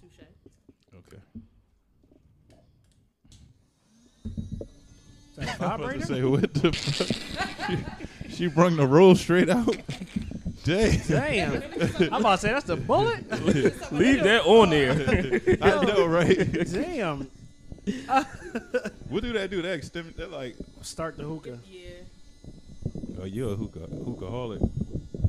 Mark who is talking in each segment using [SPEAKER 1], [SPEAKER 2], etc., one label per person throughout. [SPEAKER 1] Touche.
[SPEAKER 2] Okay. I'm about to
[SPEAKER 3] Vibrator?
[SPEAKER 2] say what the fuck. she, she brung the roll straight out. Damn.
[SPEAKER 3] Damn. I'm about to say that's the bullet.
[SPEAKER 4] Leave that on there.
[SPEAKER 2] I know, right?
[SPEAKER 3] Damn.
[SPEAKER 2] what do that do? That extend? That like,
[SPEAKER 3] Start the hookah.
[SPEAKER 1] Yeah.
[SPEAKER 2] oh, you're a hookah hookaholic.
[SPEAKER 1] I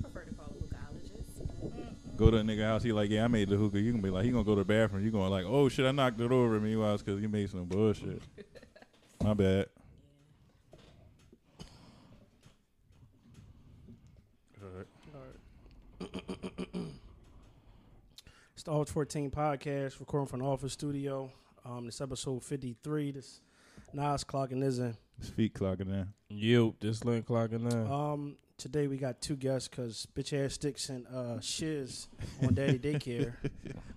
[SPEAKER 1] prefer to call it lookologist.
[SPEAKER 2] Go to a nigga house. He like, yeah, I made the hookah. You can be like, he gonna go to the bathroom. You going like, oh shit, I knocked it over. Meanwhile, it's because you made some bullshit. My bad.
[SPEAKER 3] It's the All 14 podcast, recording from the office studio. Um, this episode 53. This Nas clocking is in.
[SPEAKER 2] His feet clocking in.
[SPEAKER 4] Yo, this link clocking now.
[SPEAKER 3] Um, today we got two guests because bitch ass sticks and uh, shiz on daddy daycare.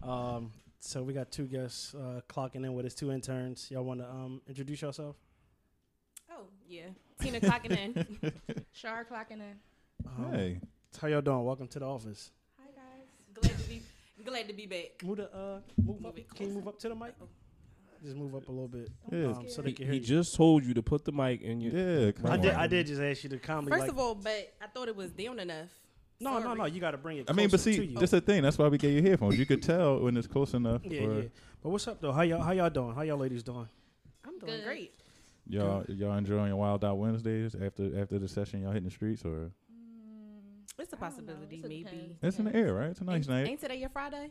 [SPEAKER 3] um, so we got two guests uh, clocking in with his two interns. Y'all want to um, introduce yourself?
[SPEAKER 1] Oh, yeah. Tina clocking in. Shar clocking in.
[SPEAKER 3] Um,
[SPEAKER 2] Hey,
[SPEAKER 3] How y'all doing? Welcome to the office.
[SPEAKER 1] Hi, guys. Glad to be glad to be back.
[SPEAKER 3] Move the uh, move
[SPEAKER 1] Move
[SPEAKER 3] up.
[SPEAKER 1] it
[SPEAKER 3] Can you move up to the mic? Just move up a little bit.
[SPEAKER 2] Yeah.
[SPEAKER 3] Um, so they
[SPEAKER 4] He,
[SPEAKER 3] can hear
[SPEAKER 4] he
[SPEAKER 3] you.
[SPEAKER 4] just told you to put the mic in your.
[SPEAKER 2] yeah, come
[SPEAKER 3] I
[SPEAKER 2] on.
[SPEAKER 3] did. I did just ask you to calmly.
[SPEAKER 1] First
[SPEAKER 3] like,
[SPEAKER 1] of all, but I thought it was down enough.
[SPEAKER 3] no, no, no. You got to bring it.
[SPEAKER 2] I mean, but
[SPEAKER 3] closer to
[SPEAKER 2] see,
[SPEAKER 3] you.
[SPEAKER 2] that's the thing. That's why we get your headphones. You could tell when it's close enough.
[SPEAKER 3] yeah,
[SPEAKER 2] for
[SPEAKER 3] yeah. But what's up though? How y'all? How y'all doing? How y'all ladies doing?
[SPEAKER 1] I'm doing
[SPEAKER 5] Good.
[SPEAKER 1] great.
[SPEAKER 2] Y'all, y'all enjoying your wild out Wednesdays after after the session. Y'all hitting the streets or
[SPEAKER 1] It's a
[SPEAKER 5] I don't know.
[SPEAKER 1] possibility,
[SPEAKER 5] It's a
[SPEAKER 1] maybe.
[SPEAKER 5] depends.
[SPEAKER 2] it's in the air, right? It's a nice
[SPEAKER 1] Ain't,
[SPEAKER 2] night.
[SPEAKER 1] ain't today your Friday?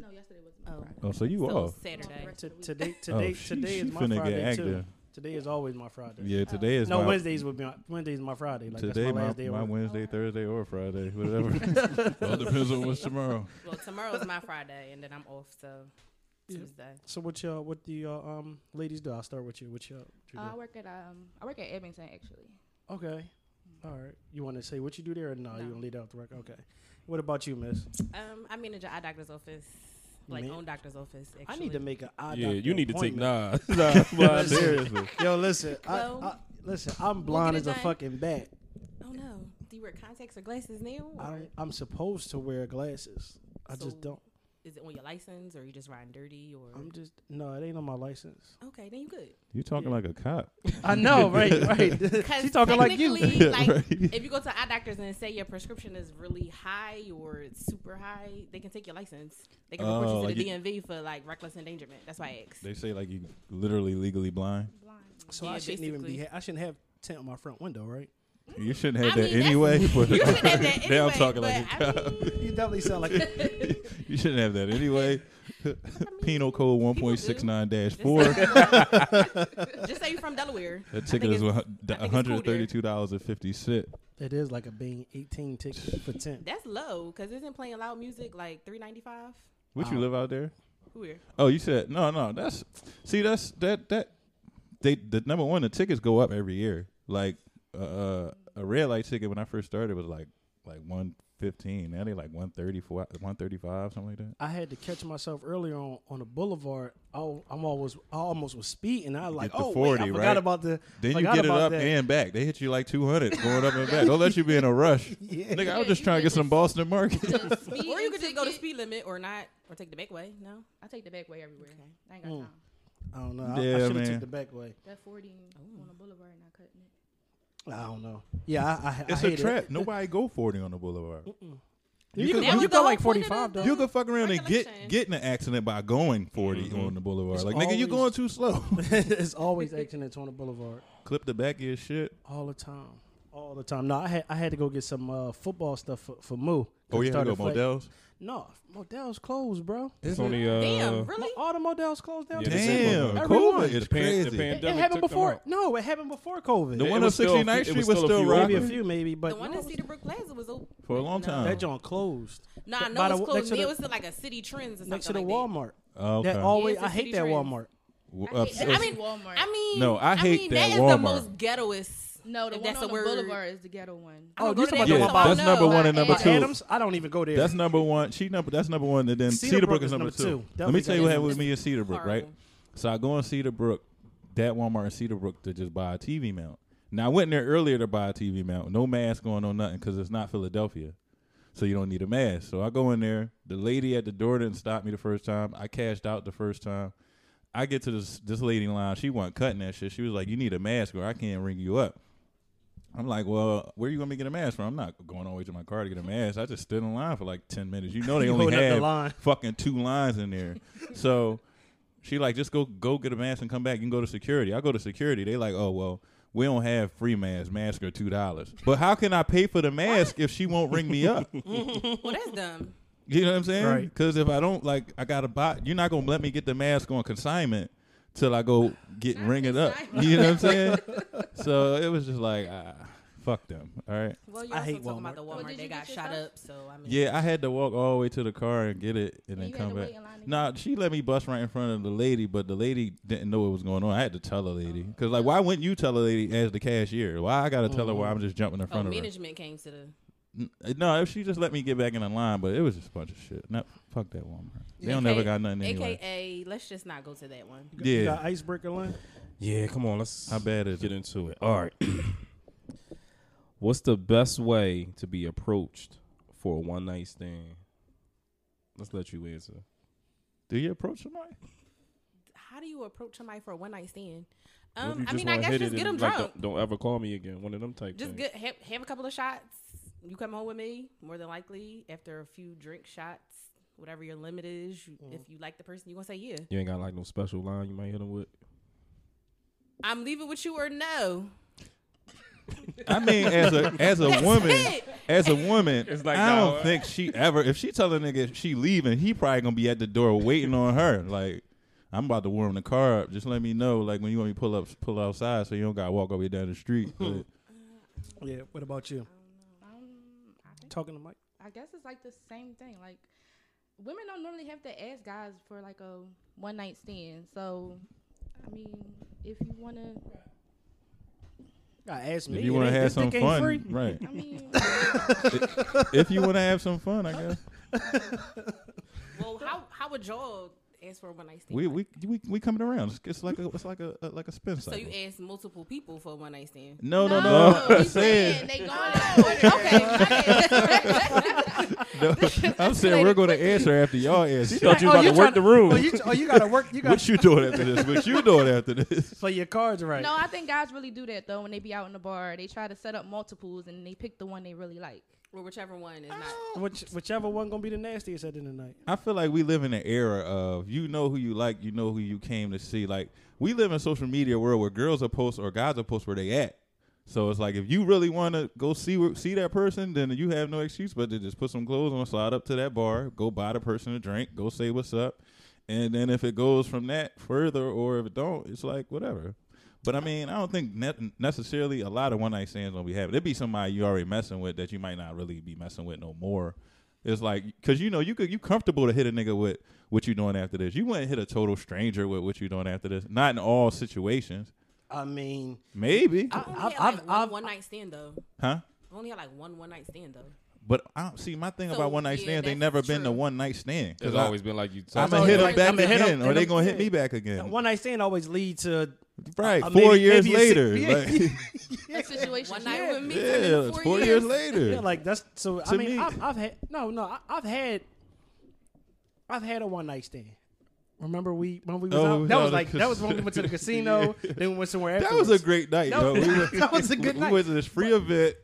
[SPEAKER 5] No, yesterday was my
[SPEAKER 1] Oh.
[SPEAKER 5] Friday.
[SPEAKER 2] Oh, so you
[SPEAKER 1] So
[SPEAKER 2] off?
[SPEAKER 1] Saturday.
[SPEAKER 5] Right.
[SPEAKER 3] T-
[SPEAKER 5] Week.
[SPEAKER 3] today, today,
[SPEAKER 2] oh, she,
[SPEAKER 3] today
[SPEAKER 2] she
[SPEAKER 3] is my
[SPEAKER 2] finna
[SPEAKER 3] Friday
[SPEAKER 2] get active.
[SPEAKER 3] too. Today is always my Friday.
[SPEAKER 2] Yeah, today is
[SPEAKER 3] No,
[SPEAKER 2] my,
[SPEAKER 3] Wednesdays would be my, Wednesdays is my Friday. Like
[SPEAKER 2] today
[SPEAKER 3] that's my
[SPEAKER 2] my,
[SPEAKER 3] last day. of
[SPEAKER 2] my
[SPEAKER 3] work.
[SPEAKER 2] Wednesday, Thursday, or Friday, whatever. all depends on what's tomorrow.
[SPEAKER 1] Well, tomorrow's my Friday, and then I'm off, so Tuesday.
[SPEAKER 3] so what y'all? What do y'all um ladies do? I'll start with you. What y'all? what
[SPEAKER 1] Uh,
[SPEAKER 3] you
[SPEAKER 5] I work at um, I work at Edmonton actually.
[SPEAKER 3] do? Okay. All right. You want to say what you do there, or no?
[SPEAKER 1] No.
[SPEAKER 3] You want to lead out the record? Okay. What about you, Miss?
[SPEAKER 1] Um, I manage an eye doctor's office,
[SPEAKER 3] You
[SPEAKER 1] like
[SPEAKER 3] man-
[SPEAKER 1] own doctor's office. Actually.
[SPEAKER 3] I need to make an eye.
[SPEAKER 4] Yeah,
[SPEAKER 3] doctor
[SPEAKER 4] you need to take
[SPEAKER 3] appointment.
[SPEAKER 4] Nas. Nah, but
[SPEAKER 2] Seriously,
[SPEAKER 3] Yo, listen. I,
[SPEAKER 1] Well,
[SPEAKER 3] I, listen. I'm blind
[SPEAKER 1] it
[SPEAKER 3] as a
[SPEAKER 1] done.
[SPEAKER 3] fucking bat.
[SPEAKER 1] Oh no, do you wear contacts or glasses now?
[SPEAKER 3] I
[SPEAKER 1] or
[SPEAKER 3] don't, I'm supposed to wear glasses. I just
[SPEAKER 1] So-
[SPEAKER 3] don't.
[SPEAKER 1] Is it on your license, or you just riding dirty, or
[SPEAKER 3] I'm just no. It ain't on my license.
[SPEAKER 1] okay? Then you good.
[SPEAKER 2] you talking like a cop.
[SPEAKER 3] I know, right? Right.
[SPEAKER 1] Because
[SPEAKER 3] She's talking like you.
[SPEAKER 1] technically, like,
[SPEAKER 2] right.
[SPEAKER 1] if you go to eye doctors and say your prescription is really high or it's super high, they can take your license. They can report
[SPEAKER 2] Oh,
[SPEAKER 1] you to the
[SPEAKER 2] you-
[SPEAKER 1] DMV for like reckless endangerment. That's why I asked.
[SPEAKER 2] They say like you literally legally blind.
[SPEAKER 5] Blind.
[SPEAKER 3] So I
[SPEAKER 1] Yeah,
[SPEAKER 3] shouldn't even be.
[SPEAKER 1] basically.
[SPEAKER 3] Ha- I shouldn't have tint on my front window, right?
[SPEAKER 2] You shouldn't have
[SPEAKER 1] I
[SPEAKER 2] that
[SPEAKER 1] mean, that's-
[SPEAKER 2] anyway. but-
[SPEAKER 1] You should have that anyway.
[SPEAKER 2] Now I'm talking
[SPEAKER 1] but
[SPEAKER 2] like a
[SPEAKER 1] I
[SPEAKER 2] cop.
[SPEAKER 1] mean,
[SPEAKER 3] You definitely sound like.
[SPEAKER 2] you shouldn't have that anyway. Penal Code one point six nine dash four.
[SPEAKER 1] just say you're from Delaware.
[SPEAKER 2] That
[SPEAKER 1] think
[SPEAKER 2] ticket is
[SPEAKER 1] it's- I
[SPEAKER 2] one
[SPEAKER 1] think it's
[SPEAKER 2] hundred thirty-two dollars and fifty cent.
[SPEAKER 3] it is like a being 18 ticket for tint.
[SPEAKER 1] That's low because isn't playing loud music like three ninety five?
[SPEAKER 2] Would you
[SPEAKER 3] Wow.
[SPEAKER 2] live out there?
[SPEAKER 1] Who here?
[SPEAKER 2] Oh, you said no, no. That's see, that's that that they the number one. The tickets go up every year. Like uh, uh, a red light ticket when I first started was like like one fifteen. Now they like one thirty four, one thirty five, something like that.
[SPEAKER 3] I had to catch myself earlier on on the boulevard. I, am always I almost was speeding. I was like,
[SPEAKER 2] get to
[SPEAKER 3] oh
[SPEAKER 2] 40,
[SPEAKER 3] wait, I forgot
[SPEAKER 2] right?
[SPEAKER 3] about the.
[SPEAKER 2] Then you
[SPEAKER 3] forgot
[SPEAKER 2] get it
[SPEAKER 3] about
[SPEAKER 2] up
[SPEAKER 3] that.
[SPEAKER 2] and back. They hit you like two hundred going up and back. Don't let you be in a rush.
[SPEAKER 3] Yeah.
[SPEAKER 2] Nigga, I
[SPEAKER 5] Yeah,
[SPEAKER 2] was just
[SPEAKER 5] you
[SPEAKER 2] trying to
[SPEAKER 5] could
[SPEAKER 2] get some Boston market.
[SPEAKER 5] The speeding
[SPEAKER 1] Or you could just go to
[SPEAKER 5] ticket-
[SPEAKER 1] speed limit or not, or take the back way. No,
[SPEAKER 5] I take the back way everywhere.
[SPEAKER 1] Okay.
[SPEAKER 5] I ain't got
[SPEAKER 3] Mm.
[SPEAKER 5] time.
[SPEAKER 3] I don't know. I- I,
[SPEAKER 2] Yeah,
[SPEAKER 3] should have
[SPEAKER 2] man.
[SPEAKER 3] took the back way.
[SPEAKER 5] That 40
[SPEAKER 1] Ooh.
[SPEAKER 5] on the boulevard, not cutting it.
[SPEAKER 3] I don't know. Yeah, I, I,
[SPEAKER 2] It's
[SPEAKER 3] I
[SPEAKER 2] a
[SPEAKER 3] hate
[SPEAKER 2] trap.
[SPEAKER 3] It.
[SPEAKER 2] Nobody go forty on the boulevard.
[SPEAKER 3] You,
[SPEAKER 2] You
[SPEAKER 3] you,
[SPEAKER 2] could-
[SPEAKER 1] That
[SPEAKER 3] you
[SPEAKER 1] was
[SPEAKER 3] go
[SPEAKER 1] the
[SPEAKER 3] like
[SPEAKER 1] whole point
[SPEAKER 3] 45
[SPEAKER 1] of the-
[SPEAKER 3] though.
[SPEAKER 2] You could fuck around and get
[SPEAKER 1] Recollection.
[SPEAKER 2] get in an accident by going 40 on the boulevard.
[SPEAKER 3] Mm-hmm.
[SPEAKER 2] like
[SPEAKER 3] It's
[SPEAKER 2] nigga, you going
[SPEAKER 3] always-
[SPEAKER 2] too slow.
[SPEAKER 3] it's always accidents on the boulevard.
[SPEAKER 2] Clip the back of your shit.
[SPEAKER 3] All the time. All the time. No, I had I had to go get some uh, football stuff for, for Moo.
[SPEAKER 2] Oh yeah,
[SPEAKER 3] Started
[SPEAKER 2] go
[SPEAKER 3] flag-
[SPEAKER 2] Models.
[SPEAKER 3] No, Modell's closed, bro.
[SPEAKER 4] it's only uh,
[SPEAKER 1] damn, really?
[SPEAKER 3] Mo- All the Modell's closed down.
[SPEAKER 4] Yeah,
[SPEAKER 3] too.
[SPEAKER 4] they
[SPEAKER 3] It-
[SPEAKER 4] say
[SPEAKER 2] Damn,
[SPEAKER 4] Models.
[SPEAKER 3] Everyone.
[SPEAKER 2] COVID is
[SPEAKER 4] The pan- the
[SPEAKER 2] crazy.
[SPEAKER 4] pan-
[SPEAKER 3] It,
[SPEAKER 4] Pandemic
[SPEAKER 3] happened
[SPEAKER 4] took them
[SPEAKER 3] before.
[SPEAKER 4] out.
[SPEAKER 3] No, it happened before COVID.
[SPEAKER 2] The
[SPEAKER 4] It
[SPEAKER 2] one
[SPEAKER 4] was
[SPEAKER 2] on
[SPEAKER 4] still
[SPEAKER 2] 69th
[SPEAKER 4] a few- it
[SPEAKER 2] Street
[SPEAKER 4] was
[SPEAKER 2] was
[SPEAKER 4] still a
[SPEAKER 2] still
[SPEAKER 4] few
[SPEAKER 3] Maybe a
[SPEAKER 2] rocking
[SPEAKER 3] few, maybe, but
[SPEAKER 1] the one
[SPEAKER 3] no,
[SPEAKER 1] in Cedar Brook Plaza was open
[SPEAKER 2] for a long
[SPEAKER 1] No.
[SPEAKER 2] time.
[SPEAKER 3] that joint closed
[SPEAKER 1] No,
[SPEAKER 3] That-
[SPEAKER 1] I
[SPEAKER 3] by
[SPEAKER 1] know
[SPEAKER 3] the
[SPEAKER 1] it's
[SPEAKER 3] wa-
[SPEAKER 1] closed.
[SPEAKER 3] next to
[SPEAKER 1] It
[SPEAKER 3] the-
[SPEAKER 1] was to, like a city trends or something
[SPEAKER 3] next to the
[SPEAKER 1] like that.
[SPEAKER 3] Walmart.
[SPEAKER 2] Oh, okay.
[SPEAKER 3] That always
[SPEAKER 1] Yeah, it's
[SPEAKER 3] I
[SPEAKER 1] a
[SPEAKER 3] hate
[SPEAKER 1] City
[SPEAKER 3] that
[SPEAKER 1] Trends.
[SPEAKER 3] Walmart.
[SPEAKER 2] W-
[SPEAKER 5] I, hate,
[SPEAKER 2] obs-
[SPEAKER 5] I mean, Walmart.
[SPEAKER 1] I mean,
[SPEAKER 2] No, I hate
[SPEAKER 1] mean,
[SPEAKER 2] that
[SPEAKER 1] that is
[SPEAKER 2] Walmart.
[SPEAKER 1] the most ghettoest.
[SPEAKER 5] no, the
[SPEAKER 1] if
[SPEAKER 5] one
[SPEAKER 1] that's
[SPEAKER 5] on
[SPEAKER 1] a
[SPEAKER 5] the
[SPEAKER 1] word.
[SPEAKER 5] boulevard is the ghetto one.
[SPEAKER 1] I don't
[SPEAKER 3] Oh,
[SPEAKER 1] go
[SPEAKER 3] you
[SPEAKER 1] to
[SPEAKER 3] talking
[SPEAKER 1] that
[SPEAKER 2] yeah,
[SPEAKER 3] about the
[SPEAKER 1] place, so I don't
[SPEAKER 3] Walmart.
[SPEAKER 2] that's
[SPEAKER 1] know.
[SPEAKER 2] number one and number
[SPEAKER 5] By
[SPEAKER 2] two.
[SPEAKER 3] Adams, I don't even go there.
[SPEAKER 2] That's number one. She number. That's number one. And then
[SPEAKER 3] Cedar
[SPEAKER 2] Cedar
[SPEAKER 3] Brook
[SPEAKER 2] Brook is number two. Let
[SPEAKER 3] Definitely
[SPEAKER 2] me tell you
[SPEAKER 3] got
[SPEAKER 2] what happened
[SPEAKER 3] it.
[SPEAKER 2] with me in Cedar Brook, right?
[SPEAKER 1] Horrible.
[SPEAKER 2] So I go in Cedar Brook, that Walmart in Cedar Brook to just buy a TV mount. Now I went in there earlier to buy a TV mount, no mask going on, nothing, because it's not Philadelphia. so you don't need a mask. So I go in there. The lady at the door didn't stop me the first time. I cashed out the first time. I get to this this lady in line. She wasn't cutting that shit. She was like, "You need a mask, or I can't ring you up." I'm like, "Well, where you gonna be get a mask from? I'm not going all the way to my car to get a mask. I just stood in line for like ten minutes. You know they
[SPEAKER 3] You
[SPEAKER 2] only
[SPEAKER 3] holding up the
[SPEAKER 2] have
[SPEAKER 3] line.
[SPEAKER 2] fucking two lines in there. so she like, just go go get a mask and come back. You can go to security. I go to security. They like, oh well, we don't have free masks. Masks are two dollars. But how can I pay for the mask if she won't ring me up?
[SPEAKER 1] Well, that's dumb.
[SPEAKER 2] You know what I'm saying?
[SPEAKER 3] Right.
[SPEAKER 2] Because if I don't like, I gotta buy. You're not gonna let me get the mask on consignment till I go get
[SPEAKER 5] Not
[SPEAKER 2] ring it up.
[SPEAKER 5] consignment.
[SPEAKER 2] You know what I'm saying? so it was just like, ah, fuck them. All right.
[SPEAKER 1] Well, you
[SPEAKER 3] I
[SPEAKER 1] also
[SPEAKER 3] hate
[SPEAKER 1] talking about
[SPEAKER 3] Walmart.
[SPEAKER 1] the
[SPEAKER 5] Well,
[SPEAKER 1] Walmart.
[SPEAKER 5] did
[SPEAKER 1] they
[SPEAKER 5] you
[SPEAKER 1] got
[SPEAKER 5] get
[SPEAKER 1] shot
[SPEAKER 5] yourself?
[SPEAKER 1] up, so I mean,
[SPEAKER 2] Yeah, I had to walk all the way to the car and get it, and
[SPEAKER 5] And
[SPEAKER 2] then
[SPEAKER 5] you had
[SPEAKER 2] come
[SPEAKER 5] to
[SPEAKER 2] back.
[SPEAKER 5] wait in line to
[SPEAKER 2] Nah, she let me bust right in front of the lady, but the lady didn't know what was going on. I had to tell the lady
[SPEAKER 1] Oh.
[SPEAKER 2] because, like, why wouldn't you tell the lady as the cashier? Why I gotta tell her why I'm just jumping in
[SPEAKER 1] oh,
[SPEAKER 2] front of her?
[SPEAKER 1] management came to the.
[SPEAKER 2] N- uh, No, if she just let me get back in the line, but it was just a bunch of shit. Not fuck that Walmart. They don't
[SPEAKER 1] AKA
[SPEAKER 2] never got nothing anyway.
[SPEAKER 1] AKA, let's just not go to that one.
[SPEAKER 3] You got- You
[SPEAKER 2] Yeah.
[SPEAKER 3] got icebreaker line?
[SPEAKER 4] Yeah, come on. Let's
[SPEAKER 2] How bad is
[SPEAKER 4] get
[SPEAKER 2] it?
[SPEAKER 4] into it. All right. What's the best way to be approached for a one night stand? Let's let you answer.
[SPEAKER 2] Do you approach somebody?
[SPEAKER 1] How do you approach somebody for a one night stand?
[SPEAKER 4] What if
[SPEAKER 1] Um, I
[SPEAKER 4] you just
[SPEAKER 1] mean, I
[SPEAKER 4] wanna
[SPEAKER 1] guess
[SPEAKER 4] hit
[SPEAKER 1] just
[SPEAKER 4] it
[SPEAKER 1] get them
[SPEAKER 4] and, like,
[SPEAKER 1] drunk.
[SPEAKER 4] Don't, don't ever call me again. One of them type
[SPEAKER 1] Just
[SPEAKER 2] Mm.
[SPEAKER 4] things.
[SPEAKER 1] get have, have a couple of shots. You come home with me, more than likely after a few drink shots, whatever your limit is. You,
[SPEAKER 2] Mm.
[SPEAKER 1] If you like the person, you are gonna say yeah.
[SPEAKER 4] You ain't got like no special line you might hit them with.
[SPEAKER 1] I'm leaving with you or no.
[SPEAKER 2] I mean, as a as a
[SPEAKER 1] That's
[SPEAKER 2] woman,
[SPEAKER 1] it.
[SPEAKER 2] as a woman,
[SPEAKER 4] It's like,
[SPEAKER 2] I don't
[SPEAKER 4] nah.
[SPEAKER 2] think she ever. If she tell a nigga she leaving, he probably gonna be at the door waiting on her. Like, I'm about to warm the car up. Just let me know, like when you want me to pull up, pull outside, so you don't gotta walk all the way down the street. But
[SPEAKER 3] Yeah. What about you?
[SPEAKER 5] Um, I think
[SPEAKER 3] Talking to Mike?
[SPEAKER 5] I guess it's like the same thing. Like women don't normally have to ask guys for like a one night stand. So I mean, if you wanna,
[SPEAKER 3] Gotta ask me.
[SPEAKER 2] if you
[SPEAKER 3] It
[SPEAKER 2] want to
[SPEAKER 3] ain't-
[SPEAKER 2] have
[SPEAKER 3] this
[SPEAKER 2] some
[SPEAKER 3] dick ain't
[SPEAKER 2] fun,
[SPEAKER 3] free.
[SPEAKER 2] right?
[SPEAKER 5] I mean,
[SPEAKER 2] if you want to have some fun, I guess
[SPEAKER 1] Well, how how would y'all ask for a one night stand?
[SPEAKER 2] we we we, we coming around. It's, it's like a it's like a, a- like a spin
[SPEAKER 1] so
[SPEAKER 2] cycle.
[SPEAKER 1] you ask multiple people for a one night stand.
[SPEAKER 2] no, no,
[SPEAKER 5] no,
[SPEAKER 2] no.
[SPEAKER 5] we
[SPEAKER 2] I'm saying,
[SPEAKER 5] saying they going in order. Okay,
[SPEAKER 2] no, I'm saying we're gonna answer after y'all answer.
[SPEAKER 4] Thought you
[SPEAKER 3] Oh,
[SPEAKER 4] about
[SPEAKER 3] you
[SPEAKER 4] to work
[SPEAKER 3] tryna-
[SPEAKER 4] the room.
[SPEAKER 3] Oh, you, oh, you gotta work. You gotta
[SPEAKER 2] What you doing after this? What you doing after this?
[SPEAKER 3] play your cards right.
[SPEAKER 5] no, I think guys really do that though. When they be out in the bar, they try to set up multiples and they pick the one they really like.
[SPEAKER 1] Or whichever one is
[SPEAKER 2] Oh,
[SPEAKER 3] Which, whichever one gonna be the nastiest at the end of the night.
[SPEAKER 2] I feel like we live in an era of you know who you like, you know who you came to see. Like we live in social media world where girls are post or guys are post where they at. So it's like if you really want to go see where- see that person, then you have no excuse but to just put some clothes on, slide up to that bar, go buy the person a drink, go say what's up, and then if it goes from that further or if it don't, it's like whatever. But I mean, I don't think ne- necessarily a lot of one night stands gonna be happening. It'd be somebody you already messing with that you might not really be messing with no more. It's like because you know you could you comfortable to hit a nigga with what you doing after this. You wouldn't hit a total stranger with what you doing after this. Not in all situations.
[SPEAKER 3] I mean,
[SPEAKER 2] Maybe,
[SPEAKER 1] not. I only
[SPEAKER 3] I've-
[SPEAKER 1] had like
[SPEAKER 3] I've-
[SPEAKER 1] one
[SPEAKER 3] I've-
[SPEAKER 1] one night stand though.
[SPEAKER 2] huh?
[SPEAKER 1] I've only had like one one night stand though.
[SPEAKER 2] But I don't see my thing
[SPEAKER 1] So,
[SPEAKER 2] about one night
[SPEAKER 1] yeah,
[SPEAKER 2] stands. They
[SPEAKER 1] that's
[SPEAKER 2] never been
[SPEAKER 1] true.
[SPEAKER 2] the one night stand
[SPEAKER 4] It's
[SPEAKER 2] because
[SPEAKER 4] always been like you.
[SPEAKER 2] I'm gonna
[SPEAKER 3] always
[SPEAKER 2] hit
[SPEAKER 3] been
[SPEAKER 2] them
[SPEAKER 3] like,
[SPEAKER 2] back
[SPEAKER 3] I'ma hit 'em,
[SPEAKER 2] again, or
[SPEAKER 3] and
[SPEAKER 2] they
[SPEAKER 3] I'm-
[SPEAKER 2] gonna hit me
[SPEAKER 3] yeah.
[SPEAKER 2] back
[SPEAKER 3] that
[SPEAKER 2] again.
[SPEAKER 3] one night stand always lead to
[SPEAKER 2] Right,
[SPEAKER 3] uh,
[SPEAKER 2] four
[SPEAKER 3] maybe-
[SPEAKER 2] years
[SPEAKER 3] maybe a six-
[SPEAKER 2] later.
[SPEAKER 3] yeah.
[SPEAKER 2] like-
[SPEAKER 5] That situation.
[SPEAKER 1] One night with me.
[SPEAKER 2] yeah,
[SPEAKER 1] turned into
[SPEAKER 2] it's four, years, later.
[SPEAKER 3] Yeah, like that's so. I
[SPEAKER 2] To
[SPEAKER 3] mean,
[SPEAKER 2] me-
[SPEAKER 3] I've, I've had no, no. I, I've had, I've had a one night stand. Remember we when we was
[SPEAKER 2] Oh, we
[SPEAKER 3] out?
[SPEAKER 2] was
[SPEAKER 3] That
[SPEAKER 2] out
[SPEAKER 3] was
[SPEAKER 2] at
[SPEAKER 3] like
[SPEAKER 2] the
[SPEAKER 3] that was when we went to the casino. Then we went somewhere.
[SPEAKER 2] that
[SPEAKER 3] Afterwards.
[SPEAKER 2] was a great night,
[SPEAKER 3] That
[SPEAKER 2] yo.
[SPEAKER 3] was-
[SPEAKER 2] We went-
[SPEAKER 3] that was a good
[SPEAKER 2] we
[SPEAKER 3] night.
[SPEAKER 2] went to this free event.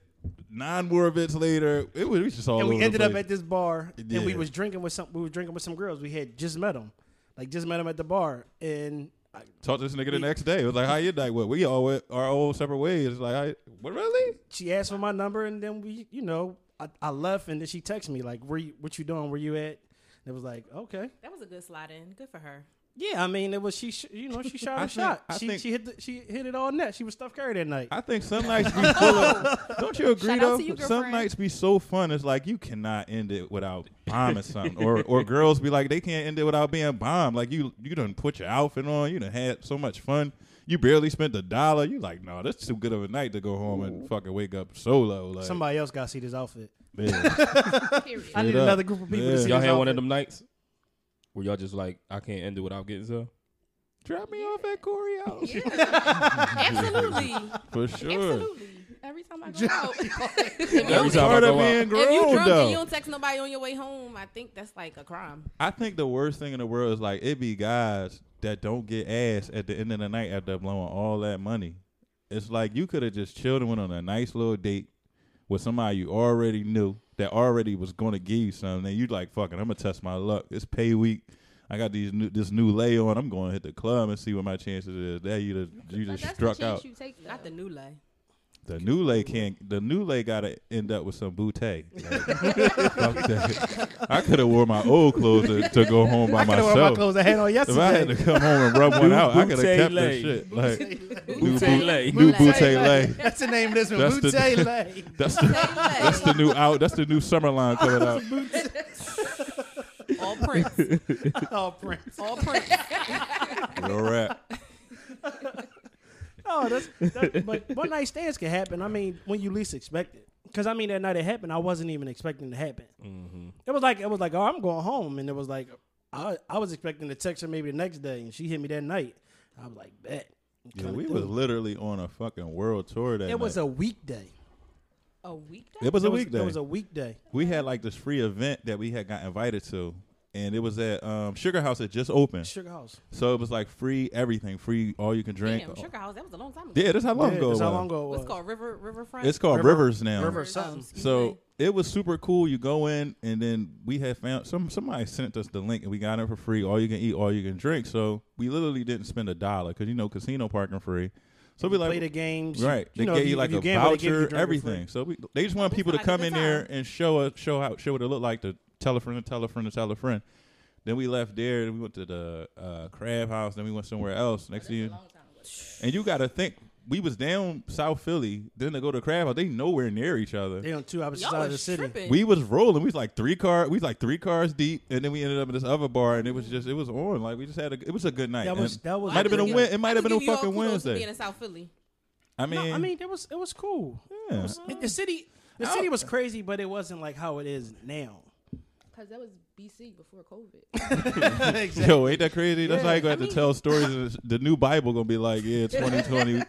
[SPEAKER 2] Nine more events later, it was, we just all
[SPEAKER 3] And we
[SPEAKER 2] over the
[SPEAKER 3] ended up
[SPEAKER 2] place.
[SPEAKER 3] at this bar, and we
[SPEAKER 2] Yeah.
[SPEAKER 3] was drinking with some. We were drinking with some girls. We had just met them, like just met them at the bar, and I,
[SPEAKER 2] Talked to this nigga the
[SPEAKER 3] We-
[SPEAKER 2] next day. It was like, how your night went? We all went our own separate ways. It's like, I, what really?
[SPEAKER 3] she asked for my number, and then we, you know, I, I left, and then she texted me like, "Where you, what you doing? Where you at?" And it was like, "Okay."
[SPEAKER 1] That was a good slide in. Good for her.
[SPEAKER 3] Yeah, I mean, it was she. Sh- you know, she shot
[SPEAKER 2] I
[SPEAKER 3] her
[SPEAKER 2] think-
[SPEAKER 3] shot.
[SPEAKER 2] I
[SPEAKER 3] she
[SPEAKER 2] think-
[SPEAKER 3] she hit the, she hit it all net. She was Steph Curry that night.
[SPEAKER 2] I think some nights be full of, don't you agree
[SPEAKER 5] Shout out
[SPEAKER 2] though?
[SPEAKER 5] to you,
[SPEAKER 2] some
[SPEAKER 5] girlfriend.
[SPEAKER 2] nights be so fun. It's like you cannot end it without bombing something, or or girls be like they can't end it without being bombed. Like you you done put your outfit on, you done had so much fun. You barely spent a dollar. You like, no, that's too good of a night to go home and fucking wake up solo. Like,
[SPEAKER 3] Somebody else got to see this outfit.
[SPEAKER 2] man.
[SPEAKER 5] Period.
[SPEAKER 3] I need
[SPEAKER 2] up.
[SPEAKER 3] another group of people
[SPEAKER 2] Yeah.
[SPEAKER 3] to see
[SPEAKER 4] y'all
[SPEAKER 3] this
[SPEAKER 4] had one of
[SPEAKER 3] outfit.
[SPEAKER 4] them nights where y'all just like, I can't end it without getting some.
[SPEAKER 2] Drop me off at Corey House.
[SPEAKER 1] Absolutely.
[SPEAKER 2] For sure.
[SPEAKER 1] Absolutely.
[SPEAKER 5] every time I go out.
[SPEAKER 1] If you
[SPEAKER 4] Every
[SPEAKER 1] don't-
[SPEAKER 4] time I
[SPEAKER 2] Part of
[SPEAKER 4] go out.
[SPEAKER 2] being
[SPEAKER 1] If you
[SPEAKER 2] grown
[SPEAKER 1] drunk
[SPEAKER 2] though.
[SPEAKER 1] and you don't text nobody on your way home, I think that's like a crime.
[SPEAKER 2] I think the worst thing in the world is like it be guys that don't get ass at the end of the night after blowing all that money. It's like you could have just chilled and went on a nice little date with somebody you already knew that already was going to give you something. And you like fucking, I'm gonna test my luck. It's pay week. I got these new this new lay on. I'm going to hit the club and see what my chances is. There you just you
[SPEAKER 5] But
[SPEAKER 2] just
[SPEAKER 5] that's
[SPEAKER 2] struck
[SPEAKER 5] the chance
[SPEAKER 2] out.
[SPEAKER 5] you take.
[SPEAKER 1] Not the
[SPEAKER 5] though.
[SPEAKER 1] new lay.
[SPEAKER 2] The new lay can't. The new lay gotta end up with some bootay. I could have wore my old clothes to, to go home by
[SPEAKER 3] I could have
[SPEAKER 2] myself.
[SPEAKER 3] worn my clothes I had on
[SPEAKER 2] If I had to
[SPEAKER 3] yesterday.
[SPEAKER 2] come home and rub one out, I could have
[SPEAKER 4] Bootay
[SPEAKER 2] kept that
[SPEAKER 4] lay.
[SPEAKER 2] shit. Like new
[SPEAKER 4] Bootay
[SPEAKER 2] boot,
[SPEAKER 4] lay.
[SPEAKER 2] new
[SPEAKER 1] Bootay
[SPEAKER 2] bootay
[SPEAKER 3] lay.
[SPEAKER 2] lay.
[SPEAKER 3] That's the name of this one.
[SPEAKER 2] That's the-
[SPEAKER 3] Bootay Lay.
[SPEAKER 2] That's the that's the new out. That's the new summer line coming out.
[SPEAKER 1] All Prince.
[SPEAKER 3] Oh, Prince.
[SPEAKER 1] All Prince.
[SPEAKER 2] Real rap.
[SPEAKER 3] Oh, that's, that, but one night stands can happen. I mean, when you least expect it. Because I mean, that night it happened, I wasn't even expecting it to happen.
[SPEAKER 4] Mm-hmm.
[SPEAKER 3] It was like it was like, oh, I'm going home, and it was like, I I was expecting to text her maybe the next day, and she hit me that night. I was like, bet.
[SPEAKER 2] Yeah,
[SPEAKER 3] Kinda
[SPEAKER 2] we
[SPEAKER 3] threw
[SPEAKER 2] was
[SPEAKER 3] it.
[SPEAKER 2] literally on a fucking world tour that
[SPEAKER 3] It was
[SPEAKER 2] night.
[SPEAKER 3] a weekday.
[SPEAKER 1] A weekday.
[SPEAKER 2] it was a
[SPEAKER 3] It was-
[SPEAKER 2] weekday.
[SPEAKER 3] It was a weekday.
[SPEAKER 2] we had like this free event that we had got invited to, and it was at um, Sugar House. It just opened,
[SPEAKER 3] Sugar House.
[SPEAKER 2] so it was like free everything, free all you can drink.
[SPEAKER 1] Damn, Sugar House. That was a long time ago.
[SPEAKER 2] Yeah, that's how long
[SPEAKER 3] Yeah,
[SPEAKER 2] ago.
[SPEAKER 3] that's
[SPEAKER 2] it
[SPEAKER 3] how
[SPEAKER 2] was.
[SPEAKER 3] long ago it
[SPEAKER 1] What's
[SPEAKER 3] was.
[SPEAKER 1] it called River Riverfront.
[SPEAKER 2] It's called
[SPEAKER 3] River-
[SPEAKER 2] Rivers now.
[SPEAKER 3] River
[SPEAKER 1] Rivers,
[SPEAKER 3] something.
[SPEAKER 1] excuse
[SPEAKER 2] So
[SPEAKER 1] me.
[SPEAKER 2] it was super cool. You go in, and then we had found some somebody sent us the link, and we got it for free. All you can eat, all you can drink. So we literally didn't spend a dollar because you know casino parking free. So we
[SPEAKER 3] You play
[SPEAKER 2] like
[SPEAKER 3] the games. you-
[SPEAKER 2] right,
[SPEAKER 3] You
[SPEAKER 2] they
[SPEAKER 3] know,
[SPEAKER 2] gave
[SPEAKER 3] if
[SPEAKER 2] you like
[SPEAKER 3] if
[SPEAKER 2] a
[SPEAKER 3] gamble, they give you
[SPEAKER 2] voucher,
[SPEAKER 3] drink for free.
[SPEAKER 2] everything. So we they just want
[SPEAKER 1] Oh,
[SPEAKER 2] people to
[SPEAKER 1] that's
[SPEAKER 2] come
[SPEAKER 1] like a
[SPEAKER 2] in
[SPEAKER 1] good
[SPEAKER 2] there
[SPEAKER 1] time.
[SPEAKER 2] and show us show how show what it looked like to tell a friend, to tell a friend, to tell a friend. Then we left there, and we went to the uh, crab house. Then we went somewhere else. Next thing you,
[SPEAKER 5] Long time ago.
[SPEAKER 2] and you got to think. We was down South Philly, then to go to Crab House. They nowhere near each other.
[SPEAKER 3] They on two opposite
[SPEAKER 1] Y'all
[SPEAKER 3] sides of the
[SPEAKER 1] was
[SPEAKER 3] city.
[SPEAKER 1] tripping.
[SPEAKER 2] We was rolling. We was like three car. We was like three cars deep, and then we ended up at this other bar, and it was just it was on. Like we just had a. It was a good night.
[SPEAKER 3] That was
[SPEAKER 2] And
[SPEAKER 3] that
[SPEAKER 1] Well,
[SPEAKER 3] was.
[SPEAKER 1] I
[SPEAKER 2] might have been a
[SPEAKER 1] give you-
[SPEAKER 2] win. It might
[SPEAKER 1] I
[SPEAKER 2] have been
[SPEAKER 1] give
[SPEAKER 2] a
[SPEAKER 1] you all
[SPEAKER 2] fucking
[SPEAKER 1] kudos for Being
[SPEAKER 2] Wednesday.
[SPEAKER 1] in South Philly.
[SPEAKER 2] I
[SPEAKER 3] No,
[SPEAKER 2] mean,
[SPEAKER 3] I mean, it was it uh, was cool.
[SPEAKER 2] yeah.
[SPEAKER 3] It- the city, the
[SPEAKER 2] I
[SPEAKER 3] city
[SPEAKER 2] don't-
[SPEAKER 3] was crazy, but it wasn't like how it is now.
[SPEAKER 5] Cause that was BC before COVID.
[SPEAKER 3] exactly.
[SPEAKER 2] Yo, ain't that crazy? That's
[SPEAKER 3] Yeah.
[SPEAKER 2] how you gonna have
[SPEAKER 1] I
[SPEAKER 2] to
[SPEAKER 1] mean-
[SPEAKER 2] tell stories. in this- The new Bible gonna be like, yeah, 2020,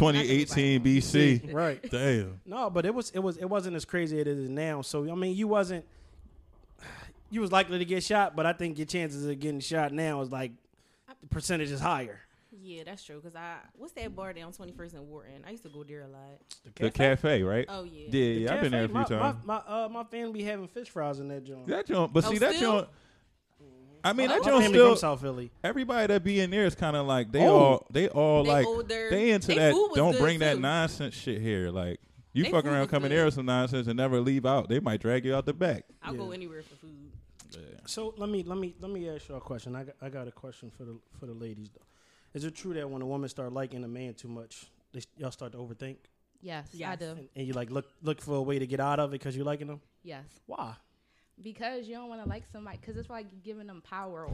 [SPEAKER 2] 2018 BC.
[SPEAKER 3] Right.
[SPEAKER 2] Damn.
[SPEAKER 3] No, but it was it was it wasn't as crazy as it is now. So I mean, you wasn't you was likely to get shot, but I think your chances of getting shot now is like the percentage is higher.
[SPEAKER 1] Yeah, that's true. Cause I what's that bar down Twenty First and Wharton? I used to go there a lot.
[SPEAKER 2] The cafe, right?
[SPEAKER 1] Oh yeah.
[SPEAKER 2] Yeah, yeah. I've been there a few
[SPEAKER 3] my,
[SPEAKER 2] times.
[SPEAKER 3] My my, uh, my family be having fish fries in that joint.
[SPEAKER 2] That joint, but
[SPEAKER 1] Oh,
[SPEAKER 2] see that
[SPEAKER 1] still?
[SPEAKER 2] joint. I mean,
[SPEAKER 1] Well,
[SPEAKER 2] that
[SPEAKER 3] my
[SPEAKER 2] joint
[SPEAKER 3] family
[SPEAKER 2] still.
[SPEAKER 3] from South Philly.
[SPEAKER 2] everybody that be in there is kind of like they
[SPEAKER 3] Oh.
[SPEAKER 2] all they all
[SPEAKER 1] They
[SPEAKER 2] like
[SPEAKER 1] older.
[SPEAKER 2] they into
[SPEAKER 1] They
[SPEAKER 2] that.
[SPEAKER 1] food was
[SPEAKER 2] Don't
[SPEAKER 1] good,
[SPEAKER 2] bring that
[SPEAKER 1] too.
[SPEAKER 2] nonsense shit here. Like you
[SPEAKER 1] They
[SPEAKER 2] fuck
[SPEAKER 1] food
[SPEAKER 2] around
[SPEAKER 1] was
[SPEAKER 2] coming
[SPEAKER 1] good.
[SPEAKER 2] there with some nonsense and never leave out. They might drag you out the back.
[SPEAKER 1] I'll go
[SPEAKER 3] Yeah.
[SPEAKER 1] anywhere for food.
[SPEAKER 3] So let me let me let me ask you a question. I got, I got a question for the for the ladies though. Is it true that when a woman start liking a man too much, they, y'all start to overthink
[SPEAKER 5] Yes, I
[SPEAKER 1] Yes.
[SPEAKER 5] do.
[SPEAKER 3] and, and you like look look for a way to get out of it because you liking them?
[SPEAKER 5] Yes,
[SPEAKER 3] Why?
[SPEAKER 5] because you don't want to like somebody. Cause it's like you giving them power.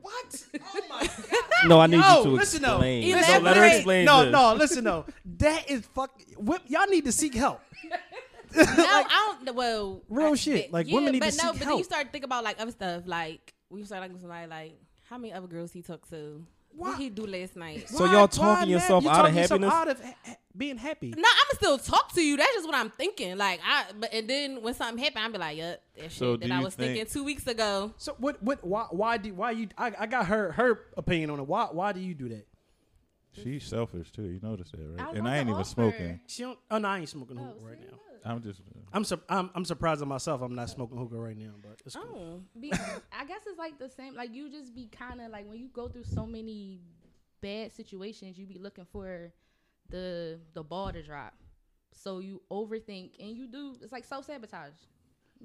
[SPEAKER 3] What? Oh my
[SPEAKER 4] No, I need
[SPEAKER 3] No,
[SPEAKER 4] you to
[SPEAKER 3] listen though.
[SPEAKER 4] explain.
[SPEAKER 1] Elaborate.
[SPEAKER 4] No, let her explain
[SPEAKER 3] no,
[SPEAKER 4] this.
[SPEAKER 3] no, listen though. That is fuck. Whip, y'all need to seek help.
[SPEAKER 1] no, I don't. Well,
[SPEAKER 3] Real
[SPEAKER 1] I-
[SPEAKER 3] shit.
[SPEAKER 1] but-
[SPEAKER 3] Like, women need
[SPEAKER 1] but
[SPEAKER 3] to
[SPEAKER 1] no,
[SPEAKER 3] seek
[SPEAKER 1] but then
[SPEAKER 3] help.
[SPEAKER 1] you start to think about like other stuff. Like we start talking to somebody like how many other girls he talked to.
[SPEAKER 3] Why-
[SPEAKER 1] What he do last night?
[SPEAKER 4] So y'all talking
[SPEAKER 3] now?
[SPEAKER 4] yourself
[SPEAKER 3] You
[SPEAKER 4] out of
[SPEAKER 3] talking yourself
[SPEAKER 4] happiness?
[SPEAKER 3] out of ha- ha- being happy.
[SPEAKER 1] No, I'ma still talk to you. That's just what I'm thinking. Like I, but and then when something happened, I'll be like, "Yup, that
[SPEAKER 2] So
[SPEAKER 1] shit
[SPEAKER 2] do
[SPEAKER 1] that I
[SPEAKER 2] you
[SPEAKER 1] was
[SPEAKER 2] think-
[SPEAKER 1] thinking two weeks ago."
[SPEAKER 3] So what? What? Why? Why do? Why you? I, I got her her opinion on it. Why? Why do you do that?
[SPEAKER 2] She's selfish too. You notice that, right?
[SPEAKER 5] I
[SPEAKER 2] and
[SPEAKER 5] want
[SPEAKER 2] I ain't
[SPEAKER 5] to
[SPEAKER 2] even
[SPEAKER 5] offer.
[SPEAKER 2] smoking.
[SPEAKER 3] She don't. Oh no, I ain't smoking hookah
[SPEAKER 5] Oh,
[SPEAKER 3] right now.
[SPEAKER 2] I'm just.
[SPEAKER 3] I'm, sur- I'm I'm surprised at myself. I'm not smoking hookah right now, but it's cool.
[SPEAKER 1] Oh,
[SPEAKER 5] Be, I guess it's like the same. Like you just be kind of like when you go through so many bad situations, you be looking for the the ball to drop. So you overthink and you do. It's like self sabotage.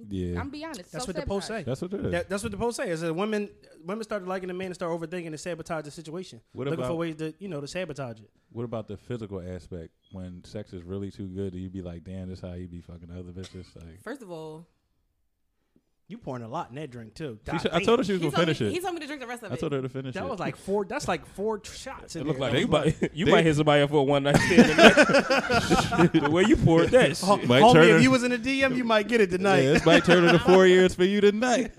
[SPEAKER 2] Yeah.
[SPEAKER 5] I'm be honest.
[SPEAKER 3] That's what the
[SPEAKER 5] self-sabotage.
[SPEAKER 3] post say.
[SPEAKER 2] That's what it is.
[SPEAKER 3] That, that's what the post say. Is that women women started liking a man and start overthinking and sabotage the situation,
[SPEAKER 2] What
[SPEAKER 3] looking for
[SPEAKER 2] about-
[SPEAKER 3] ways to you know to sabotage it.
[SPEAKER 2] what about the physical aspect? When sex is really too good, do you be like, damn, this how you be fucking other bitches? Like,
[SPEAKER 1] first of all,
[SPEAKER 3] You pouring a lot in that drink too.
[SPEAKER 2] She
[SPEAKER 3] God
[SPEAKER 2] should- I
[SPEAKER 3] damn.
[SPEAKER 2] told her she
[SPEAKER 1] he
[SPEAKER 2] was
[SPEAKER 1] told,
[SPEAKER 2] gonna
[SPEAKER 1] me,
[SPEAKER 2] finish
[SPEAKER 1] he
[SPEAKER 2] it.
[SPEAKER 1] told me to drink the rest of
[SPEAKER 2] I
[SPEAKER 1] it.
[SPEAKER 2] told her to finish
[SPEAKER 3] That
[SPEAKER 2] it.
[SPEAKER 3] was like four. That's like four t- shots. In
[SPEAKER 2] It looked like
[SPEAKER 3] there. That
[SPEAKER 2] they
[SPEAKER 3] was
[SPEAKER 2] might-
[SPEAKER 4] you
[SPEAKER 2] They-
[SPEAKER 4] might hit somebody up for a one night stand. tonight. the way you poured that
[SPEAKER 3] Ho-
[SPEAKER 4] shit.
[SPEAKER 2] Mike
[SPEAKER 3] homie,
[SPEAKER 2] Turner.
[SPEAKER 3] if you was in the DM, you might get it
[SPEAKER 2] yeah,
[SPEAKER 3] tonight.
[SPEAKER 2] this might turn into four years for you tonight.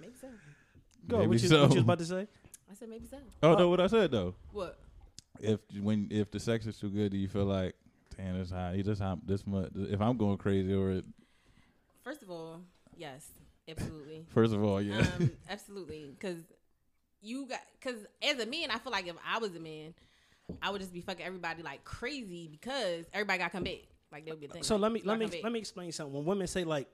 [SPEAKER 1] Maybe so.
[SPEAKER 3] Go.
[SPEAKER 2] Maybe
[SPEAKER 3] What you,
[SPEAKER 2] so.
[SPEAKER 3] what you was about to say?
[SPEAKER 1] I said maybe so.
[SPEAKER 2] Oh no, what I said though.
[SPEAKER 1] What?
[SPEAKER 2] if when if the sex is too good, do you feel like damn, this high. This high. This much. If I'm going crazy over it,
[SPEAKER 1] First of all, yes, absolutely.
[SPEAKER 2] first of all, yeah.
[SPEAKER 1] um, absolutely, because you got because as a man, I feel like if I was a man, I would just be fucking everybody like crazy because everybody got to come back. Like that would be the thing.
[SPEAKER 3] So let me
[SPEAKER 1] Y'all
[SPEAKER 3] let me
[SPEAKER 1] come back.
[SPEAKER 3] let me explain something. When women say like,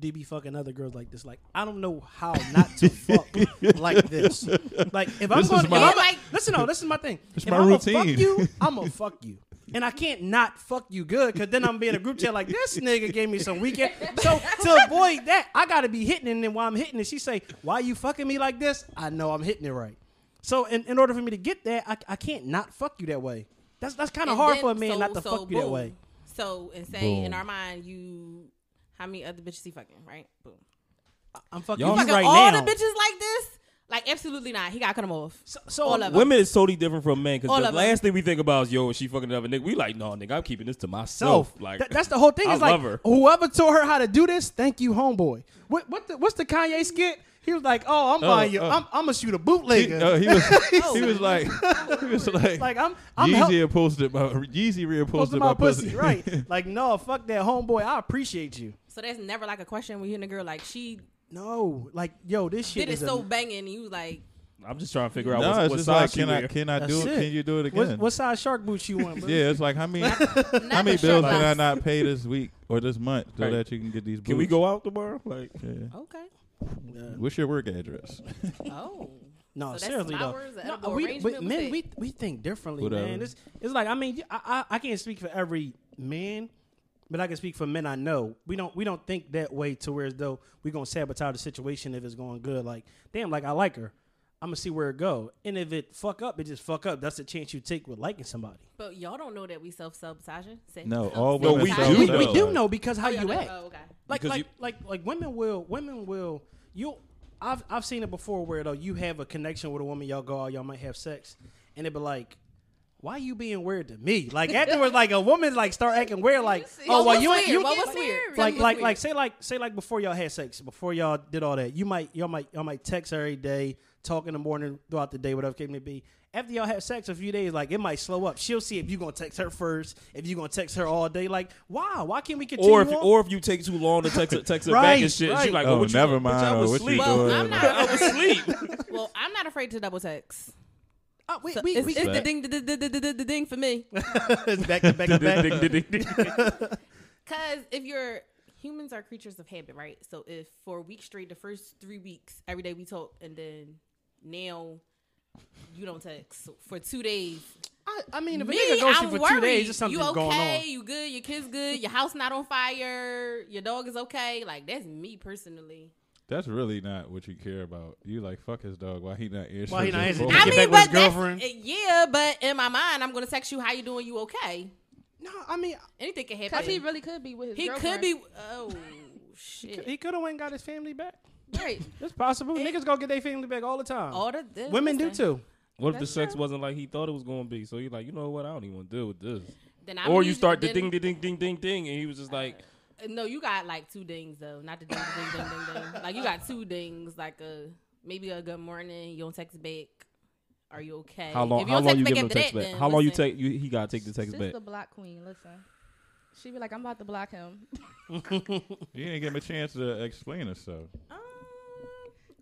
[SPEAKER 3] "Do be fucking other girls like this?" Like I don't know how not to fuck like this. Like if I'm
[SPEAKER 2] is
[SPEAKER 3] going,
[SPEAKER 2] my-
[SPEAKER 3] if I'm,
[SPEAKER 1] Yeah, like-
[SPEAKER 3] listen, no, this is my thing.
[SPEAKER 2] It's
[SPEAKER 3] if
[SPEAKER 2] my
[SPEAKER 3] I'm Gonna
[SPEAKER 2] routine.
[SPEAKER 3] fuck you, I'm gonna fuck you, and I can't not fuck you good because then I'm being a group chat like this nigga gave me some weekend. So to avoid that, I gotta be hitting it. And then while I'm hitting it, she say, "Why you fucking me like this?" I know I'm hitting it right. So in, in order for me to get that, I, I can't not fuck you that way. That's that's kind of
[SPEAKER 1] And
[SPEAKER 3] hard
[SPEAKER 1] then-
[SPEAKER 3] for a man
[SPEAKER 1] so-
[SPEAKER 3] not to
[SPEAKER 1] so
[SPEAKER 3] fuck you that
[SPEAKER 1] boom.
[SPEAKER 3] way.
[SPEAKER 1] So and say
[SPEAKER 2] Boom.
[SPEAKER 1] in our mind, you how many other bitches he fucking right? Boom.
[SPEAKER 3] I'm fucking
[SPEAKER 4] Y'all
[SPEAKER 3] you
[SPEAKER 1] Fucking
[SPEAKER 3] right
[SPEAKER 1] all
[SPEAKER 3] now.
[SPEAKER 1] the bitches like this? Like absolutely not. He got to cut him off.
[SPEAKER 3] so, so
[SPEAKER 1] all of 'em.
[SPEAKER 4] Women is totally different from men because
[SPEAKER 1] All of
[SPEAKER 4] the
[SPEAKER 1] 'em.
[SPEAKER 4] last thing we think about is yo, is she fucking another nigga. We like, no, nigga, I'm keeping this to myself.
[SPEAKER 3] self.
[SPEAKER 4] Like
[SPEAKER 3] Th- that's the whole thing.
[SPEAKER 4] I
[SPEAKER 3] It's like
[SPEAKER 4] love her.
[SPEAKER 3] whoever taught her how to do this, thank you, homeboy. What what the, what's the Kanye skit? He was like, "Oh, I'm
[SPEAKER 2] Oh,
[SPEAKER 3] buying you.
[SPEAKER 2] oh.
[SPEAKER 3] I'm, I'm gonna shoot a
[SPEAKER 2] he,
[SPEAKER 3] bootlegger.
[SPEAKER 2] no, he was.
[SPEAKER 1] Oh.
[SPEAKER 2] he was like. He was like.
[SPEAKER 3] like I'm I'm
[SPEAKER 2] Yeezy
[SPEAKER 3] help-
[SPEAKER 2] had posted my Yeezy reposted
[SPEAKER 3] posting my pussy, right? Like no, fuck that, homeboy. I appreciate you.
[SPEAKER 1] So there's never like a question when you hear a girl like she
[SPEAKER 3] No, like yo, this shit
[SPEAKER 1] did it
[SPEAKER 3] is
[SPEAKER 1] so
[SPEAKER 3] a,
[SPEAKER 1] banging. And you was like
[SPEAKER 4] I'm just trying to figure out
[SPEAKER 2] No,
[SPEAKER 4] what,
[SPEAKER 2] it's
[SPEAKER 4] what
[SPEAKER 2] just
[SPEAKER 4] side
[SPEAKER 2] like,
[SPEAKER 4] she
[SPEAKER 2] can I
[SPEAKER 4] wear.
[SPEAKER 2] can I
[SPEAKER 3] That's
[SPEAKER 2] do it?
[SPEAKER 3] it.
[SPEAKER 2] Can you do it
[SPEAKER 3] What,
[SPEAKER 2] again?
[SPEAKER 3] what size shark boots you want, bro?
[SPEAKER 2] yeah, it's like how many
[SPEAKER 1] not
[SPEAKER 2] how many
[SPEAKER 1] the
[SPEAKER 2] bills
[SPEAKER 1] show
[SPEAKER 2] did I
[SPEAKER 1] box.
[SPEAKER 2] not pay this week or this month so
[SPEAKER 4] Right.
[SPEAKER 2] that you can get these? Boots?
[SPEAKER 4] Can we go out tomorrow? Like
[SPEAKER 2] Yeah.
[SPEAKER 1] Okay.
[SPEAKER 3] Yeah.
[SPEAKER 2] What's your work address?
[SPEAKER 1] Oh.
[SPEAKER 3] No,
[SPEAKER 1] So that's
[SPEAKER 3] seriously though.
[SPEAKER 1] flowers, an
[SPEAKER 3] No,
[SPEAKER 1] edible
[SPEAKER 3] we,
[SPEAKER 1] arrangement,
[SPEAKER 3] but
[SPEAKER 1] what's
[SPEAKER 3] men,
[SPEAKER 1] that?
[SPEAKER 3] we we think differently,
[SPEAKER 2] Whatever.
[SPEAKER 3] man. It's, it's like I mean, you- I, I I can't speak for every man, but I can speak for men I know. We don't we don't think that way to where as though we're gonna sabotage the situation if it's going good. Like damn, like I like her, I'm gonna see where it go, and if it fuck up, it just fuck up. That's the chance you take with liking somebody.
[SPEAKER 1] But y'all don't know that we self sabotaging.
[SPEAKER 2] No, all women
[SPEAKER 4] we
[SPEAKER 2] self-
[SPEAKER 4] do
[SPEAKER 3] we,
[SPEAKER 2] know.
[SPEAKER 3] we do know because how you act.
[SPEAKER 1] Oh, okay.
[SPEAKER 3] Like
[SPEAKER 4] Because
[SPEAKER 3] like,
[SPEAKER 4] you-
[SPEAKER 3] like like women will women will you I've I've seen it before where though you have a connection with a woman y'all go out y'all might have sex and it be like why you being weird to me like afterwards like a woman like start acting weird like oh
[SPEAKER 1] What
[SPEAKER 3] well
[SPEAKER 1] was
[SPEAKER 3] you
[SPEAKER 1] weird?
[SPEAKER 3] ain't you
[SPEAKER 1] What
[SPEAKER 3] like,
[SPEAKER 1] was weird? Tell me
[SPEAKER 3] like
[SPEAKER 1] what's
[SPEAKER 3] like
[SPEAKER 1] weird.
[SPEAKER 3] like say like say like before y'all had sex before y'all did all that you might y'all might y'all might text every day talk in the morning throughout the day whatever it may be after y'all have sex a few days like it might slow up she'll see if you gonna text her first if you gonna text her all day like wow why can't we continue
[SPEAKER 4] or if
[SPEAKER 3] on?
[SPEAKER 4] or if you take too long to text her, text her back
[SPEAKER 3] Right,
[SPEAKER 4] and shit, she
[SPEAKER 3] right.
[SPEAKER 4] like,
[SPEAKER 2] Oh,
[SPEAKER 4] well, what
[SPEAKER 2] never
[SPEAKER 4] you,
[SPEAKER 2] mind,
[SPEAKER 4] Bitch, I
[SPEAKER 2] oh,
[SPEAKER 4] was
[SPEAKER 2] what you
[SPEAKER 4] asleep.
[SPEAKER 2] doing?
[SPEAKER 1] Well, I'm not.
[SPEAKER 4] I was asleep.
[SPEAKER 1] well, I'm not afraid to double text.
[SPEAKER 3] Oh, we,
[SPEAKER 1] So
[SPEAKER 3] we,
[SPEAKER 1] it's
[SPEAKER 3] we-
[SPEAKER 1] it's the
[SPEAKER 2] Right.
[SPEAKER 1] ding, the, the, the, the, the ding for me.
[SPEAKER 3] back to back to back.
[SPEAKER 1] Because if you're humans are creatures of habit, right? So if for a week straight, the first three weeks, every day we talk, and then now you don't text for two days.
[SPEAKER 3] I, I mean, if a
[SPEAKER 1] Me,
[SPEAKER 3] nigga ghosts
[SPEAKER 1] I'm
[SPEAKER 3] you for
[SPEAKER 1] worried.
[SPEAKER 3] two days, there's something
[SPEAKER 1] you okay?
[SPEAKER 3] going on.
[SPEAKER 1] You good? Your kids good? Your house not on fire? Your dog is okay? Like that's me personally.
[SPEAKER 2] That's really not what you care about. You like fuck his dog. Why he not answering?
[SPEAKER 3] Why he not
[SPEAKER 2] his
[SPEAKER 3] answering?
[SPEAKER 2] phone?
[SPEAKER 1] I
[SPEAKER 3] get
[SPEAKER 1] mean,
[SPEAKER 3] back with his
[SPEAKER 1] but that's-
[SPEAKER 3] girlfriend?
[SPEAKER 1] uh, yeah, but in my mind, I'm gonna text you. How you doing? You okay?
[SPEAKER 3] No, I mean,
[SPEAKER 1] Anything can happen.
[SPEAKER 5] Cause he really could be with his.
[SPEAKER 1] He could
[SPEAKER 5] girlfriend.
[SPEAKER 1] be. Oh shit!
[SPEAKER 3] he could have went and got his family back.
[SPEAKER 5] right.
[SPEAKER 3] That's possible. Niggas go get their family back all the time.
[SPEAKER 1] All the the-
[SPEAKER 3] Women do
[SPEAKER 1] Oh, listen.
[SPEAKER 3] too.
[SPEAKER 4] What if the
[SPEAKER 5] That's
[SPEAKER 4] sex
[SPEAKER 5] true.
[SPEAKER 4] wasn't like he thought it was going to be? So he's like, you know what? I don't even want to deal with this.
[SPEAKER 1] Then I'm
[SPEAKER 4] or you
[SPEAKER 1] usually-
[SPEAKER 4] start the
[SPEAKER 1] then-
[SPEAKER 4] ding, ding, ding, ding, ding, ding, and he was just like,
[SPEAKER 1] No, you got like two dings though. Not the ding, ding, ding, ding, ding. Like you got two dings. Like a maybe a good morning. You don't text back. Are you okay?
[SPEAKER 4] how long?
[SPEAKER 1] If
[SPEAKER 4] How
[SPEAKER 1] don't
[SPEAKER 4] long you give
[SPEAKER 1] back
[SPEAKER 4] him
[SPEAKER 1] after
[SPEAKER 4] text
[SPEAKER 1] that,
[SPEAKER 4] back?
[SPEAKER 1] then
[SPEAKER 4] How long you
[SPEAKER 1] listen.
[SPEAKER 4] take? You, he got to take the text
[SPEAKER 5] She's
[SPEAKER 4] back.
[SPEAKER 5] the block queen. Listen, she be like, I'm about to block him.
[SPEAKER 2] You didn't give him a chance to explain herself.
[SPEAKER 1] Um,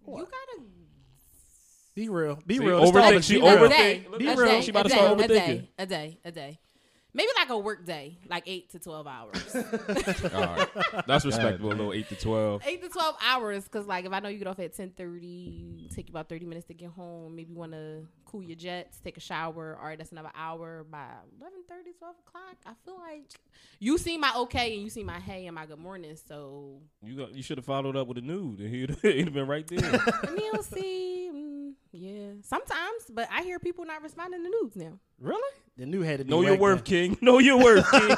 [SPEAKER 1] you gotta
[SPEAKER 3] Be real. Be
[SPEAKER 4] See,
[SPEAKER 3] real.
[SPEAKER 4] overthink-
[SPEAKER 3] Stop it.
[SPEAKER 4] she
[SPEAKER 3] Be
[SPEAKER 4] overthink-
[SPEAKER 3] real.
[SPEAKER 1] a day,
[SPEAKER 4] Look,
[SPEAKER 1] a
[SPEAKER 4] that's
[SPEAKER 1] day,
[SPEAKER 4] real. She about
[SPEAKER 1] a
[SPEAKER 4] to start
[SPEAKER 1] day, a
[SPEAKER 4] overthinking.
[SPEAKER 1] day, a day, a day. Maybe like a work day, like eight to twelve hours.
[SPEAKER 4] All right, that's respectable. A little eight to twelve.
[SPEAKER 1] eight to twelve hours because like if I know you get off at ten thirty, take you about thirty minutes to get home. Maybe want to cool your jets, take a shower. All right, that's another hour by 11:30, 12 o'clock. I feel like you see my okay and you see my hey and my good morning. So
[SPEAKER 4] You got, you should have followed up with a nude, and he'd, he'd have been right there.
[SPEAKER 1] and you'll see, mm, yeah, sometimes. But I hear people not responding to nudes now.
[SPEAKER 3] Really? The new had to be
[SPEAKER 4] know your
[SPEAKER 3] whacked
[SPEAKER 4] worth,
[SPEAKER 3] in.
[SPEAKER 4] King. Know your worth, King.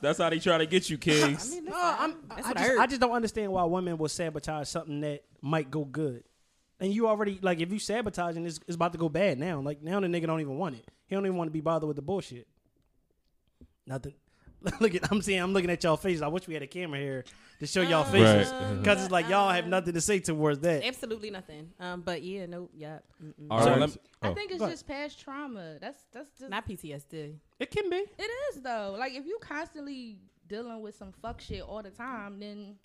[SPEAKER 4] that's how they try to get you,
[SPEAKER 1] I
[SPEAKER 4] Kings.
[SPEAKER 1] mean,
[SPEAKER 3] No,
[SPEAKER 1] that's,
[SPEAKER 3] I'm,
[SPEAKER 1] that's
[SPEAKER 3] I,
[SPEAKER 1] what
[SPEAKER 3] just,
[SPEAKER 1] I heard.
[SPEAKER 3] I just don't understand why women will sabotage something that might go good. And you already like if you sabotaging, it's, it's about to go bad now. Like now the nigga don't even want it. He don't even want to be bothered with the bullshit. Nothing. Look at I'm seeing I'm looking at y'all faces. I wish we had a camera here to show y'all faces
[SPEAKER 1] Uh-huh.
[SPEAKER 2] Right.
[SPEAKER 3] because it's like y'all have nothing to say towards that.
[SPEAKER 1] Absolutely nothing. Um, but yeah, nope, yep. Mm-mm.
[SPEAKER 4] All right,
[SPEAKER 2] Sorry.
[SPEAKER 4] lem-
[SPEAKER 5] I
[SPEAKER 2] Oh.
[SPEAKER 5] think it's
[SPEAKER 3] Go ahead.
[SPEAKER 5] just past trauma. That's that's just
[SPEAKER 1] Not PTSD.
[SPEAKER 3] It can be.
[SPEAKER 5] it is though. Like if you constantly dealing with some fuck shit all the time, then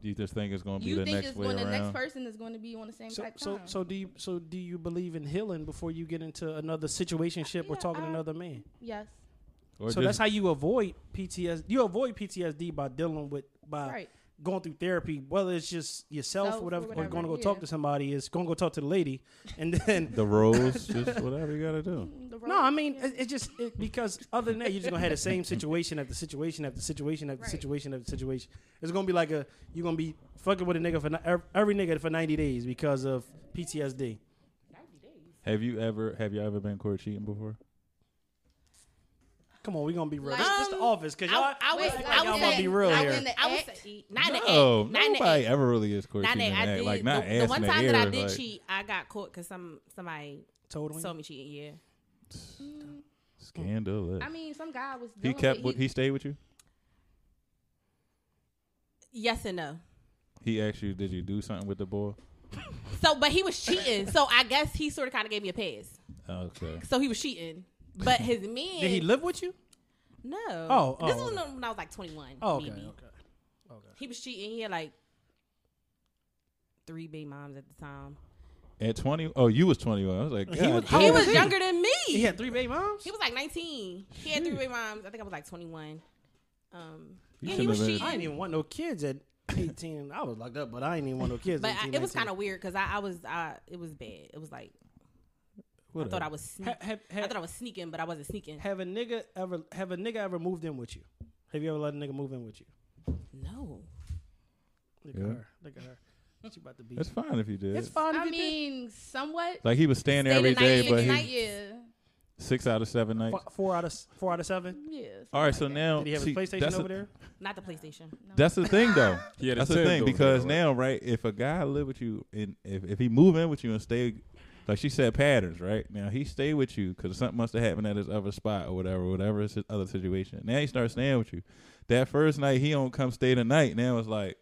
[SPEAKER 2] You just think it's gonna be
[SPEAKER 5] you
[SPEAKER 2] the
[SPEAKER 5] think
[SPEAKER 2] next
[SPEAKER 5] it's
[SPEAKER 2] way
[SPEAKER 5] going the next
[SPEAKER 2] around.
[SPEAKER 5] person is going to be on the same
[SPEAKER 3] So,
[SPEAKER 5] type
[SPEAKER 3] so
[SPEAKER 5] time.
[SPEAKER 3] so do you so do you believe in healing before you get into another situationship or
[SPEAKER 5] Yeah,
[SPEAKER 3] talking to
[SPEAKER 5] I-
[SPEAKER 3] another man?
[SPEAKER 5] yes,
[SPEAKER 2] Or
[SPEAKER 3] so that's
[SPEAKER 2] just
[SPEAKER 3] how you avoid PTSD. You avoid PTSD by dealing with
[SPEAKER 2] uh,
[SPEAKER 3] by
[SPEAKER 5] right.
[SPEAKER 3] going through therapy, whether it's just yourself,
[SPEAKER 5] Self or
[SPEAKER 3] whatever, or
[SPEAKER 5] whatever,
[SPEAKER 3] going to go
[SPEAKER 5] yeah.
[SPEAKER 3] talk to somebody, is going to go talk to the lady, and then
[SPEAKER 2] the roles, just whatever you gotta do.
[SPEAKER 5] The
[SPEAKER 3] no, I
[SPEAKER 5] road,
[SPEAKER 3] mean
[SPEAKER 5] yeah.
[SPEAKER 3] it, it just it, because other than that, you're just gonna have the same situation after situation after situation after
[SPEAKER 5] Right.
[SPEAKER 3] situation after situation. It's gonna be like a you're gonna be fucking with a nigga for ni- ev- every nigga for 90 days because of PTSD.
[SPEAKER 2] Have you ever have you ever been caught cheating before?
[SPEAKER 3] Come on, we gonna be real.
[SPEAKER 5] Like-
[SPEAKER 3] This this the
[SPEAKER 1] Um,
[SPEAKER 3] office because y'all.
[SPEAKER 1] I, I was,
[SPEAKER 5] Wait, like,
[SPEAKER 1] I
[SPEAKER 3] y'all
[SPEAKER 1] was
[SPEAKER 3] gonna
[SPEAKER 1] at-
[SPEAKER 3] be real
[SPEAKER 1] I
[SPEAKER 3] here.
[SPEAKER 1] was- I was, not in the
[SPEAKER 2] no,
[SPEAKER 1] act, not in the
[SPEAKER 2] nobody
[SPEAKER 1] act.
[SPEAKER 2] ever really is caught
[SPEAKER 1] Not
[SPEAKER 2] cheating.
[SPEAKER 1] that
[SPEAKER 2] in
[SPEAKER 1] I
[SPEAKER 2] act.
[SPEAKER 1] did.
[SPEAKER 2] Like not
[SPEAKER 1] the, the
[SPEAKER 2] ass
[SPEAKER 1] one
[SPEAKER 2] in the
[SPEAKER 1] time that I
[SPEAKER 2] air,
[SPEAKER 1] did
[SPEAKER 2] like-
[SPEAKER 1] cheat, I got caught because some somebody
[SPEAKER 3] told him.
[SPEAKER 1] told me cheating. Yeah,
[SPEAKER 5] Mm,
[SPEAKER 2] Scandalous.
[SPEAKER 5] I mean, some guy was.
[SPEAKER 2] he
[SPEAKER 5] dealing
[SPEAKER 2] kept.
[SPEAKER 5] With,
[SPEAKER 2] With, he stayed with you.
[SPEAKER 1] yes and no.
[SPEAKER 2] He asked you, did you do something with the boy?
[SPEAKER 1] So, but he was cheating. so I guess he sort of kind of gave me a pass.
[SPEAKER 2] Okay.
[SPEAKER 1] So he was cheating, but his man.
[SPEAKER 3] Did he live with you?
[SPEAKER 1] No.
[SPEAKER 3] Oh, oh,
[SPEAKER 1] this was
[SPEAKER 3] okay.
[SPEAKER 1] when I was like 21.
[SPEAKER 3] Oh, okay,
[SPEAKER 1] maybe.
[SPEAKER 3] okay, okay.
[SPEAKER 1] He was cheating. He had like three baby moms at the time.
[SPEAKER 2] At twenty, oh, you was twenty one. I was like,
[SPEAKER 3] He
[SPEAKER 2] God,
[SPEAKER 3] was-
[SPEAKER 2] damn.
[SPEAKER 1] he
[SPEAKER 3] old
[SPEAKER 1] was
[SPEAKER 3] was he?
[SPEAKER 1] younger than me.
[SPEAKER 3] He had three baby moms.
[SPEAKER 1] He was like 19. He had three baby moms. I think I was like 21. Um, and he
[SPEAKER 2] You shouldn't
[SPEAKER 1] was
[SPEAKER 2] have been-
[SPEAKER 1] cheating.
[SPEAKER 3] I didn't even want no kids at 18. I was locked up, but I didn't even want no kids.
[SPEAKER 1] but
[SPEAKER 3] at
[SPEAKER 1] I,
[SPEAKER 3] 18,
[SPEAKER 1] it was
[SPEAKER 3] 19.
[SPEAKER 1] kind of weird because I, I was, I, it was bad. It was like I thought I was, sneak,
[SPEAKER 3] Ha- have,
[SPEAKER 1] I
[SPEAKER 3] have,
[SPEAKER 1] thought I was sneaking, but I wasn't sneaking.
[SPEAKER 3] have a nigga ever have a nigga ever moved in with you? Have you ever let a nigga move in with you?
[SPEAKER 1] No,
[SPEAKER 3] Look
[SPEAKER 2] Yeah.
[SPEAKER 3] at her. Look at her. She about to be.
[SPEAKER 2] That's fine if you did.
[SPEAKER 3] It's fine. if
[SPEAKER 5] I
[SPEAKER 3] you did.
[SPEAKER 5] mean, somewhat.
[SPEAKER 2] Like he was staying there
[SPEAKER 1] Stayed
[SPEAKER 2] every
[SPEAKER 1] the night,
[SPEAKER 2] day,
[SPEAKER 1] stayed
[SPEAKER 2] but
[SPEAKER 1] the
[SPEAKER 2] he
[SPEAKER 1] night.
[SPEAKER 5] yeah,
[SPEAKER 2] six out of seven nights.
[SPEAKER 3] Four, four out of s- four out of seven.
[SPEAKER 5] yeah.
[SPEAKER 2] All right, so
[SPEAKER 5] something like
[SPEAKER 2] now
[SPEAKER 3] Did he have
[SPEAKER 2] see,
[SPEAKER 3] his PlayStation
[SPEAKER 2] that's
[SPEAKER 3] over
[SPEAKER 2] a,
[SPEAKER 3] there?
[SPEAKER 1] not the PlayStation.
[SPEAKER 2] That's the thing, though.
[SPEAKER 4] He had a
[SPEAKER 2] that's the
[SPEAKER 4] Nintendo
[SPEAKER 2] thing
[SPEAKER 4] over
[SPEAKER 2] because
[SPEAKER 4] there, right?
[SPEAKER 2] now, right, if a guy live with you and if, if he move in with you and stay, like she said, patterns, right? Now he stay with you because something must have happened at his other spot or whatever, whatever his other situation. Now he starts staying with you. That first night he don't come stay the night. Now it's like,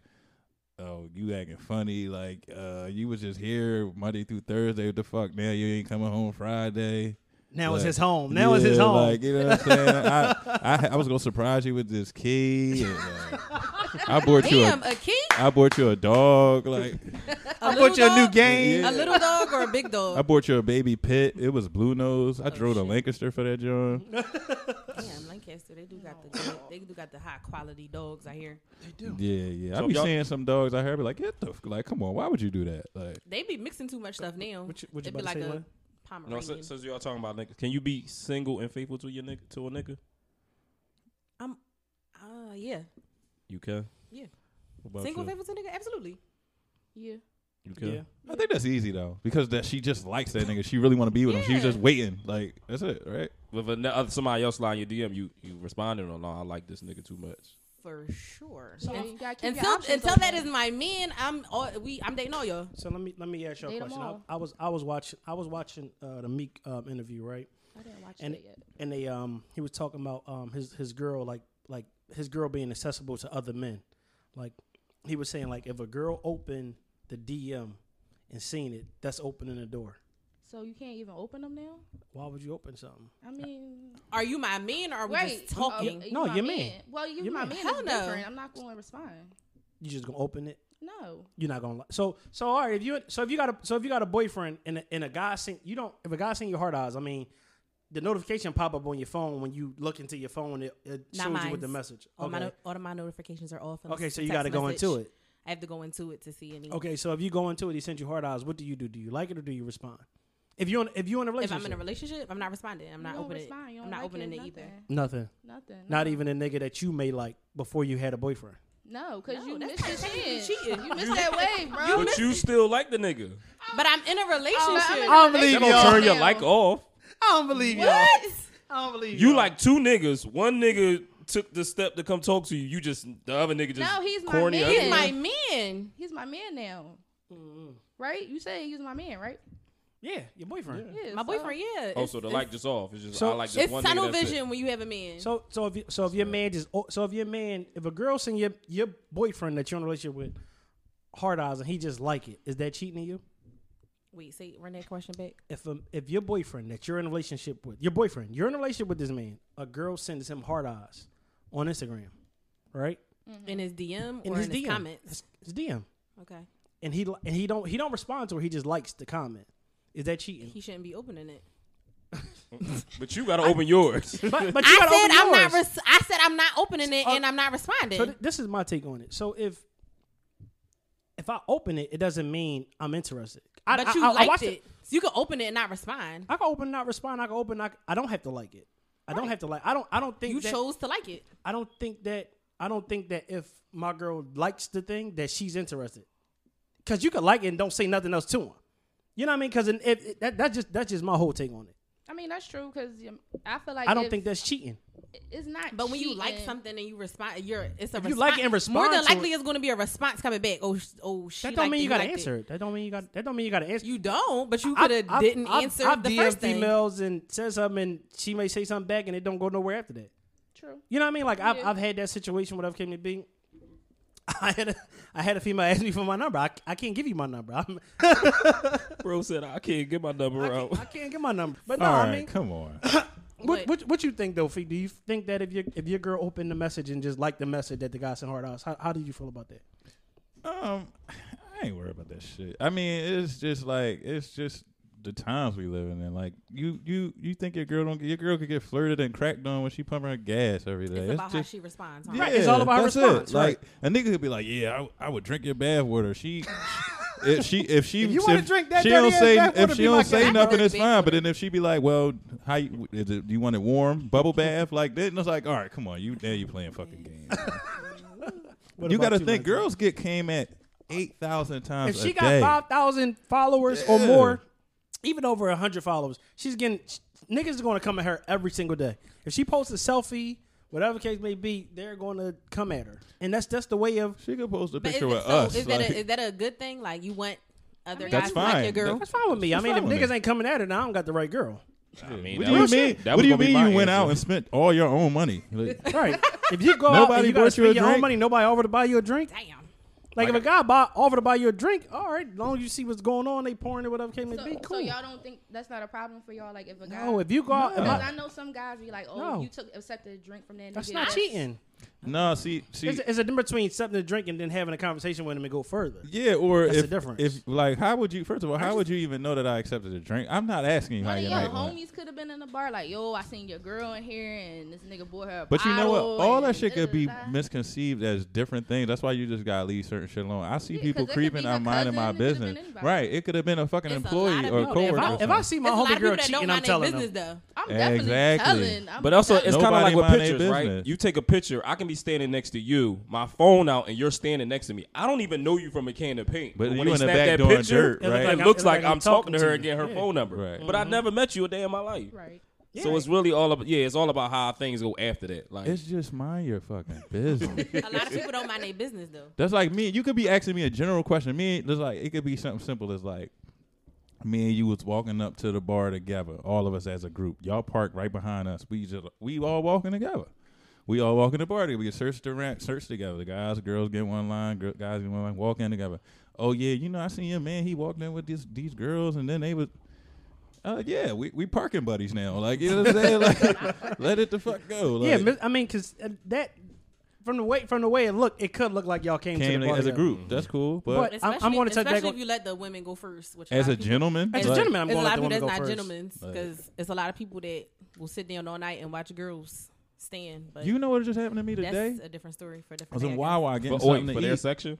[SPEAKER 2] oh, you acting funny, like uh, you was just here Monday through Thursday. What the fuck? Now you ain't coming home Friday.
[SPEAKER 3] Now it's
[SPEAKER 2] Like,
[SPEAKER 3] his home. Now it's his
[SPEAKER 2] Yeah,
[SPEAKER 3] home.
[SPEAKER 2] Like you know what I'm saying? I, I I was gonna surprise you with this key. And, uh, I bought you
[SPEAKER 1] Damn,
[SPEAKER 2] a
[SPEAKER 1] a key,
[SPEAKER 2] I bought you a dog. Like
[SPEAKER 1] a
[SPEAKER 3] I
[SPEAKER 1] little
[SPEAKER 3] bought you a new
[SPEAKER 1] dog?
[SPEAKER 3] game.
[SPEAKER 2] Yeah.
[SPEAKER 1] a little dog or a big dog.
[SPEAKER 2] I bought you a baby pit. It was blue nose. I drove to
[SPEAKER 1] Oh, shit.
[SPEAKER 2] Lancaster for that John.
[SPEAKER 1] Damn, Lancaster, they do got the good, they do got the high quality dogs out here.
[SPEAKER 2] Yeah, yeah.
[SPEAKER 4] So
[SPEAKER 2] I be
[SPEAKER 4] y'all-
[SPEAKER 2] seeing some dogs out here. I be like, get the f- like, come on. Why would you do that? Like,
[SPEAKER 1] They be mixing too much stuff now.
[SPEAKER 3] What you, what you
[SPEAKER 1] It'd be
[SPEAKER 3] about
[SPEAKER 1] like
[SPEAKER 3] to say?
[SPEAKER 1] a
[SPEAKER 3] Lynn?
[SPEAKER 1] Pomeranian.
[SPEAKER 4] No, since, since y'all talking about niggas, can you be single and faithful to your nigga to a nigga?
[SPEAKER 1] uh, yeah,
[SPEAKER 4] You can.
[SPEAKER 1] Yeah.
[SPEAKER 4] What about
[SPEAKER 1] single
[SPEAKER 4] you?
[SPEAKER 1] favorite nigga, absolutely.
[SPEAKER 5] Yeah.
[SPEAKER 4] You
[SPEAKER 3] Yeah.
[SPEAKER 4] can.
[SPEAKER 2] I think that's easy though, because that she just likes that nigga. She really want to be with him. She was
[SPEAKER 1] Yeah.
[SPEAKER 2] just waiting. Like that's it, right?
[SPEAKER 4] With an- other somebody else lying your DM, you you responding or no? I like this nigga too much.
[SPEAKER 1] for sure.
[SPEAKER 5] So
[SPEAKER 1] And-
[SPEAKER 5] you gotta keep your
[SPEAKER 1] until
[SPEAKER 5] options
[SPEAKER 1] until
[SPEAKER 5] open.
[SPEAKER 1] that is my man, I'm all, we I'm dating all y'all.
[SPEAKER 3] So let me let me ask y'all a
[SPEAKER 5] Date 'em
[SPEAKER 3] question. I,
[SPEAKER 5] all.
[SPEAKER 3] I was I was watching I was watching uh, the Meek um, interview right,
[SPEAKER 5] I didn't watch
[SPEAKER 3] And-
[SPEAKER 5] that yet.
[SPEAKER 3] and they um he was talking about um his his girl like like his girl being accessible to other men, like he was saying like if a girl opened the DM and seen it, that's opening the door.
[SPEAKER 5] So you can't even open them now.
[SPEAKER 3] Why would you open something?
[SPEAKER 5] I mean,
[SPEAKER 1] Are you my man or are we
[SPEAKER 5] wait,
[SPEAKER 1] just talking?
[SPEAKER 5] oh, you
[SPEAKER 3] No,
[SPEAKER 5] my
[SPEAKER 3] your
[SPEAKER 5] man.
[SPEAKER 3] man.
[SPEAKER 5] Well, you
[SPEAKER 3] Your
[SPEAKER 5] my
[SPEAKER 3] man.
[SPEAKER 5] man.
[SPEAKER 1] Hell
[SPEAKER 5] is
[SPEAKER 1] no.
[SPEAKER 5] different. I'm not going to respond.
[SPEAKER 3] You just gonna open it?
[SPEAKER 5] No,
[SPEAKER 3] You're not gonna. Li- so so all right. If you so if you got a so if you got a boyfriend and a, and a guy sent you don't if a guy sent you hard eyes, I mean, the notification pop up on your phone when you look into your phone. It, it
[SPEAKER 1] Not
[SPEAKER 3] shows you with the
[SPEAKER 1] mine.
[SPEAKER 3] message.
[SPEAKER 1] All, my
[SPEAKER 3] Okay.
[SPEAKER 1] no- all of my notifications are off. unless
[SPEAKER 3] Okay.
[SPEAKER 1] it's
[SPEAKER 3] So
[SPEAKER 1] a
[SPEAKER 3] you
[SPEAKER 1] text
[SPEAKER 3] got to go
[SPEAKER 1] message.
[SPEAKER 3] into it.
[SPEAKER 1] I have to go into it to see any.
[SPEAKER 3] Okay. So if you go into it, he sent you hard eyes. What do you do? Do you like it or do you respond? If you in if you in a
[SPEAKER 1] If
[SPEAKER 3] relationship,
[SPEAKER 1] I'm in a relationship, I'm not responding. I'm
[SPEAKER 5] You
[SPEAKER 1] not
[SPEAKER 5] don't
[SPEAKER 1] opening.
[SPEAKER 5] respond. You
[SPEAKER 1] I'm
[SPEAKER 5] don't
[SPEAKER 1] not
[SPEAKER 5] like
[SPEAKER 1] opening it
[SPEAKER 5] nothing.
[SPEAKER 1] either.
[SPEAKER 3] nothing.
[SPEAKER 5] Nothing.
[SPEAKER 3] Not e-
[SPEAKER 5] no.
[SPEAKER 3] even a nigga that you may like before you had a boyfriend.
[SPEAKER 5] No, because
[SPEAKER 1] No,
[SPEAKER 5] you
[SPEAKER 1] that's
[SPEAKER 5] missed your
[SPEAKER 1] not
[SPEAKER 5] chance.
[SPEAKER 1] cheating.
[SPEAKER 5] You missed that wave, bro.
[SPEAKER 4] But you still like the nigga.
[SPEAKER 1] But I'm
[SPEAKER 5] Oh,
[SPEAKER 1] in a relationship.
[SPEAKER 5] I'm in
[SPEAKER 3] I
[SPEAKER 5] a-
[SPEAKER 3] don't
[SPEAKER 4] That
[SPEAKER 3] believe
[SPEAKER 4] don't
[SPEAKER 3] y'all.
[SPEAKER 4] turn your like off.
[SPEAKER 3] I don't believe y'all.
[SPEAKER 5] Oh.
[SPEAKER 1] what?
[SPEAKER 3] I don't believe
[SPEAKER 4] You
[SPEAKER 3] y'all.
[SPEAKER 4] like two niggas. One nigga took the step to come talk to you. You just the other nigga just
[SPEAKER 5] No, he's my
[SPEAKER 4] corny.
[SPEAKER 5] man.
[SPEAKER 4] ugly.
[SPEAKER 1] He's my man.
[SPEAKER 5] He's my man now, right? You say he was my man, right?
[SPEAKER 3] Yeah, your boyfriend.
[SPEAKER 5] Yeah,
[SPEAKER 1] My
[SPEAKER 5] so-
[SPEAKER 1] boyfriend, yeah.
[SPEAKER 4] Oh, so the
[SPEAKER 1] it's,
[SPEAKER 4] light just off. It's just
[SPEAKER 3] So-
[SPEAKER 4] I like just
[SPEAKER 1] It's
[SPEAKER 4] one
[SPEAKER 1] tunnel
[SPEAKER 4] nigga, that's it.
[SPEAKER 1] vision when you have a man.
[SPEAKER 3] So so if you, so if your man just oh, so if your man if a girl sing your your boyfriend that you're in a relationship with hard eyes and he just like it is that cheating to you?
[SPEAKER 1] Wait, say run that question back.
[SPEAKER 3] If um if your boyfriend that you're in a relationship with your boyfriend you're in a relationship with this man a girl sends him hard eyes on Instagram, right?
[SPEAKER 5] Mm-hmm.
[SPEAKER 1] In his DM
[SPEAKER 3] In
[SPEAKER 1] or
[SPEAKER 3] his
[SPEAKER 1] in his
[SPEAKER 3] DM.
[SPEAKER 1] comments.
[SPEAKER 3] It's DM
[SPEAKER 1] Okay.
[SPEAKER 3] and he li- and he don't he don't respond to her he just likes the comment. Is that cheating?
[SPEAKER 1] He shouldn't be opening it.
[SPEAKER 4] But you gotta open yours.
[SPEAKER 3] But, but you
[SPEAKER 1] I
[SPEAKER 3] gotta
[SPEAKER 1] said
[SPEAKER 3] open
[SPEAKER 1] I'm not.
[SPEAKER 3] yours.
[SPEAKER 1] Res- I said I'm not opening it,
[SPEAKER 3] Uh,
[SPEAKER 1] and I'm not responding.
[SPEAKER 3] So th- this is my take on it. So if if I open it, it doesn't mean I'm interested. I,
[SPEAKER 1] but
[SPEAKER 3] I-
[SPEAKER 1] you
[SPEAKER 3] I- I
[SPEAKER 1] liked
[SPEAKER 3] watched
[SPEAKER 1] it. So you can open it and not respond.
[SPEAKER 3] I can open and not respond. I can open. I, c- I don't have to like it. I don't have to like. I don't. I don't think
[SPEAKER 1] You
[SPEAKER 3] that,
[SPEAKER 1] chose to like it.
[SPEAKER 3] I don't think that. I don't think that if my girl likes the thing that she's interested, because you could like it and don't say nothing else to him. You know what I mean? Because if, if that that's just that's just my whole take on it.
[SPEAKER 5] I mean, that's true because I feel like
[SPEAKER 3] I don't
[SPEAKER 5] if-
[SPEAKER 3] think that's cheating.
[SPEAKER 5] it's not.
[SPEAKER 1] But when you like
[SPEAKER 5] cheating.
[SPEAKER 1] something and you respond, you're it's a
[SPEAKER 3] If
[SPEAKER 1] response.
[SPEAKER 3] you like it and
[SPEAKER 1] more
[SPEAKER 3] respond
[SPEAKER 1] than
[SPEAKER 3] to
[SPEAKER 1] likely it's going to be a response coming back. Oh, sh- oh, she
[SPEAKER 3] That don't
[SPEAKER 1] liked
[SPEAKER 3] mean
[SPEAKER 1] it,
[SPEAKER 3] you gotta
[SPEAKER 1] liked it.
[SPEAKER 3] answer it. That don't mean you got. That don't mean you gotta answer.
[SPEAKER 1] You don't, but you
[SPEAKER 3] I-
[SPEAKER 1] could have
[SPEAKER 3] I've-
[SPEAKER 1] didn't
[SPEAKER 3] I've-
[SPEAKER 1] answer
[SPEAKER 3] I've
[SPEAKER 1] the
[SPEAKER 3] DM'd
[SPEAKER 1] first thing.
[SPEAKER 3] females and said something, and she may say something back, and it don't go nowhere after that.
[SPEAKER 5] True.
[SPEAKER 3] You know what I mean? Like I've,
[SPEAKER 5] Yeah.
[SPEAKER 3] I've had that situation, whatever came to be. I had a, I had a female ask me for my number. I, I can't give you my number. I'm,
[SPEAKER 4] Bro said I can't get my
[SPEAKER 3] I,
[SPEAKER 4] number out.
[SPEAKER 3] can't, I can't get my number. But no,
[SPEAKER 2] All right,
[SPEAKER 3] I mean,
[SPEAKER 2] come on.
[SPEAKER 3] what, what what you think though, Fee? Do you think that if your if your girl opened the message and just liked the message that the guy sent hard eyes, how, how did you feel about that?
[SPEAKER 2] Um, I ain't worried about that shit. I mean, it's just like it's just the times we living in. Like you, you, you think your girl don't get- your girl could get flirted and cracked on when she pumping her gas every day.
[SPEAKER 1] It's
[SPEAKER 2] It's
[SPEAKER 1] about how
[SPEAKER 2] just-
[SPEAKER 1] she responds. Huh?
[SPEAKER 2] yeah,
[SPEAKER 3] Right, it's all about her
[SPEAKER 2] that's it.
[SPEAKER 3] response,
[SPEAKER 2] Like a nigga could be like, "Yeah, I, w- I would drink your bath water." She, if she, if she,
[SPEAKER 3] If you wanna drink that
[SPEAKER 2] she
[SPEAKER 3] dirty
[SPEAKER 2] don't
[SPEAKER 3] ass
[SPEAKER 2] say
[SPEAKER 3] bath water,
[SPEAKER 2] if she
[SPEAKER 3] be my
[SPEAKER 2] don't
[SPEAKER 3] guest.
[SPEAKER 2] say
[SPEAKER 1] I
[SPEAKER 2] nothing,
[SPEAKER 1] drink
[SPEAKER 2] it's
[SPEAKER 1] bath
[SPEAKER 2] fine. But then if she be like, "Well, how you, is it, do you want it warm bubble bath like that?" and it's like, "All right, come on, you now you playing fucking games."
[SPEAKER 3] What
[SPEAKER 2] you
[SPEAKER 3] about
[SPEAKER 2] got to think,
[SPEAKER 3] Leslie?
[SPEAKER 2] girls get came at eight thousand times.
[SPEAKER 3] If she
[SPEAKER 2] a
[SPEAKER 3] got
[SPEAKER 2] day.
[SPEAKER 3] five thousand followers or
[SPEAKER 2] Yeah.
[SPEAKER 3] more, even over hundred followers, she's getting sh- niggas are going to come at her every single day. If she posts a selfie, whatever case may be, they're going to come at her, and that's that's the way of
[SPEAKER 2] She could post a
[SPEAKER 1] But is,
[SPEAKER 2] picture
[SPEAKER 1] it-
[SPEAKER 2] with
[SPEAKER 1] so
[SPEAKER 2] us.
[SPEAKER 1] is that
[SPEAKER 2] like-
[SPEAKER 1] a, is that a good thing? Like you want other guys
[SPEAKER 5] That's
[SPEAKER 1] to like
[SPEAKER 2] fine.
[SPEAKER 1] your girl?
[SPEAKER 3] That's fine with me. I
[SPEAKER 2] That's
[SPEAKER 3] mean, if
[SPEAKER 2] fine with
[SPEAKER 3] niggas
[SPEAKER 2] me.
[SPEAKER 3] ain't coming at it, now I don't got the right girl.
[SPEAKER 4] I mean,
[SPEAKER 2] what
[SPEAKER 4] that
[SPEAKER 2] do you
[SPEAKER 4] was-
[SPEAKER 2] mean?
[SPEAKER 4] that
[SPEAKER 2] What
[SPEAKER 4] was
[SPEAKER 2] do you
[SPEAKER 4] gonna be
[SPEAKER 2] mean you
[SPEAKER 4] my
[SPEAKER 2] went
[SPEAKER 4] answer.
[SPEAKER 2] out and spent all your own money? Like,
[SPEAKER 3] Right. if you go out
[SPEAKER 2] Nobody
[SPEAKER 3] and you gotta
[SPEAKER 2] bought you a
[SPEAKER 3] spend your own
[SPEAKER 2] drink?
[SPEAKER 3] money, nobody offer to buy you a drink.
[SPEAKER 1] Damn.
[SPEAKER 3] Like, if a guy buy, offer to buy you a drink, all right, as long as you see what's going on, they pouring it, whatever came to
[SPEAKER 5] So,
[SPEAKER 3] be,
[SPEAKER 5] so
[SPEAKER 3] cool.
[SPEAKER 5] y'all don't think that's not a problem for y'all? Like if a guy.
[SPEAKER 3] no, if you go out, if
[SPEAKER 5] Because
[SPEAKER 3] I-
[SPEAKER 5] I know some guys be like, oh,
[SPEAKER 3] No.
[SPEAKER 5] you took accepted a drink from that.
[SPEAKER 3] that's
[SPEAKER 5] nigga.
[SPEAKER 3] not cheating.
[SPEAKER 2] no, see, see,
[SPEAKER 3] It's, it's a difference between accepting a drink and then having a conversation with him and go further.
[SPEAKER 2] yeah. Or
[SPEAKER 3] That's
[SPEAKER 2] if,
[SPEAKER 3] the difference.
[SPEAKER 2] if like, how would you? First of all, how would you even know that I accepted a drink? I'm not asking you how
[SPEAKER 5] One of
[SPEAKER 2] your
[SPEAKER 5] your
[SPEAKER 2] night went.
[SPEAKER 5] homies could have been in the bar like, yo, I seen your girl in here and this nigga bought her a
[SPEAKER 2] But you know what?
[SPEAKER 5] bottle
[SPEAKER 2] All that
[SPEAKER 5] and
[SPEAKER 2] shit could be
[SPEAKER 5] Oh, da-da-da-da."
[SPEAKER 2] misconceived as different things. That's why you just gotta leave certain shit alone. I see
[SPEAKER 5] Yeah, 'cause
[SPEAKER 2] people
[SPEAKER 5] it could
[SPEAKER 2] creeping.
[SPEAKER 5] be
[SPEAKER 2] I'm
[SPEAKER 5] her
[SPEAKER 2] minding my
[SPEAKER 5] cousin, it could've been
[SPEAKER 2] business.
[SPEAKER 5] anybody.
[SPEAKER 2] Right? It could have been a fucking
[SPEAKER 1] It's a lot
[SPEAKER 2] employee
[SPEAKER 1] of
[SPEAKER 2] or
[SPEAKER 1] people that-
[SPEAKER 2] coworker.
[SPEAKER 3] If I,
[SPEAKER 2] or
[SPEAKER 3] if I
[SPEAKER 2] something.
[SPEAKER 3] see
[SPEAKER 1] There's
[SPEAKER 3] my
[SPEAKER 1] a lot
[SPEAKER 3] homie
[SPEAKER 1] of people
[SPEAKER 3] girl
[SPEAKER 1] that
[SPEAKER 3] cheating,
[SPEAKER 1] don't
[SPEAKER 3] I'm
[SPEAKER 1] mind their
[SPEAKER 3] telling
[SPEAKER 1] business
[SPEAKER 3] them.
[SPEAKER 1] though.
[SPEAKER 5] I'm definitely
[SPEAKER 2] Exactly.
[SPEAKER 5] telling. I'm
[SPEAKER 4] But also,
[SPEAKER 5] telling.
[SPEAKER 4] it's kind of
[SPEAKER 2] Nobody
[SPEAKER 4] like with
[SPEAKER 2] mind they
[SPEAKER 4] pictures, right?
[SPEAKER 2] business.
[SPEAKER 4] You take a picture. I can be standing next to you, my phone out, and you're standing next to me. I don't even know you from a can of paint.
[SPEAKER 2] But
[SPEAKER 4] when
[SPEAKER 2] you in
[SPEAKER 4] they
[SPEAKER 2] the
[SPEAKER 4] snap
[SPEAKER 2] back
[SPEAKER 4] that
[SPEAKER 2] doing
[SPEAKER 4] picture,
[SPEAKER 2] dirt, right?
[SPEAKER 4] it
[SPEAKER 3] Like I'm-
[SPEAKER 4] looks
[SPEAKER 3] it's
[SPEAKER 4] like,
[SPEAKER 3] like
[SPEAKER 4] I'm,
[SPEAKER 3] I'm
[SPEAKER 4] talking to
[SPEAKER 3] talking
[SPEAKER 4] her
[SPEAKER 3] to
[SPEAKER 4] and getting her
[SPEAKER 3] you.
[SPEAKER 4] phone number.
[SPEAKER 2] Right.
[SPEAKER 4] But I
[SPEAKER 1] Mm-hmm.
[SPEAKER 4] never met you a day in my life.
[SPEAKER 5] Right.
[SPEAKER 4] So it's really all about yeah, it's all about how things go after that. Like
[SPEAKER 2] It's just mind your fucking business.
[SPEAKER 1] A lot of people don't mind their business though.
[SPEAKER 2] That's like me. You could be asking me a general question. Me, and- that's like it could be something simple as like, me and you was walking up to the bar together, all of us as a group. Y'all parked right behind us. We just we all walking together. We all walking the bar together. We searched the rank, searched together. The guys, girls get one line. Girl, guys get one line. Walk in together. Oh yeah, you know I seen your man. He walked in with these these girls, and then they was. Uh, yeah, we we parking buddies now. Like you know what I'm saying. Like, let it the fuck go. Like,
[SPEAKER 3] Yeah, mis- I mean, cause uh, that from the way from the way it looked, it could look like y'all came,
[SPEAKER 2] came
[SPEAKER 3] to the
[SPEAKER 2] as a
[SPEAKER 3] together.
[SPEAKER 2] group. That's cool, but,
[SPEAKER 3] But- I'm- I'm
[SPEAKER 1] Especially,
[SPEAKER 3] gonna touch back
[SPEAKER 1] especially
[SPEAKER 3] on-
[SPEAKER 1] if you let the women go first. Which lot
[SPEAKER 2] as a
[SPEAKER 1] of people-
[SPEAKER 2] gentleman,
[SPEAKER 3] As a
[SPEAKER 2] like-
[SPEAKER 3] gentleman, I'm
[SPEAKER 1] There's a
[SPEAKER 3] going
[SPEAKER 1] lot of
[SPEAKER 3] to let
[SPEAKER 1] people
[SPEAKER 3] the
[SPEAKER 1] that's
[SPEAKER 3] woman
[SPEAKER 1] not
[SPEAKER 3] go first.
[SPEAKER 1] gentlemen because it's a lot of people that will sit down all night and watch girls stand. But
[SPEAKER 2] You know what just happened to me
[SPEAKER 1] that's
[SPEAKER 2] today?
[SPEAKER 1] a different story for a
[SPEAKER 2] I
[SPEAKER 1] different.
[SPEAKER 2] was
[SPEAKER 1] day,
[SPEAKER 2] in
[SPEAKER 1] guess.
[SPEAKER 2] Wawa getting
[SPEAKER 4] but wait
[SPEAKER 2] something
[SPEAKER 4] for
[SPEAKER 2] to
[SPEAKER 4] their
[SPEAKER 2] eat.
[SPEAKER 4] section.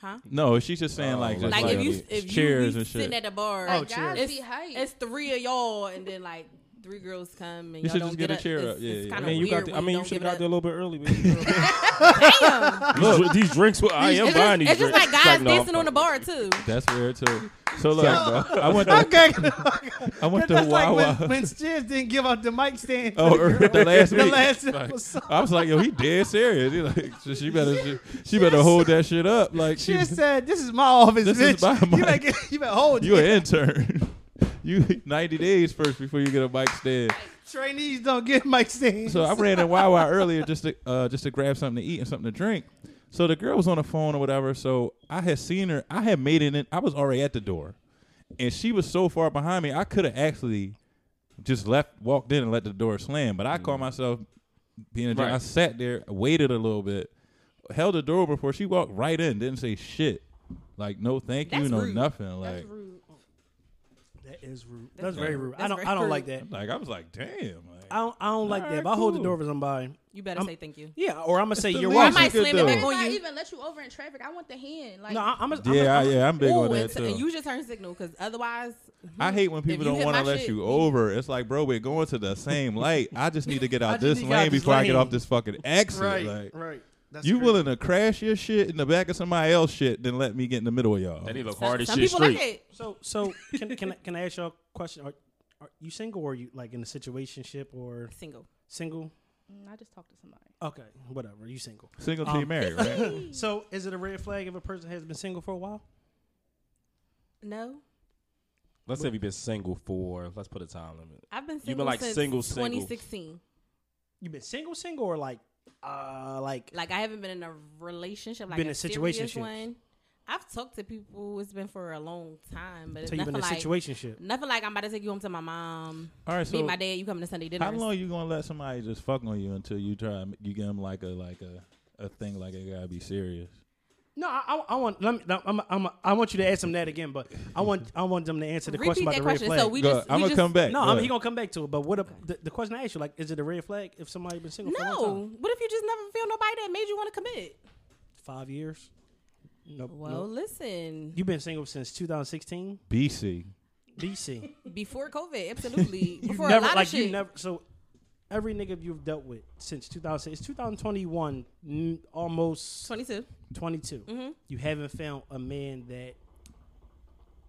[SPEAKER 1] huh?
[SPEAKER 2] no, she's just saying like
[SPEAKER 4] Oh,
[SPEAKER 2] just
[SPEAKER 4] That's
[SPEAKER 1] Like,
[SPEAKER 4] like
[SPEAKER 1] if you
[SPEAKER 4] the
[SPEAKER 1] if you
[SPEAKER 2] cheers
[SPEAKER 1] be
[SPEAKER 2] and shit.
[SPEAKER 1] sitting at the bar,
[SPEAKER 2] Oh,
[SPEAKER 5] Like,
[SPEAKER 1] like,
[SPEAKER 5] guys
[SPEAKER 1] it's,
[SPEAKER 5] be hype.
[SPEAKER 1] it's three of y'all, and then like three girls come, and
[SPEAKER 2] You
[SPEAKER 1] y'all
[SPEAKER 2] should
[SPEAKER 1] don't
[SPEAKER 2] just
[SPEAKER 1] get,
[SPEAKER 2] get a cheer
[SPEAKER 1] up.
[SPEAKER 2] up. Yeah,
[SPEAKER 1] it's,
[SPEAKER 2] yeah.
[SPEAKER 1] it's
[SPEAKER 2] I
[SPEAKER 1] kind
[SPEAKER 4] I
[SPEAKER 1] of
[SPEAKER 4] mean, you got.
[SPEAKER 1] weird.
[SPEAKER 4] The,
[SPEAKER 1] when
[SPEAKER 4] I mean, you
[SPEAKER 1] don't
[SPEAKER 4] should
[SPEAKER 1] give
[SPEAKER 4] have got
[SPEAKER 1] it
[SPEAKER 4] there a
[SPEAKER 1] up.
[SPEAKER 4] little bit early. Baby.
[SPEAKER 1] Damn.
[SPEAKER 4] Look, these drinks. Well, I am
[SPEAKER 1] It's
[SPEAKER 4] buying
[SPEAKER 1] just,
[SPEAKER 4] these
[SPEAKER 1] it's just like
[SPEAKER 4] drinks.
[SPEAKER 1] guys
[SPEAKER 4] no, I'm
[SPEAKER 1] dancing on the
[SPEAKER 4] fucking-
[SPEAKER 1] bar too.
[SPEAKER 2] That's weird too. So look, I went to
[SPEAKER 3] Okay,
[SPEAKER 2] I went to
[SPEAKER 3] that's like
[SPEAKER 2] Wawa.
[SPEAKER 3] when, when Stiz didn't give up the mic stand.
[SPEAKER 2] Oh, the last
[SPEAKER 3] the
[SPEAKER 2] week.
[SPEAKER 3] last
[SPEAKER 2] Like,
[SPEAKER 3] episode.
[SPEAKER 2] I was like, yo, he dead serious. He like, so she better, she, she better hold that shit up. Like, she,
[SPEAKER 3] She said, "This is my office,
[SPEAKER 2] This is
[SPEAKER 3] bitch.
[SPEAKER 2] my
[SPEAKER 3] you,
[SPEAKER 2] mic.
[SPEAKER 3] better, get- you better hold
[SPEAKER 2] you an
[SPEAKER 3] it."
[SPEAKER 2] intern. you 90 days first before you get a mic stand.
[SPEAKER 3] Trainees don't get mic stands.
[SPEAKER 2] So I ran in Wawa earlier just to uh, just to grab something to eat and something to drink. So the girl was on the phone or whatever. So I had seen her. I had made it in. I was already at the door, and she was so far behind me. I could have actually just left, walked in, and let the door slam. But I caught myself being. A jerk. I
[SPEAKER 4] Right.
[SPEAKER 2] sat there, waited a little bit, held the door before she walked right in. Didn't say shit. Like no, thank you,
[SPEAKER 1] That's
[SPEAKER 2] no
[SPEAKER 1] rude.
[SPEAKER 2] nothing.
[SPEAKER 1] That's
[SPEAKER 2] Like
[SPEAKER 1] rude.
[SPEAKER 3] that is rude.
[SPEAKER 1] That's
[SPEAKER 3] That's, very
[SPEAKER 1] rude.
[SPEAKER 3] rude. I
[SPEAKER 1] That's
[SPEAKER 3] don't.
[SPEAKER 1] very
[SPEAKER 3] I don't
[SPEAKER 1] rude.
[SPEAKER 3] like that.
[SPEAKER 2] like I was like, damn. Like,
[SPEAKER 3] I don't. I don't like that.
[SPEAKER 2] Alright,
[SPEAKER 3] If I hold the
[SPEAKER 2] cool.
[SPEAKER 3] door for somebody,
[SPEAKER 1] You better
[SPEAKER 3] I'm-
[SPEAKER 1] say thank you.
[SPEAKER 3] yeah, or I'm gonna say
[SPEAKER 2] the
[SPEAKER 3] you're
[SPEAKER 1] I
[SPEAKER 2] least you
[SPEAKER 3] welcome.
[SPEAKER 1] might
[SPEAKER 2] could
[SPEAKER 1] slam it
[SPEAKER 2] do.
[SPEAKER 1] back
[SPEAKER 5] Maybe
[SPEAKER 1] on
[SPEAKER 5] not
[SPEAKER 1] you.
[SPEAKER 5] even let you over in traffic. I want the hand. Like
[SPEAKER 3] No, I- I'm. A, I'm
[SPEAKER 2] yeah,
[SPEAKER 3] a,
[SPEAKER 2] I, yeah, I'm big on
[SPEAKER 1] Ooh,
[SPEAKER 2] that
[SPEAKER 1] and,
[SPEAKER 2] too.
[SPEAKER 1] and use your turn signal because otherwise,
[SPEAKER 2] I hate when people
[SPEAKER 1] you
[SPEAKER 2] don't
[SPEAKER 1] hit
[SPEAKER 2] want to
[SPEAKER 1] my
[SPEAKER 2] let
[SPEAKER 1] shit,
[SPEAKER 2] you
[SPEAKER 1] you-
[SPEAKER 2] over. It's like, bro, we're going to the same light. I just need to get
[SPEAKER 3] I
[SPEAKER 2] out
[SPEAKER 3] just
[SPEAKER 2] this
[SPEAKER 3] need
[SPEAKER 2] lane
[SPEAKER 3] to get out this
[SPEAKER 2] before I get
[SPEAKER 3] lane.
[SPEAKER 2] off this fucking exit. like,
[SPEAKER 3] right. That's
[SPEAKER 2] you
[SPEAKER 3] crazy.
[SPEAKER 2] willing to crash your shit in the back of somebody else's shit than let me get in the middle of y'all?
[SPEAKER 4] That he look
[SPEAKER 1] some,
[SPEAKER 4] hard as
[SPEAKER 1] some
[SPEAKER 4] shit
[SPEAKER 1] people
[SPEAKER 4] straight.
[SPEAKER 1] like it.
[SPEAKER 3] So so can can I, can I ask y'all a question? Are, are you single or are you like in a situationship or
[SPEAKER 1] Single.
[SPEAKER 3] single?
[SPEAKER 5] Mm, I just talked to somebody.
[SPEAKER 3] Okay, whatever. You single.
[SPEAKER 2] Single
[SPEAKER 3] Um,
[SPEAKER 2] team married, right?
[SPEAKER 3] So is it a red flag if a person has been single for a while?
[SPEAKER 1] No,
[SPEAKER 4] Let's say you've been single for. Let's put a time limit.
[SPEAKER 1] I've been single
[SPEAKER 4] been, like,
[SPEAKER 1] since
[SPEAKER 4] single, single.
[SPEAKER 1] 2016.
[SPEAKER 3] You've been single, single, or like, uh, like
[SPEAKER 1] Like I haven't been in a relationship, like
[SPEAKER 3] Been
[SPEAKER 1] a
[SPEAKER 3] in
[SPEAKER 1] serious
[SPEAKER 3] situationships.
[SPEAKER 1] one. I've talked to people. It's been for a long time, but it's
[SPEAKER 3] so you've
[SPEAKER 1] nothing
[SPEAKER 3] been in a
[SPEAKER 1] like
[SPEAKER 3] situationship.
[SPEAKER 1] nothing like I'm about to take you home to my mom.
[SPEAKER 2] All right,
[SPEAKER 1] me
[SPEAKER 2] so
[SPEAKER 1] and my dad, you coming to Sunday dinner?
[SPEAKER 2] how long you gonna let somebody just fuck on you until you try you give them like a like a a thing like it gotta be serious?
[SPEAKER 3] No, I, I- I want let me, no, I'm, I'm, I want you to ask them that again, but I want I want them to answer the
[SPEAKER 1] Repeat
[SPEAKER 3] question about
[SPEAKER 1] that
[SPEAKER 3] the
[SPEAKER 1] question.
[SPEAKER 3] red flag.
[SPEAKER 1] So we
[SPEAKER 2] Go-
[SPEAKER 1] just
[SPEAKER 2] I'm
[SPEAKER 1] we
[SPEAKER 2] gonna
[SPEAKER 1] just,
[SPEAKER 2] come back.
[SPEAKER 3] no,
[SPEAKER 2] Go
[SPEAKER 3] I mean,
[SPEAKER 2] ahead.
[SPEAKER 3] he gonna come back to it, but what if, the, the question I asked you like, is it a red flag if somebody been single for a long time?
[SPEAKER 1] No, what if you just never feel nobody that made you want to commit?
[SPEAKER 3] five years? No,
[SPEAKER 1] Well,
[SPEAKER 3] no.
[SPEAKER 1] listen,
[SPEAKER 3] you've been single since 2016
[SPEAKER 2] BC.
[SPEAKER 3] BC.
[SPEAKER 1] before COVID, absolutely.
[SPEAKER 3] you
[SPEAKER 1] before
[SPEAKER 3] never
[SPEAKER 1] a lot
[SPEAKER 3] like
[SPEAKER 1] of shit.
[SPEAKER 3] you never so every nigga you've dealt with since 2000 it's 2021 mm, almost
[SPEAKER 1] 22.
[SPEAKER 3] 22.
[SPEAKER 1] Mhm.
[SPEAKER 3] You haven't found a man that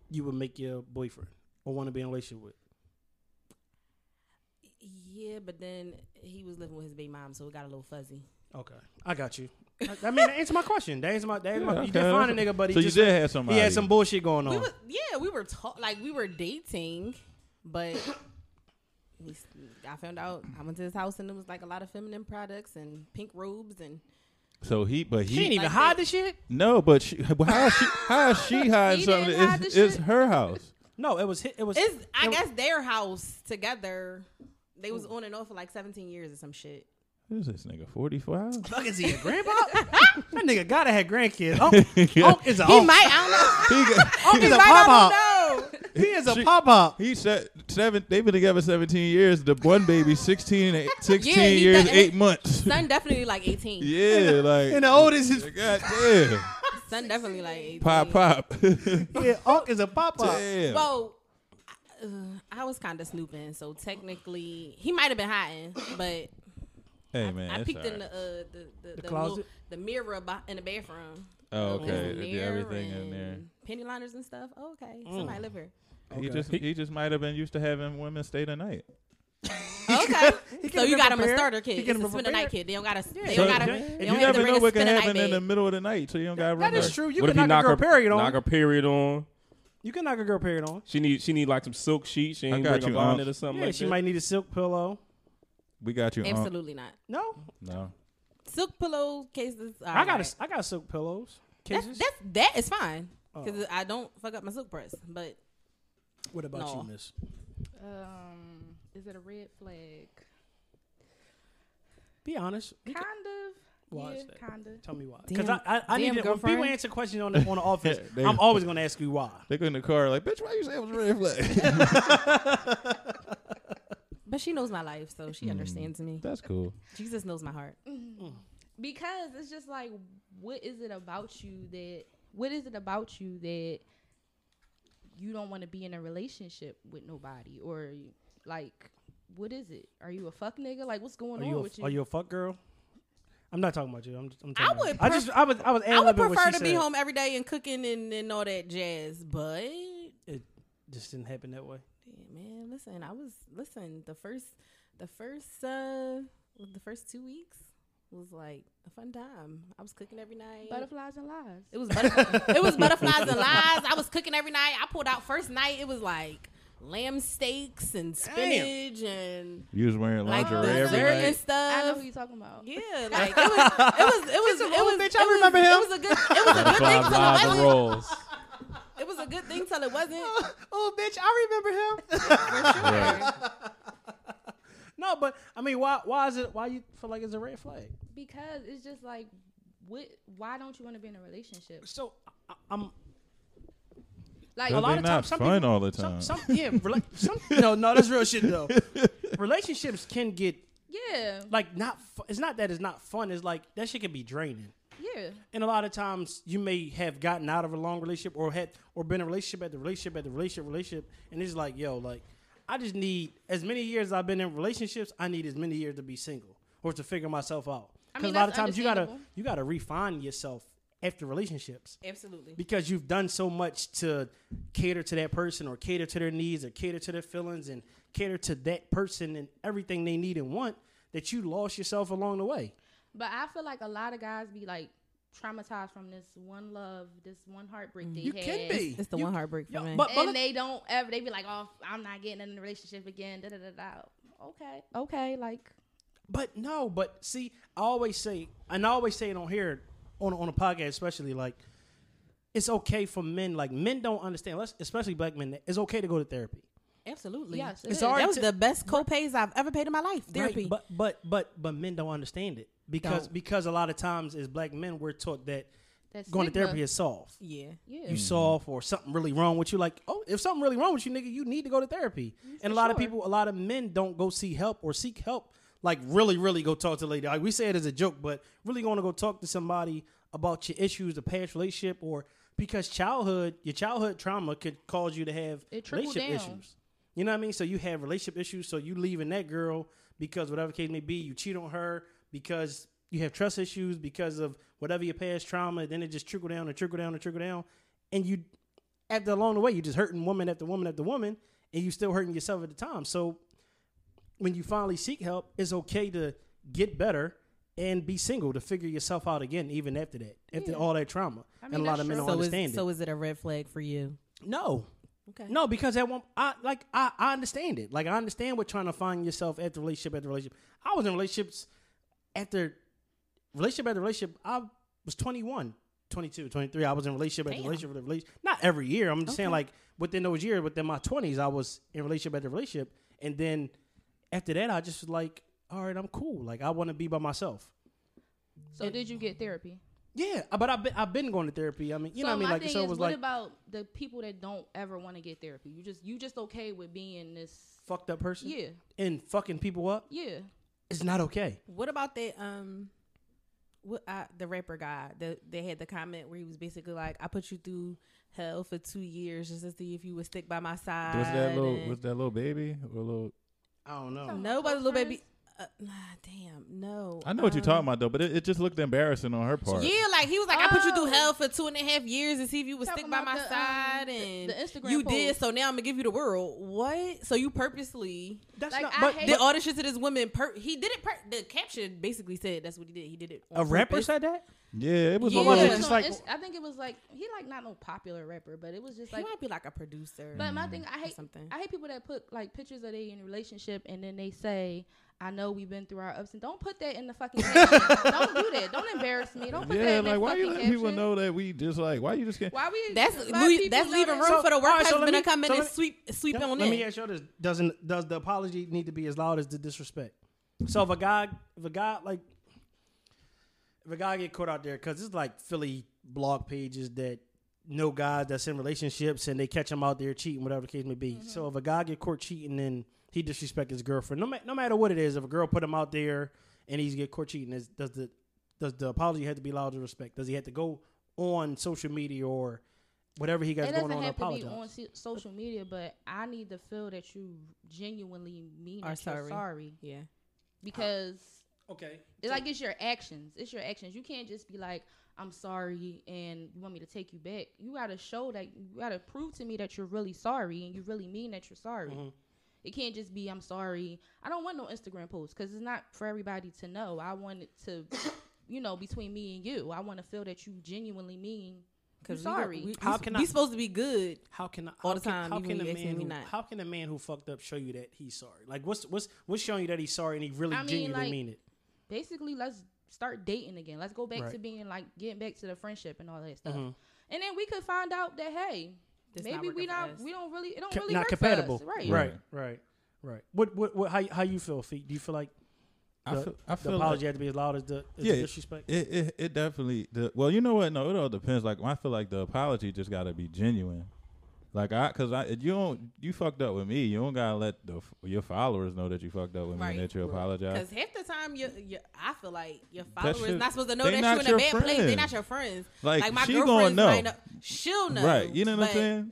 [SPEAKER 3] you would make your boyfriend or want to be in a relationship with.
[SPEAKER 1] Yeah, but then he was living with his baby mom, so it got a little fuzzy.
[SPEAKER 3] Okay, I got you. I, I mean, that answer my question. That answer my. That answer my you did
[SPEAKER 2] okay,
[SPEAKER 3] find a
[SPEAKER 2] that's-
[SPEAKER 3] nigga, but he
[SPEAKER 2] so
[SPEAKER 3] just
[SPEAKER 2] you did have somebody.
[SPEAKER 3] he had some bullshit going on.
[SPEAKER 1] We was, yeah, we were talk like we were dating, but we, s- I found out I went to his house and it was like a lot of feminine products and pink robes and
[SPEAKER 2] so he, but
[SPEAKER 3] she didn't
[SPEAKER 2] he,
[SPEAKER 3] even
[SPEAKER 1] like
[SPEAKER 3] hide
[SPEAKER 1] they-
[SPEAKER 3] the shit.
[SPEAKER 2] no, but she, how is she, how is she hiding
[SPEAKER 1] He didn't
[SPEAKER 2] something?
[SPEAKER 1] hide
[SPEAKER 2] it's,
[SPEAKER 1] the
[SPEAKER 2] it's
[SPEAKER 1] shit.
[SPEAKER 2] her house.
[SPEAKER 3] No, it was hi- it was.
[SPEAKER 1] it's I
[SPEAKER 3] it-
[SPEAKER 1] guess their house together. They was on and off for like 17 years or some shit.
[SPEAKER 2] Who's this nigga? Forty five.
[SPEAKER 3] Fuck is he a grandpa? that nigga gotta have grandkids. Unc, Unc is a
[SPEAKER 1] He
[SPEAKER 3] Unc.
[SPEAKER 1] might, I
[SPEAKER 2] He got-
[SPEAKER 1] don't know. Oh.
[SPEAKER 3] He's
[SPEAKER 1] he
[SPEAKER 3] a
[SPEAKER 1] might, I
[SPEAKER 3] pop-up.
[SPEAKER 1] don't know.
[SPEAKER 3] He is a
[SPEAKER 2] She-
[SPEAKER 3] pop up.
[SPEAKER 2] He said seven. They've been together seventeen years. The one baby, 16, and- 16
[SPEAKER 1] Yeah, he
[SPEAKER 2] years,
[SPEAKER 1] done-
[SPEAKER 2] eight months.
[SPEAKER 1] Son definitely like 18.
[SPEAKER 2] yeah, like
[SPEAKER 3] And the oldest is
[SPEAKER 2] goddamn
[SPEAKER 1] Son definitely like 18.
[SPEAKER 2] pop pop.
[SPEAKER 3] yeah, Unc is a pop up.
[SPEAKER 2] Damn.
[SPEAKER 1] Well, I- uh, I was kind of snooping, so technically he might have been hiding, but
[SPEAKER 2] hey man,
[SPEAKER 1] I
[SPEAKER 2] it's
[SPEAKER 1] peeked in the
[SPEAKER 2] alright.
[SPEAKER 1] uh, the the, the,
[SPEAKER 3] closet?
[SPEAKER 1] little- the mirror bu- in the bathroom.
[SPEAKER 2] Oh
[SPEAKER 1] Little
[SPEAKER 2] okay,
[SPEAKER 1] mirror
[SPEAKER 2] yeah, everything in
[SPEAKER 1] and
[SPEAKER 2] there.
[SPEAKER 1] Penny liners and stuff. Oh, okay,
[SPEAKER 3] Mm.
[SPEAKER 1] somebody live here.
[SPEAKER 2] He just he just might have been used to having women stay the night.
[SPEAKER 1] Okay,
[SPEAKER 3] He
[SPEAKER 1] so
[SPEAKER 3] could've
[SPEAKER 1] you
[SPEAKER 3] been
[SPEAKER 1] got him a
[SPEAKER 3] prepared.
[SPEAKER 1] starter
[SPEAKER 3] He
[SPEAKER 1] kit.
[SPEAKER 3] could've
[SPEAKER 1] It's a
[SPEAKER 3] been
[SPEAKER 1] spend a night
[SPEAKER 3] prepared.
[SPEAKER 1] kid. They don't got to. They
[SPEAKER 2] So-
[SPEAKER 1] don't got to.
[SPEAKER 3] and
[SPEAKER 1] They
[SPEAKER 2] You
[SPEAKER 1] don't have
[SPEAKER 2] never
[SPEAKER 1] to bring
[SPEAKER 2] know
[SPEAKER 1] a
[SPEAKER 2] what
[SPEAKER 1] spend a
[SPEAKER 2] can happen
[SPEAKER 1] night
[SPEAKER 2] in the
[SPEAKER 1] bed.
[SPEAKER 2] middle of the night, so you don't got to
[SPEAKER 3] That
[SPEAKER 2] run.
[SPEAKER 3] is
[SPEAKER 2] back.
[SPEAKER 3] true. You
[SPEAKER 4] what
[SPEAKER 3] can
[SPEAKER 4] if you
[SPEAKER 3] knock,
[SPEAKER 4] knock
[SPEAKER 3] a girl
[SPEAKER 4] her,
[SPEAKER 3] period on.
[SPEAKER 4] knock her period on?
[SPEAKER 3] You can knock a girl period on.
[SPEAKER 4] She need she need like some silk sheets. She
[SPEAKER 2] I
[SPEAKER 4] ain't
[SPEAKER 2] got
[SPEAKER 4] bring a
[SPEAKER 2] you,
[SPEAKER 4] bonnet
[SPEAKER 2] Unc.
[SPEAKER 4] or something.
[SPEAKER 3] Yeah,
[SPEAKER 4] like
[SPEAKER 3] she
[SPEAKER 4] that.
[SPEAKER 3] might need a silk pillow.
[SPEAKER 2] We got you. Unc.
[SPEAKER 1] Absolutely not.
[SPEAKER 3] No,
[SPEAKER 2] No.
[SPEAKER 1] Silk pillow cases. Are
[SPEAKER 3] I got
[SPEAKER 1] alright.
[SPEAKER 3] a, I got silk pillows.
[SPEAKER 1] That's,
[SPEAKER 3] Cases.
[SPEAKER 1] that's that is fine because
[SPEAKER 3] Oh.
[SPEAKER 1] I don't fuck up my silk press, but.
[SPEAKER 3] What about
[SPEAKER 1] No.
[SPEAKER 3] you, Miss?
[SPEAKER 5] Um, is it a red flag?
[SPEAKER 3] Be honest. You
[SPEAKER 5] Kind
[SPEAKER 3] can-
[SPEAKER 5] of.
[SPEAKER 3] Why
[SPEAKER 5] yeah,
[SPEAKER 3] is that?
[SPEAKER 5] kind of.
[SPEAKER 3] Tell me why. Because I,
[SPEAKER 1] Damn-
[SPEAKER 3] I,
[SPEAKER 1] damn
[SPEAKER 3] I need to, when people
[SPEAKER 1] girlfriend.
[SPEAKER 3] answer questions on the, on the office,
[SPEAKER 2] They-
[SPEAKER 3] I'm always going to ask you why.
[SPEAKER 2] They go in the car like, bitch, why you say it was a red flag?
[SPEAKER 1] But she knows my life, so
[SPEAKER 2] Hmm.
[SPEAKER 1] she understands me.
[SPEAKER 2] That's cool.
[SPEAKER 1] Jesus knows my heart.
[SPEAKER 5] Because it's just like, what is it about you that? What is it about you that you don't want to be in a relationship with nobody, or like, what is it? Are you a fuck nigga? Like, what's going
[SPEAKER 3] Are
[SPEAKER 5] on
[SPEAKER 3] you
[SPEAKER 5] with
[SPEAKER 3] a,
[SPEAKER 5] you?
[SPEAKER 3] are you a fuck girl? I'm not talking about you. I'm just. I'm
[SPEAKER 1] I
[SPEAKER 3] talking about
[SPEAKER 1] would
[SPEAKER 3] you. I just. I was. I was.
[SPEAKER 1] I would
[SPEAKER 3] ad-libbing what
[SPEAKER 1] prefer
[SPEAKER 3] she
[SPEAKER 1] to be
[SPEAKER 3] said.
[SPEAKER 1] home every day and cooking and, and all that jazz, but yeah,
[SPEAKER 3] It just didn't happen that way.
[SPEAKER 1] man, listen, I was listen the first the first uh the first two weeks was like a fun time. I was cooking every night.
[SPEAKER 5] Butterflies and lies.
[SPEAKER 1] it was butterf- it was butterflies and lies. I was cooking every night. I pulled out first night. It was like lamb steaks and spinach and
[SPEAKER 2] You was wearing
[SPEAKER 1] like
[SPEAKER 2] lingerie every
[SPEAKER 1] dessert
[SPEAKER 2] night.
[SPEAKER 1] and
[SPEAKER 5] I know
[SPEAKER 1] stuff.
[SPEAKER 5] who you're talking about.
[SPEAKER 1] Yeah, like it was, it was, it was, it was, bitch. I remember him. It was a good, it was a good thing
[SPEAKER 4] Five
[SPEAKER 1] till it
[SPEAKER 4] live
[SPEAKER 1] wasn't.
[SPEAKER 4] rolls.
[SPEAKER 1] It was a good thing till it wasn't.
[SPEAKER 3] Oh, bitch, I remember him. no, but I mean, why? Why is it? Why you feel like it's a red flag?
[SPEAKER 5] Because it's just like, what? Why don't you want to be in a relationship?
[SPEAKER 3] So I, I'm
[SPEAKER 5] Like,
[SPEAKER 2] Cause
[SPEAKER 3] a lot
[SPEAKER 2] they
[SPEAKER 3] of
[SPEAKER 2] not
[SPEAKER 3] times, some
[SPEAKER 2] fun
[SPEAKER 3] people-
[SPEAKER 2] all the
[SPEAKER 3] some,
[SPEAKER 2] time.
[SPEAKER 3] some yeah. Rela- some, no, no, that's real shit though. Relationships can get
[SPEAKER 5] yeah,
[SPEAKER 3] like not. Fu- it's not that it's not fun. It's like that shit can be draining.
[SPEAKER 5] yeah,
[SPEAKER 3] And a lot of times you may have gotten out of a long relationship or had or been in a relationship at the relationship at the relationship relationship and it's like, yo, like I just need as many years I've been in relationships, I need as many years to be single or to figure myself out.
[SPEAKER 5] I
[SPEAKER 3] Because
[SPEAKER 5] mean,
[SPEAKER 3] a lot of
[SPEAKER 5] that's
[SPEAKER 3] times you gotta
[SPEAKER 5] understandable.
[SPEAKER 3] you gotta refine yourself after relationships
[SPEAKER 1] Absolutely.
[SPEAKER 3] because you've done so much to cater to that person or cater to their needs or cater to their feelings and cater to that person and everything they need and want that you lost yourself along the way.
[SPEAKER 5] but I feel like a lot of guys be like traumatized from this one love, this one heartbreak they
[SPEAKER 3] Mm. You
[SPEAKER 5] had.
[SPEAKER 3] can be.
[SPEAKER 1] It's the
[SPEAKER 3] You-
[SPEAKER 1] one heartbreak for
[SPEAKER 3] yo,
[SPEAKER 1] me.
[SPEAKER 3] but-
[SPEAKER 5] and
[SPEAKER 3] let-
[SPEAKER 5] they don't ever. They be like, "Oh, I'm not getting in a relationship again." Da da da da. Okay, okay, like
[SPEAKER 3] But no, but see, I always say, and I always say it on here, on on a podcast especially, like it's okay for men. Like men don't understand, let's, especially black men. It's okay to go to therapy.
[SPEAKER 1] Absolutely.
[SPEAKER 5] Yes, it
[SPEAKER 3] It's
[SPEAKER 5] is.
[SPEAKER 3] all right
[SPEAKER 1] That was
[SPEAKER 3] to-
[SPEAKER 1] the best co-pays I've ever paid in my life. Therapy.
[SPEAKER 3] Right, but but but but men don't understand it because
[SPEAKER 1] Don't.
[SPEAKER 3] because a lot of times as black men we're taught that
[SPEAKER 5] That
[SPEAKER 3] going to
[SPEAKER 5] stigma.
[SPEAKER 3] therapy is soft.
[SPEAKER 1] yeah.
[SPEAKER 5] Yeah,
[SPEAKER 3] You soft or something really wrong with you. Like oh, if something really wrong with you, nigga, you need to go to therapy. and a lot of
[SPEAKER 5] Mm-hmm. sure.
[SPEAKER 3] people, a lot of men don't go see help or seek help. Like really, really go talk to a lady. Like we say it as a joke, but really going to go talk to somebody about your issues, the past relationship, or because childhood, your childhood trauma could cause you to have
[SPEAKER 5] It trickle
[SPEAKER 3] relationship
[SPEAKER 5] down.
[SPEAKER 3] issues. You know what I mean? So you have relationship issues. So you leaving that girl because whatever case may be, you cheat on her because you have trust issues because of whatever your past trauma. Then it just trickle down and trickle down and trickle down, and you after along the way you're just hurting woman after woman after woman, and you still hurting yourself at the time. So when you finally seek help, it's okay to get better and be single to figure yourself out again, even after that, after
[SPEAKER 5] Yeah.
[SPEAKER 3] all that trauma.
[SPEAKER 5] I
[SPEAKER 3] and
[SPEAKER 5] mean,
[SPEAKER 3] a lot
[SPEAKER 5] that's
[SPEAKER 3] of men
[SPEAKER 5] true.
[SPEAKER 3] don't
[SPEAKER 5] So
[SPEAKER 3] understand
[SPEAKER 1] is,
[SPEAKER 3] it.
[SPEAKER 1] so is it a red flag for you?
[SPEAKER 3] no,
[SPEAKER 1] Okay.
[SPEAKER 3] no, because at one, I like I, I understand it. Like I understand what trying to find yourself after relationship after relationship. I was in relationships after relationship after relationship. I was 21, 22, 23. I was in relationship after
[SPEAKER 1] Damn.
[SPEAKER 3] relationship after relationship. Not every year. I'm just saying
[SPEAKER 1] Okay.
[SPEAKER 3] like within those years, within my 20s, I was in relationship after relationship, and then after that, I just was like, all right, I'm cool. Like I want to be by myself.
[SPEAKER 5] So did you get therapy?
[SPEAKER 3] Yeah, uh, but I've been I've been going to therapy. I mean, you
[SPEAKER 5] so
[SPEAKER 3] know what I mean.
[SPEAKER 5] my
[SPEAKER 3] Like
[SPEAKER 5] thing
[SPEAKER 3] so it
[SPEAKER 5] is,
[SPEAKER 3] was
[SPEAKER 5] what
[SPEAKER 3] like
[SPEAKER 5] about the people that don't ever want to get therapy? You just you just okay with being this?
[SPEAKER 3] fucked up person
[SPEAKER 5] Yeah,
[SPEAKER 3] and fucking people up.
[SPEAKER 5] yeah.
[SPEAKER 3] It's not okay.
[SPEAKER 1] What about the um, what uh, the rapper guy? The, they had the comment where he was basically like, "I put you through hell for two years just to see if you would stick by my side."
[SPEAKER 2] was that little
[SPEAKER 1] and-
[SPEAKER 2] was that little baby or little?
[SPEAKER 3] I don't know.
[SPEAKER 1] no, but
[SPEAKER 5] Close
[SPEAKER 1] little
[SPEAKER 5] friends?
[SPEAKER 1] baby. Uh, nah, damn, no.
[SPEAKER 2] I know what you're
[SPEAKER 1] um,
[SPEAKER 2] talking about though, but it, it just looked embarrassing on her part.
[SPEAKER 1] Yeah, like he was like, I put you through
[SPEAKER 5] Oh.
[SPEAKER 1] hell for two and a half years to see if you would
[SPEAKER 5] Talking
[SPEAKER 1] stick by
[SPEAKER 5] about
[SPEAKER 1] my
[SPEAKER 5] the, um,
[SPEAKER 1] side,
[SPEAKER 5] the-
[SPEAKER 1] and
[SPEAKER 5] the Instagram
[SPEAKER 1] you did.
[SPEAKER 5] post.
[SPEAKER 1] So now I'm gonna give you the world. What? So you purposely
[SPEAKER 3] That's
[SPEAKER 5] Like,
[SPEAKER 3] not.
[SPEAKER 5] I
[SPEAKER 3] But,
[SPEAKER 5] hate-
[SPEAKER 1] did
[SPEAKER 3] but
[SPEAKER 1] all this shit to this woman. Per- he did it. Per- the caption basically said that's what he did. He did it. on
[SPEAKER 3] a rapper
[SPEAKER 1] purpose.
[SPEAKER 3] said that.
[SPEAKER 2] Yeah, it was
[SPEAKER 1] Yeah.
[SPEAKER 2] a
[SPEAKER 5] It
[SPEAKER 2] little.
[SPEAKER 5] was
[SPEAKER 3] just
[SPEAKER 5] on
[SPEAKER 3] like-
[SPEAKER 5] Inst- I think it was like he like not no popular rapper, but it was just
[SPEAKER 1] He
[SPEAKER 5] like.
[SPEAKER 1] might be like a producer.
[SPEAKER 5] But
[SPEAKER 3] Mm,
[SPEAKER 5] my thing, I
[SPEAKER 1] or
[SPEAKER 5] hate
[SPEAKER 1] something.
[SPEAKER 5] I hate people that put like pictures of they in a relationship and then they say, "I know we've been through our ups and don't put that in the fucking caption. don't do that. Don't embarrass me. Don't put that
[SPEAKER 2] Yeah,
[SPEAKER 5] in
[SPEAKER 2] like
[SPEAKER 5] the
[SPEAKER 2] why
[SPEAKER 5] fucking
[SPEAKER 2] you let
[SPEAKER 5] caption.
[SPEAKER 2] people know that we just like why you just can't.
[SPEAKER 5] Why we?
[SPEAKER 1] that's
[SPEAKER 5] let
[SPEAKER 1] we,
[SPEAKER 5] people
[SPEAKER 1] that's
[SPEAKER 5] know
[SPEAKER 1] leaving
[SPEAKER 5] that-
[SPEAKER 1] room
[SPEAKER 3] So-
[SPEAKER 1] for the
[SPEAKER 3] all
[SPEAKER 1] work
[SPEAKER 3] right, so let
[SPEAKER 1] husband to
[SPEAKER 3] me-
[SPEAKER 1] come in
[SPEAKER 3] so
[SPEAKER 1] and
[SPEAKER 3] let me-
[SPEAKER 1] sweep sweep
[SPEAKER 3] Let
[SPEAKER 1] on
[SPEAKER 3] let
[SPEAKER 1] in.
[SPEAKER 3] me ask you this: Doesn't does the apology need to be as loud as the disrespect? So if a guy, if a guy like, if a guy get caught out there, because it's like Philly blog pages that know guys that's in relationships and they catch him out there cheating, whatever the case may be.
[SPEAKER 5] Mm-hmm.
[SPEAKER 3] So if a guy get caught cheating and he disrespect his girlfriend, no, ma- no matter what it is, if a girl put him out there and he's get caught cheating, is, does the does the apology have to be loud to respect? Does he have to go on social media or whatever he got
[SPEAKER 5] It
[SPEAKER 3] going
[SPEAKER 5] doesn't
[SPEAKER 3] on?
[SPEAKER 5] have to
[SPEAKER 3] apologize.
[SPEAKER 5] be on so- social media, but I need to feel that you genuinely mean
[SPEAKER 1] Are
[SPEAKER 5] that you're
[SPEAKER 1] sorry. Oh.
[SPEAKER 5] sorry
[SPEAKER 1] yeah,
[SPEAKER 5] because
[SPEAKER 3] Okay.
[SPEAKER 5] it's like it's your actions. It's your actions. You can't just be like, "I'm sorry," and you want me to take you back. You gotta show that you gotta prove to me that you're really sorry and you really mean that you're sorry.
[SPEAKER 3] Mhm.
[SPEAKER 5] It can't just be I'm sorry. I don't want no Instagram post because it's not for everybody to know. I want it to, you know, between me and you. I want to feel that you genuinely mean
[SPEAKER 1] Cause
[SPEAKER 5] I'm
[SPEAKER 1] we go-
[SPEAKER 5] sorry.
[SPEAKER 1] we, we,
[SPEAKER 3] How can
[SPEAKER 1] we
[SPEAKER 3] I-
[SPEAKER 1] supposed to be good.
[SPEAKER 3] How can I,
[SPEAKER 1] All
[SPEAKER 3] how
[SPEAKER 1] the
[SPEAKER 3] can-
[SPEAKER 1] time,
[SPEAKER 3] How
[SPEAKER 1] even
[SPEAKER 3] can
[SPEAKER 1] when
[SPEAKER 3] a
[SPEAKER 1] you ask me,
[SPEAKER 3] man
[SPEAKER 1] we
[SPEAKER 3] who
[SPEAKER 1] not.
[SPEAKER 3] how can a man who fucked up show you that he's sorry? Like what's what's what's showing you that he's sorry and he really
[SPEAKER 5] I mean,
[SPEAKER 3] genuinely
[SPEAKER 5] like-
[SPEAKER 3] mean it?
[SPEAKER 5] Basically, let's start dating again. Let's go back to
[SPEAKER 3] Right.
[SPEAKER 5] being like getting back to the friendship and all that stuff.
[SPEAKER 3] Mhm.
[SPEAKER 5] And then we could find out that hey,
[SPEAKER 1] This not
[SPEAKER 5] maybe we
[SPEAKER 1] working for
[SPEAKER 5] not
[SPEAKER 1] us.
[SPEAKER 5] we don't really it don't
[SPEAKER 3] Co-
[SPEAKER 5] really
[SPEAKER 3] not
[SPEAKER 5] work for
[SPEAKER 3] compatible.
[SPEAKER 5] us. right?
[SPEAKER 3] Right, right, right. What what what? How how you feel? Feet? Do you feel like
[SPEAKER 2] I
[SPEAKER 3] The-
[SPEAKER 2] feel, I
[SPEAKER 3] the
[SPEAKER 2] feel like-
[SPEAKER 3] apology had to be as loud as the, as
[SPEAKER 2] Yeah.
[SPEAKER 3] the disrespect?
[SPEAKER 2] It, it it definitely the well you know what no it all depends like I feel like the apology just got to be genuine, like I cause I you don't you fucked up with me you don't gotta let the f- your followers know that you fucked up with
[SPEAKER 1] Right.
[SPEAKER 2] me and that you
[SPEAKER 3] Right.
[SPEAKER 2] apologize.
[SPEAKER 1] Because half the time, you, you, I feel like your
[SPEAKER 2] That
[SPEAKER 1] followers
[SPEAKER 2] shit-
[SPEAKER 1] not supposed to know
[SPEAKER 2] they
[SPEAKER 1] that
[SPEAKER 2] not
[SPEAKER 1] you're in a
[SPEAKER 2] your
[SPEAKER 1] bad place. They're
[SPEAKER 2] friends.
[SPEAKER 1] not your friends.
[SPEAKER 2] Like,
[SPEAKER 1] Like my
[SPEAKER 2] she
[SPEAKER 1] girlfriend,
[SPEAKER 2] gonna know.
[SPEAKER 1] might know. she'll know,
[SPEAKER 2] right? You know what
[SPEAKER 1] but
[SPEAKER 2] I'm saying?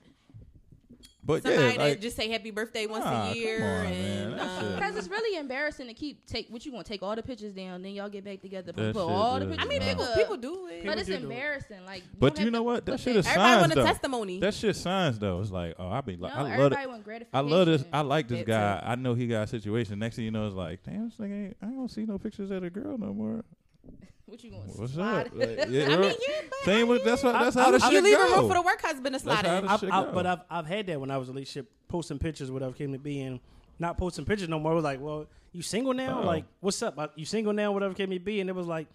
[SPEAKER 2] But
[SPEAKER 1] Somebody
[SPEAKER 2] yeah, like
[SPEAKER 1] that just say happy birthday once
[SPEAKER 2] Nah,
[SPEAKER 1] a
[SPEAKER 2] come
[SPEAKER 1] year,
[SPEAKER 2] on,
[SPEAKER 1] and
[SPEAKER 2] man, that
[SPEAKER 1] um,
[SPEAKER 2] shit-
[SPEAKER 5] Because it's really embarrassing to keep take what you gonna take all the pictures down, then y'all get back together, but
[SPEAKER 2] That
[SPEAKER 5] put
[SPEAKER 2] shit
[SPEAKER 5] all the
[SPEAKER 2] is
[SPEAKER 5] pictures.
[SPEAKER 1] I mean,
[SPEAKER 5] back
[SPEAKER 1] people
[SPEAKER 5] up.
[SPEAKER 1] people do it.
[SPEAKER 5] but it's
[SPEAKER 3] do do it.
[SPEAKER 5] embarrassing. Like,
[SPEAKER 2] but
[SPEAKER 5] don't
[SPEAKER 2] you
[SPEAKER 5] have
[SPEAKER 2] know
[SPEAKER 5] to
[SPEAKER 2] what that
[SPEAKER 5] put
[SPEAKER 2] shit is
[SPEAKER 1] Everybody
[SPEAKER 2] signs
[SPEAKER 1] want a
[SPEAKER 2] though.
[SPEAKER 1] testimony.
[SPEAKER 2] That shit signs though. It's like oh I be
[SPEAKER 5] No,
[SPEAKER 2] like I love
[SPEAKER 5] everybody
[SPEAKER 2] it.
[SPEAKER 5] want gratification.
[SPEAKER 2] I love this. I like
[SPEAKER 1] That
[SPEAKER 2] this
[SPEAKER 1] too.
[SPEAKER 2] guy. I know he got a situation. Next thing you know, it's like, damn, this nigga, ain't, I don't see no pictures of the girl no more.
[SPEAKER 5] what you gonna
[SPEAKER 2] What's
[SPEAKER 5] slide
[SPEAKER 2] up? Like, yeah,
[SPEAKER 1] I mean,
[SPEAKER 2] right?
[SPEAKER 1] yeah, but
[SPEAKER 2] Same with that's what
[SPEAKER 3] I-
[SPEAKER 2] that's
[SPEAKER 3] I-
[SPEAKER 2] how the
[SPEAKER 3] I-
[SPEAKER 2] shit
[SPEAKER 1] you leave
[SPEAKER 2] go.
[SPEAKER 1] room for the work husband to slide
[SPEAKER 2] That's how
[SPEAKER 1] in.
[SPEAKER 2] the
[SPEAKER 3] I've,
[SPEAKER 2] shit
[SPEAKER 3] I,
[SPEAKER 2] go.
[SPEAKER 3] but I've I've had that when I was in a relationship, posting pictures, whatever came to be, and not posting pictures no more. It was like, well, you single now?
[SPEAKER 2] Oh.
[SPEAKER 3] Like, what's up? Uh, You single now? Whatever came to be, and it was like,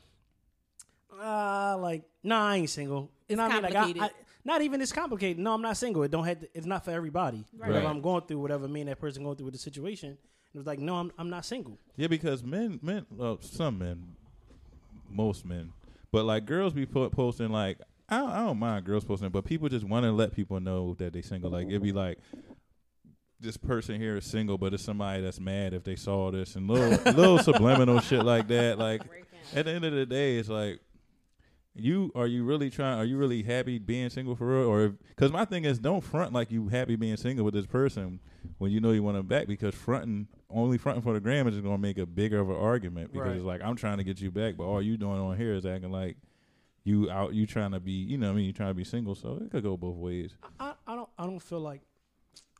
[SPEAKER 3] uh like nah, I ain't single. You know what I mean? Like, I, I,
[SPEAKER 1] complicated.
[SPEAKER 3] not even it's complicated. No, I'm not single. It don't have. To, it's not for everybody.
[SPEAKER 1] Right.
[SPEAKER 3] Whatever
[SPEAKER 2] Right.
[SPEAKER 3] I'm going through, whatever me and that person going through with the situation. It was like, no, I'm I'm not single.
[SPEAKER 2] yeah, because men, men, well, some men, most men, but like girls be po- posting like I don't, I don't mind girls posting, but people just want to let people know that they single. Like it'd be like. This person here is single, but it's somebody that's mad if they saw this and little little subliminal shit like that. Like at the end of the day, it's like you are you really trying? Are you really happy being single for real? Or because my thing is, don't front like you happy being single with this person when you know you want them back. Because fronting only fronting for the gram is just gonna make a bigger of an argument. Because
[SPEAKER 3] Right.
[SPEAKER 2] it's like I'm trying to get you back, but all you doing on here is acting like you out. You trying to be, you know, what I mean, you trying to be single. So it could go both ways.
[SPEAKER 3] I, I don't I don't feel like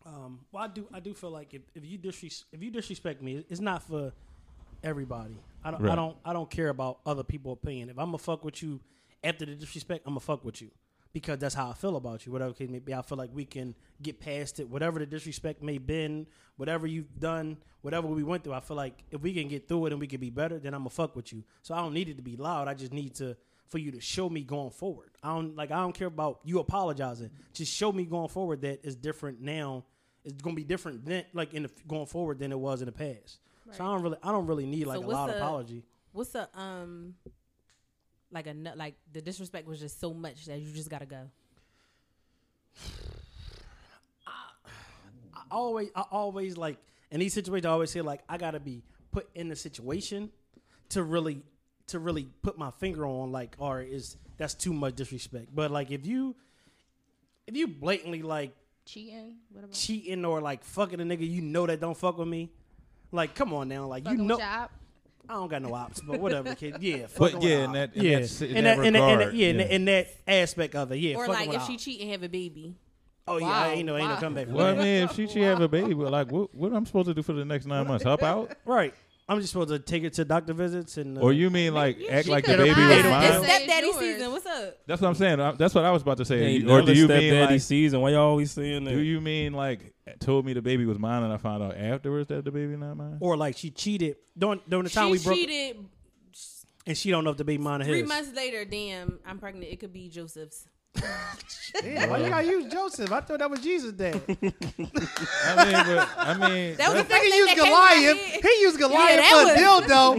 [SPEAKER 3] um well I do I do feel like if, if you disres- if you disrespect me it's not for everybody I don't I
[SPEAKER 2] Right.
[SPEAKER 3] don't I don't care about other people's opinion if I'm gonna fuck with you after the disrespect I'm gonna fuck with you because that's how I feel about you whatever case may be I feel like we can get past it whatever the disrespect may been whatever you've done whatever we went through I feel like if we can get through it and we can be better then I'm gonna fuck with you so I don't need it to be loud I just need to for you to show me going forward. I don't like I don't care about you apologizing. Just show me going forward that it's different now. It's gonna be different then, like in the, going forward than it was in the past. So I don't really, I don't really need like a
[SPEAKER 1] what's
[SPEAKER 3] loud
[SPEAKER 1] the-
[SPEAKER 3] apology.
[SPEAKER 1] What's a um, like a nu- like the disrespect was just so much that you just gotta go.
[SPEAKER 3] I always, I always like in these situations. I always say like I gotta be put in the situation to really, to really put my finger on like, all right, is that's too much disrespect. But like if you, if you blatantly like
[SPEAKER 5] cheating, whatever.
[SPEAKER 3] cheating or like fucking a nigga you know that don't fuck with me. Like, come on now, like
[SPEAKER 5] Fucking
[SPEAKER 3] you
[SPEAKER 5] with
[SPEAKER 3] know
[SPEAKER 5] your op.
[SPEAKER 3] I don't got no ops, but whatever, kid. Yeah, fucking
[SPEAKER 2] But
[SPEAKER 3] with
[SPEAKER 2] yeah,
[SPEAKER 3] a
[SPEAKER 2] in
[SPEAKER 3] op.
[SPEAKER 2] that, in
[SPEAKER 3] yeah,
[SPEAKER 2] that, si- in
[SPEAKER 3] in
[SPEAKER 2] that,
[SPEAKER 3] in that, in
[SPEAKER 2] regard,
[SPEAKER 3] that, yeah, in
[SPEAKER 2] yeah.
[SPEAKER 3] that- in that aspect of it, yeah.
[SPEAKER 1] or
[SPEAKER 3] fucking
[SPEAKER 1] like
[SPEAKER 3] with
[SPEAKER 1] if
[SPEAKER 3] a
[SPEAKER 1] she
[SPEAKER 3] op.
[SPEAKER 1] cheat and have a baby.
[SPEAKER 3] oh yeah,
[SPEAKER 5] Wow,
[SPEAKER 3] ain't no, ain't no
[SPEAKER 5] wow.
[SPEAKER 3] comeback. for
[SPEAKER 2] Well, I
[SPEAKER 3] that.
[SPEAKER 2] mean, if she should have a baby, well, like, what, what I'm supposed to do for the next nine months? Help out?
[SPEAKER 3] Right, I'm just supposed to take it to doctor visits and. Uh,
[SPEAKER 2] Or you mean like act
[SPEAKER 5] she
[SPEAKER 2] like the
[SPEAKER 5] could've
[SPEAKER 2] baby
[SPEAKER 1] It's
[SPEAKER 2] was
[SPEAKER 5] lied. It's
[SPEAKER 2] mine?
[SPEAKER 5] mine?
[SPEAKER 1] stepdaddy
[SPEAKER 5] Yours.
[SPEAKER 1] season. What's up?
[SPEAKER 2] That's what I'm saying. I, that's what I was about to say.
[SPEAKER 4] Hey,
[SPEAKER 2] or
[SPEAKER 4] now
[SPEAKER 2] do
[SPEAKER 4] the
[SPEAKER 2] you mean
[SPEAKER 4] stepdaddy
[SPEAKER 2] like,
[SPEAKER 4] season? Why y'all always saying that?
[SPEAKER 2] do you mean like told me the baby was mine and I found out afterwards that the baby not mine?
[SPEAKER 3] Or like she cheated during during the time
[SPEAKER 1] She
[SPEAKER 3] we broke,
[SPEAKER 1] cheated
[SPEAKER 3] and she don't know if the baby mine or his.
[SPEAKER 1] three months later. Damn, I'm pregnant. It could be Joseph's.
[SPEAKER 3] Damn, why you gotta use Joseph? I thought that was Jesus' dad.
[SPEAKER 2] I mean, but, I mean,
[SPEAKER 1] That was the first
[SPEAKER 2] that's-
[SPEAKER 1] thing that came to my head.
[SPEAKER 3] used
[SPEAKER 1] that was- that was priceless.
[SPEAKER 3] as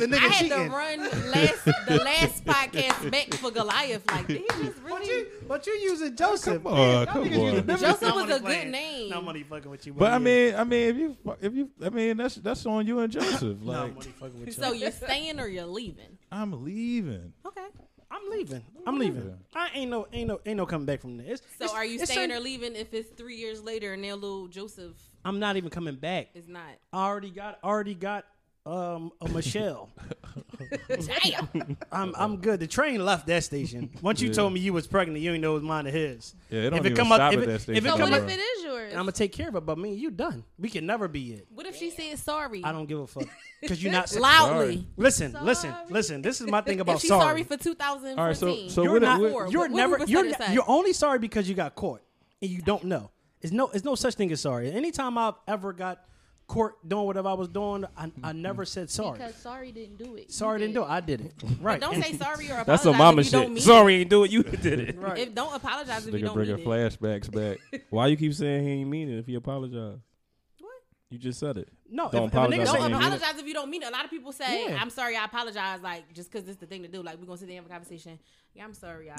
[SPEAKER 3] a
[SPEAKER 1] I had to run last the last podcast back for Goliath. Like did he just
[SPEAKER 3] But
[SPEAKER 1] really.
[SPEAKER 3] you, but you using Joseph.
[SPEAKER 2] Come on,
[SPEAKER 3] Man, y'all
[SPEAKER 2] come on.
[SPEAKER 3] niggas using biblical-
[SPEAKER 1] Joseph
[SPEAKER 3] I'm
[SPEAKER 1] was
[SPEAKER 3] only
[SPEAKER 1] a good
[SPEAKER 3] playing.
[SPEAKER 1] name.
[SPEAKER 3] No, I'm only fucking with you.
[SPEAKER 2] but I
[SPEAKER 3] buddy.
[SPEAKER 2] mean, I mean, if you, if you, I mean, that's that's on you and Joseph.
[SPEAKER 3] No,
[SPEAKER 2] Like,
[SPEAKER 3] I'm only fucking with you.
[SPEAKER 1] So you're staying or you're leaving?
[SPEAKER 2] I'm leaving.
[SPEAKER 1] Okay.
[SPEAKER 3] I'm leaving. I'm leaving. I ain't no, ain't no, ain't no coming back from this.
[SPEAKER 1] So are you staying or leaving if it's three years later and now little Joseph
[SPEAKER 3] I'm not even coming back.
[SPEAKER 1] is not?
[SPEAKER 3] I already got, already got, um, a Michelle.
[SPEAKER 5] Damn.
[SPEAKER 3] I'm I'm good. The train left that station. Once you
[SPEAKER 2] Yeah.
[SPEAKER 3] told me you was pregnant, you ain't know it was mine or his.
[SPEAKER 2] Yeah, it don't
[SPEAKER 3] If it
[SPEAKER 2] even
[SPEAKER 3] come up-
[SPEAKER 2] stop
[SPEAKER 3] if
[SPEAKER 2] at
[SPEAKER 3] it-
[SPEAKER 2] that
[SPEAKER 3] if
[SPEAKER 2] station.
[SPEAKER 3] it
[SPEAKER 5] So
[SPEAKER 3] come
[SPEAKER 5] what
[SPEAKER 2] bro.
[SPEAKER 5] if it is yours?
[SPEAKER 3] And I'm gonna take care of it, but me, and you done. We can never be it.
[SPEAKER 1] What if she said sorry?
[SPEAKER 3] I don't give a fuck because you're not.
[SPEAKER 1] Loudly.
[SPEAKER 3] listen, listen,
[SPEAKER 5] Sorry.
[SPEAKER 3] listen. This is my thing about
[SPEAKER 1] if she's
[SPEAKER 3] sorry.
[SPEAKER 1] sorry, for 2014.
[SPEAKER 2] All right, so so
[SPEAKER 3] you're
[SPEAKER 2] what?
[SPEAKER 3] not.
[SPEAKER 2] what-
[SPEAKER 1] Or
[SPEAKER 3] you're
[SPEAKER 1] what- what
[SPEAKER 3] never.
[SPEAKER 1] would
[SPEAKER 3] You're,
[SPEAKER 1] Rosetta
[SPEAKER 3] ne-
[SPEAKER 1] say?
[SPEAKER 3] you're only sorry because you got caught and you don't know. It's no. It's no such thing as sorry. Anytime I've ever got caught doing whatever I was doing, I, I never said sorry.
[SPEAKER 5] Because sorry didn't do it.
[SPEAKER 3] sorry didn't do it. I did it. Right.
[SPEAKER 1] Don't
[SPEAKER 3] And-
[SPEAKER 1] say sorry or apologize.
[SPEAKER 4] That's some
[SPEAKER 1] if
[SPEAKER 4] mama
[SPEAKER 1] you Don't mean
[SPEAKER 4] shit. Sorry, ain't do it. You did it.
[SPEAKER 1] It.
[SPEAKER 3] Right.
[SPEAKER 1] If don't apologize if you
[SPEAKER 2] Nigga
[SPEAKER 1] don't
[SPEAKER 2] bring her
[SPEAKER 1] mean it.
[SPEAKER 2] flashbacks back.
[SPEAKER 4] Why you keep saying he ain't mean it if he apologized?
[SPEAKER 1] What?
[SPEAKER 4] You just said it.
[SPEAKER 3] no.
[SPEAKER 4] Don't
[SPEAKER 3] if, if a nigga
[SPEAKER 4] apologize.
[SPEAKER 3] say-
[SPEAKER 4] Don't
[SPEAKER 1] Don't
[SPEAKER 4] mean it.
[SPEAKER 1] apologize if you don't mean it. A lot of people say,
[SPEAKER 3] Yeah.
[SPEAKER 1] "I'm sorry, I apologize," like just because it's the thing to do. Like we're gonna sit there and have a conversation. Yeah, I'm sorry, I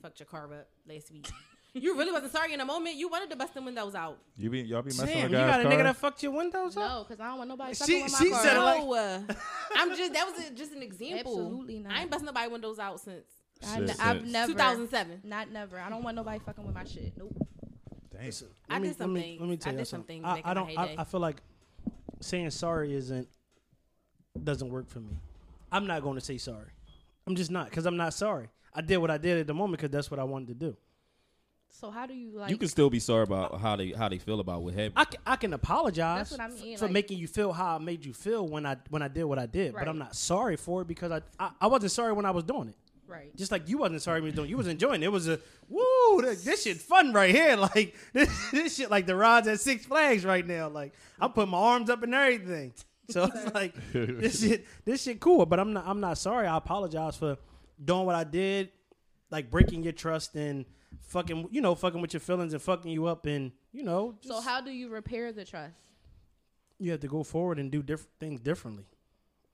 [SPEAKER 1] fucked your car up last week. you really wasn't sorry in the moment. You wanted to bust the windows out.
[SPEAKER 2] You be y'all be messing
[SPEAKER 3] Damn,
[SPEAKER 2] with
[SPEAKER 3] you got
[SPEAKER 2] guys'
[SPEAKER 3] a nigga that
[SPEAKER 2] cars.
[SPEAKER 3] fucked your windows up.
[SPEAKER 5] No, because I don't want nobody
[SPEAKER 3] She-
[SPEAKER 5] sucking with my
[SPEAKER 3] she
[SPEAKER 5] car.
[SPEAKER 3] said it like-
[SPEAKER 1] No, uh, I'm just that was a, just an example.
[SPEAKER 5] Absolutely not.
[SPEAKER 1] I ain't busting nobody windows out since
[SPEAKER 5] I
[SPEAKER 2] Shit.
[SPEAKER 5] n- I've
[SPEAKER 2] Since
[SPEAKER 5] never.
[SPEAKER 1] 2007.
[SPEAKER 5] Not never. I don't want nobody fucking with my shit. Nope.
[SPEAKER 2] Damn.
[SPEAKER 1] I
[SPEAKER 3] Let me-
[SPEAKER 1] did some
[SPEAKER 3] let me-
[SPEAKER 1] things.
[SPEAKER 3] Let me tell
[SPEAKER 1] I
[SPEAKER 3] you
[SPEAKER 1] did some
[SPEAKER 3] something.
[SPEAKER 1] things
[SPEAKER 3] I,
[SPEAKER 1] back
[SPEAKER 3] I
[SPEAKER 1] in my
[SPEAKER 3] don't. I,
[SPEAKER 1] heyday.
[SPEAKER 3] I feel like saying sorry isn't doesn't work for me. I'm not going to say sorry. I'm just not because I'm not sorry. I did what I did at the moment because that's what I wanted to do.
[SPEAKER 5] So how do you like?
[SPEAKER 4] you can still be sorry about how they how they feel about what happened.
[SPEAKER 3] I can, I can apologize
[SPEAKER 5] That's what I mean,
[SPEAKER 3] for
[SPEAKER 5] like-
[SPEAKER 3] making you feel how I made you feel when I when I did what I did, but
[SPEAKER 5] Right.
[SPEAKER 3] I'm not sorry for it because I, I I wasn't sorry when I was doing it.
[SPEAKER 5] right.
[SPEAKER 3] Just like you wasn't sorry when you was doing, it. you was enjoying. It, it was a woo. This, this shit fun right here. Like this, this shit like the rides at Six Flags right now. Like I'm putting my arms up and everything. So it's like this shit, this shit cool. But I'm not, I'm not sorry. I apologize for doing what I did, like breaking your trust and fucking, you know, fucking with your feelings and fucking you up and you know. Just,
[SPEAKER 5] so how do you repair the trust?
[SPEAKER 3] you have to go forward and do different things differently.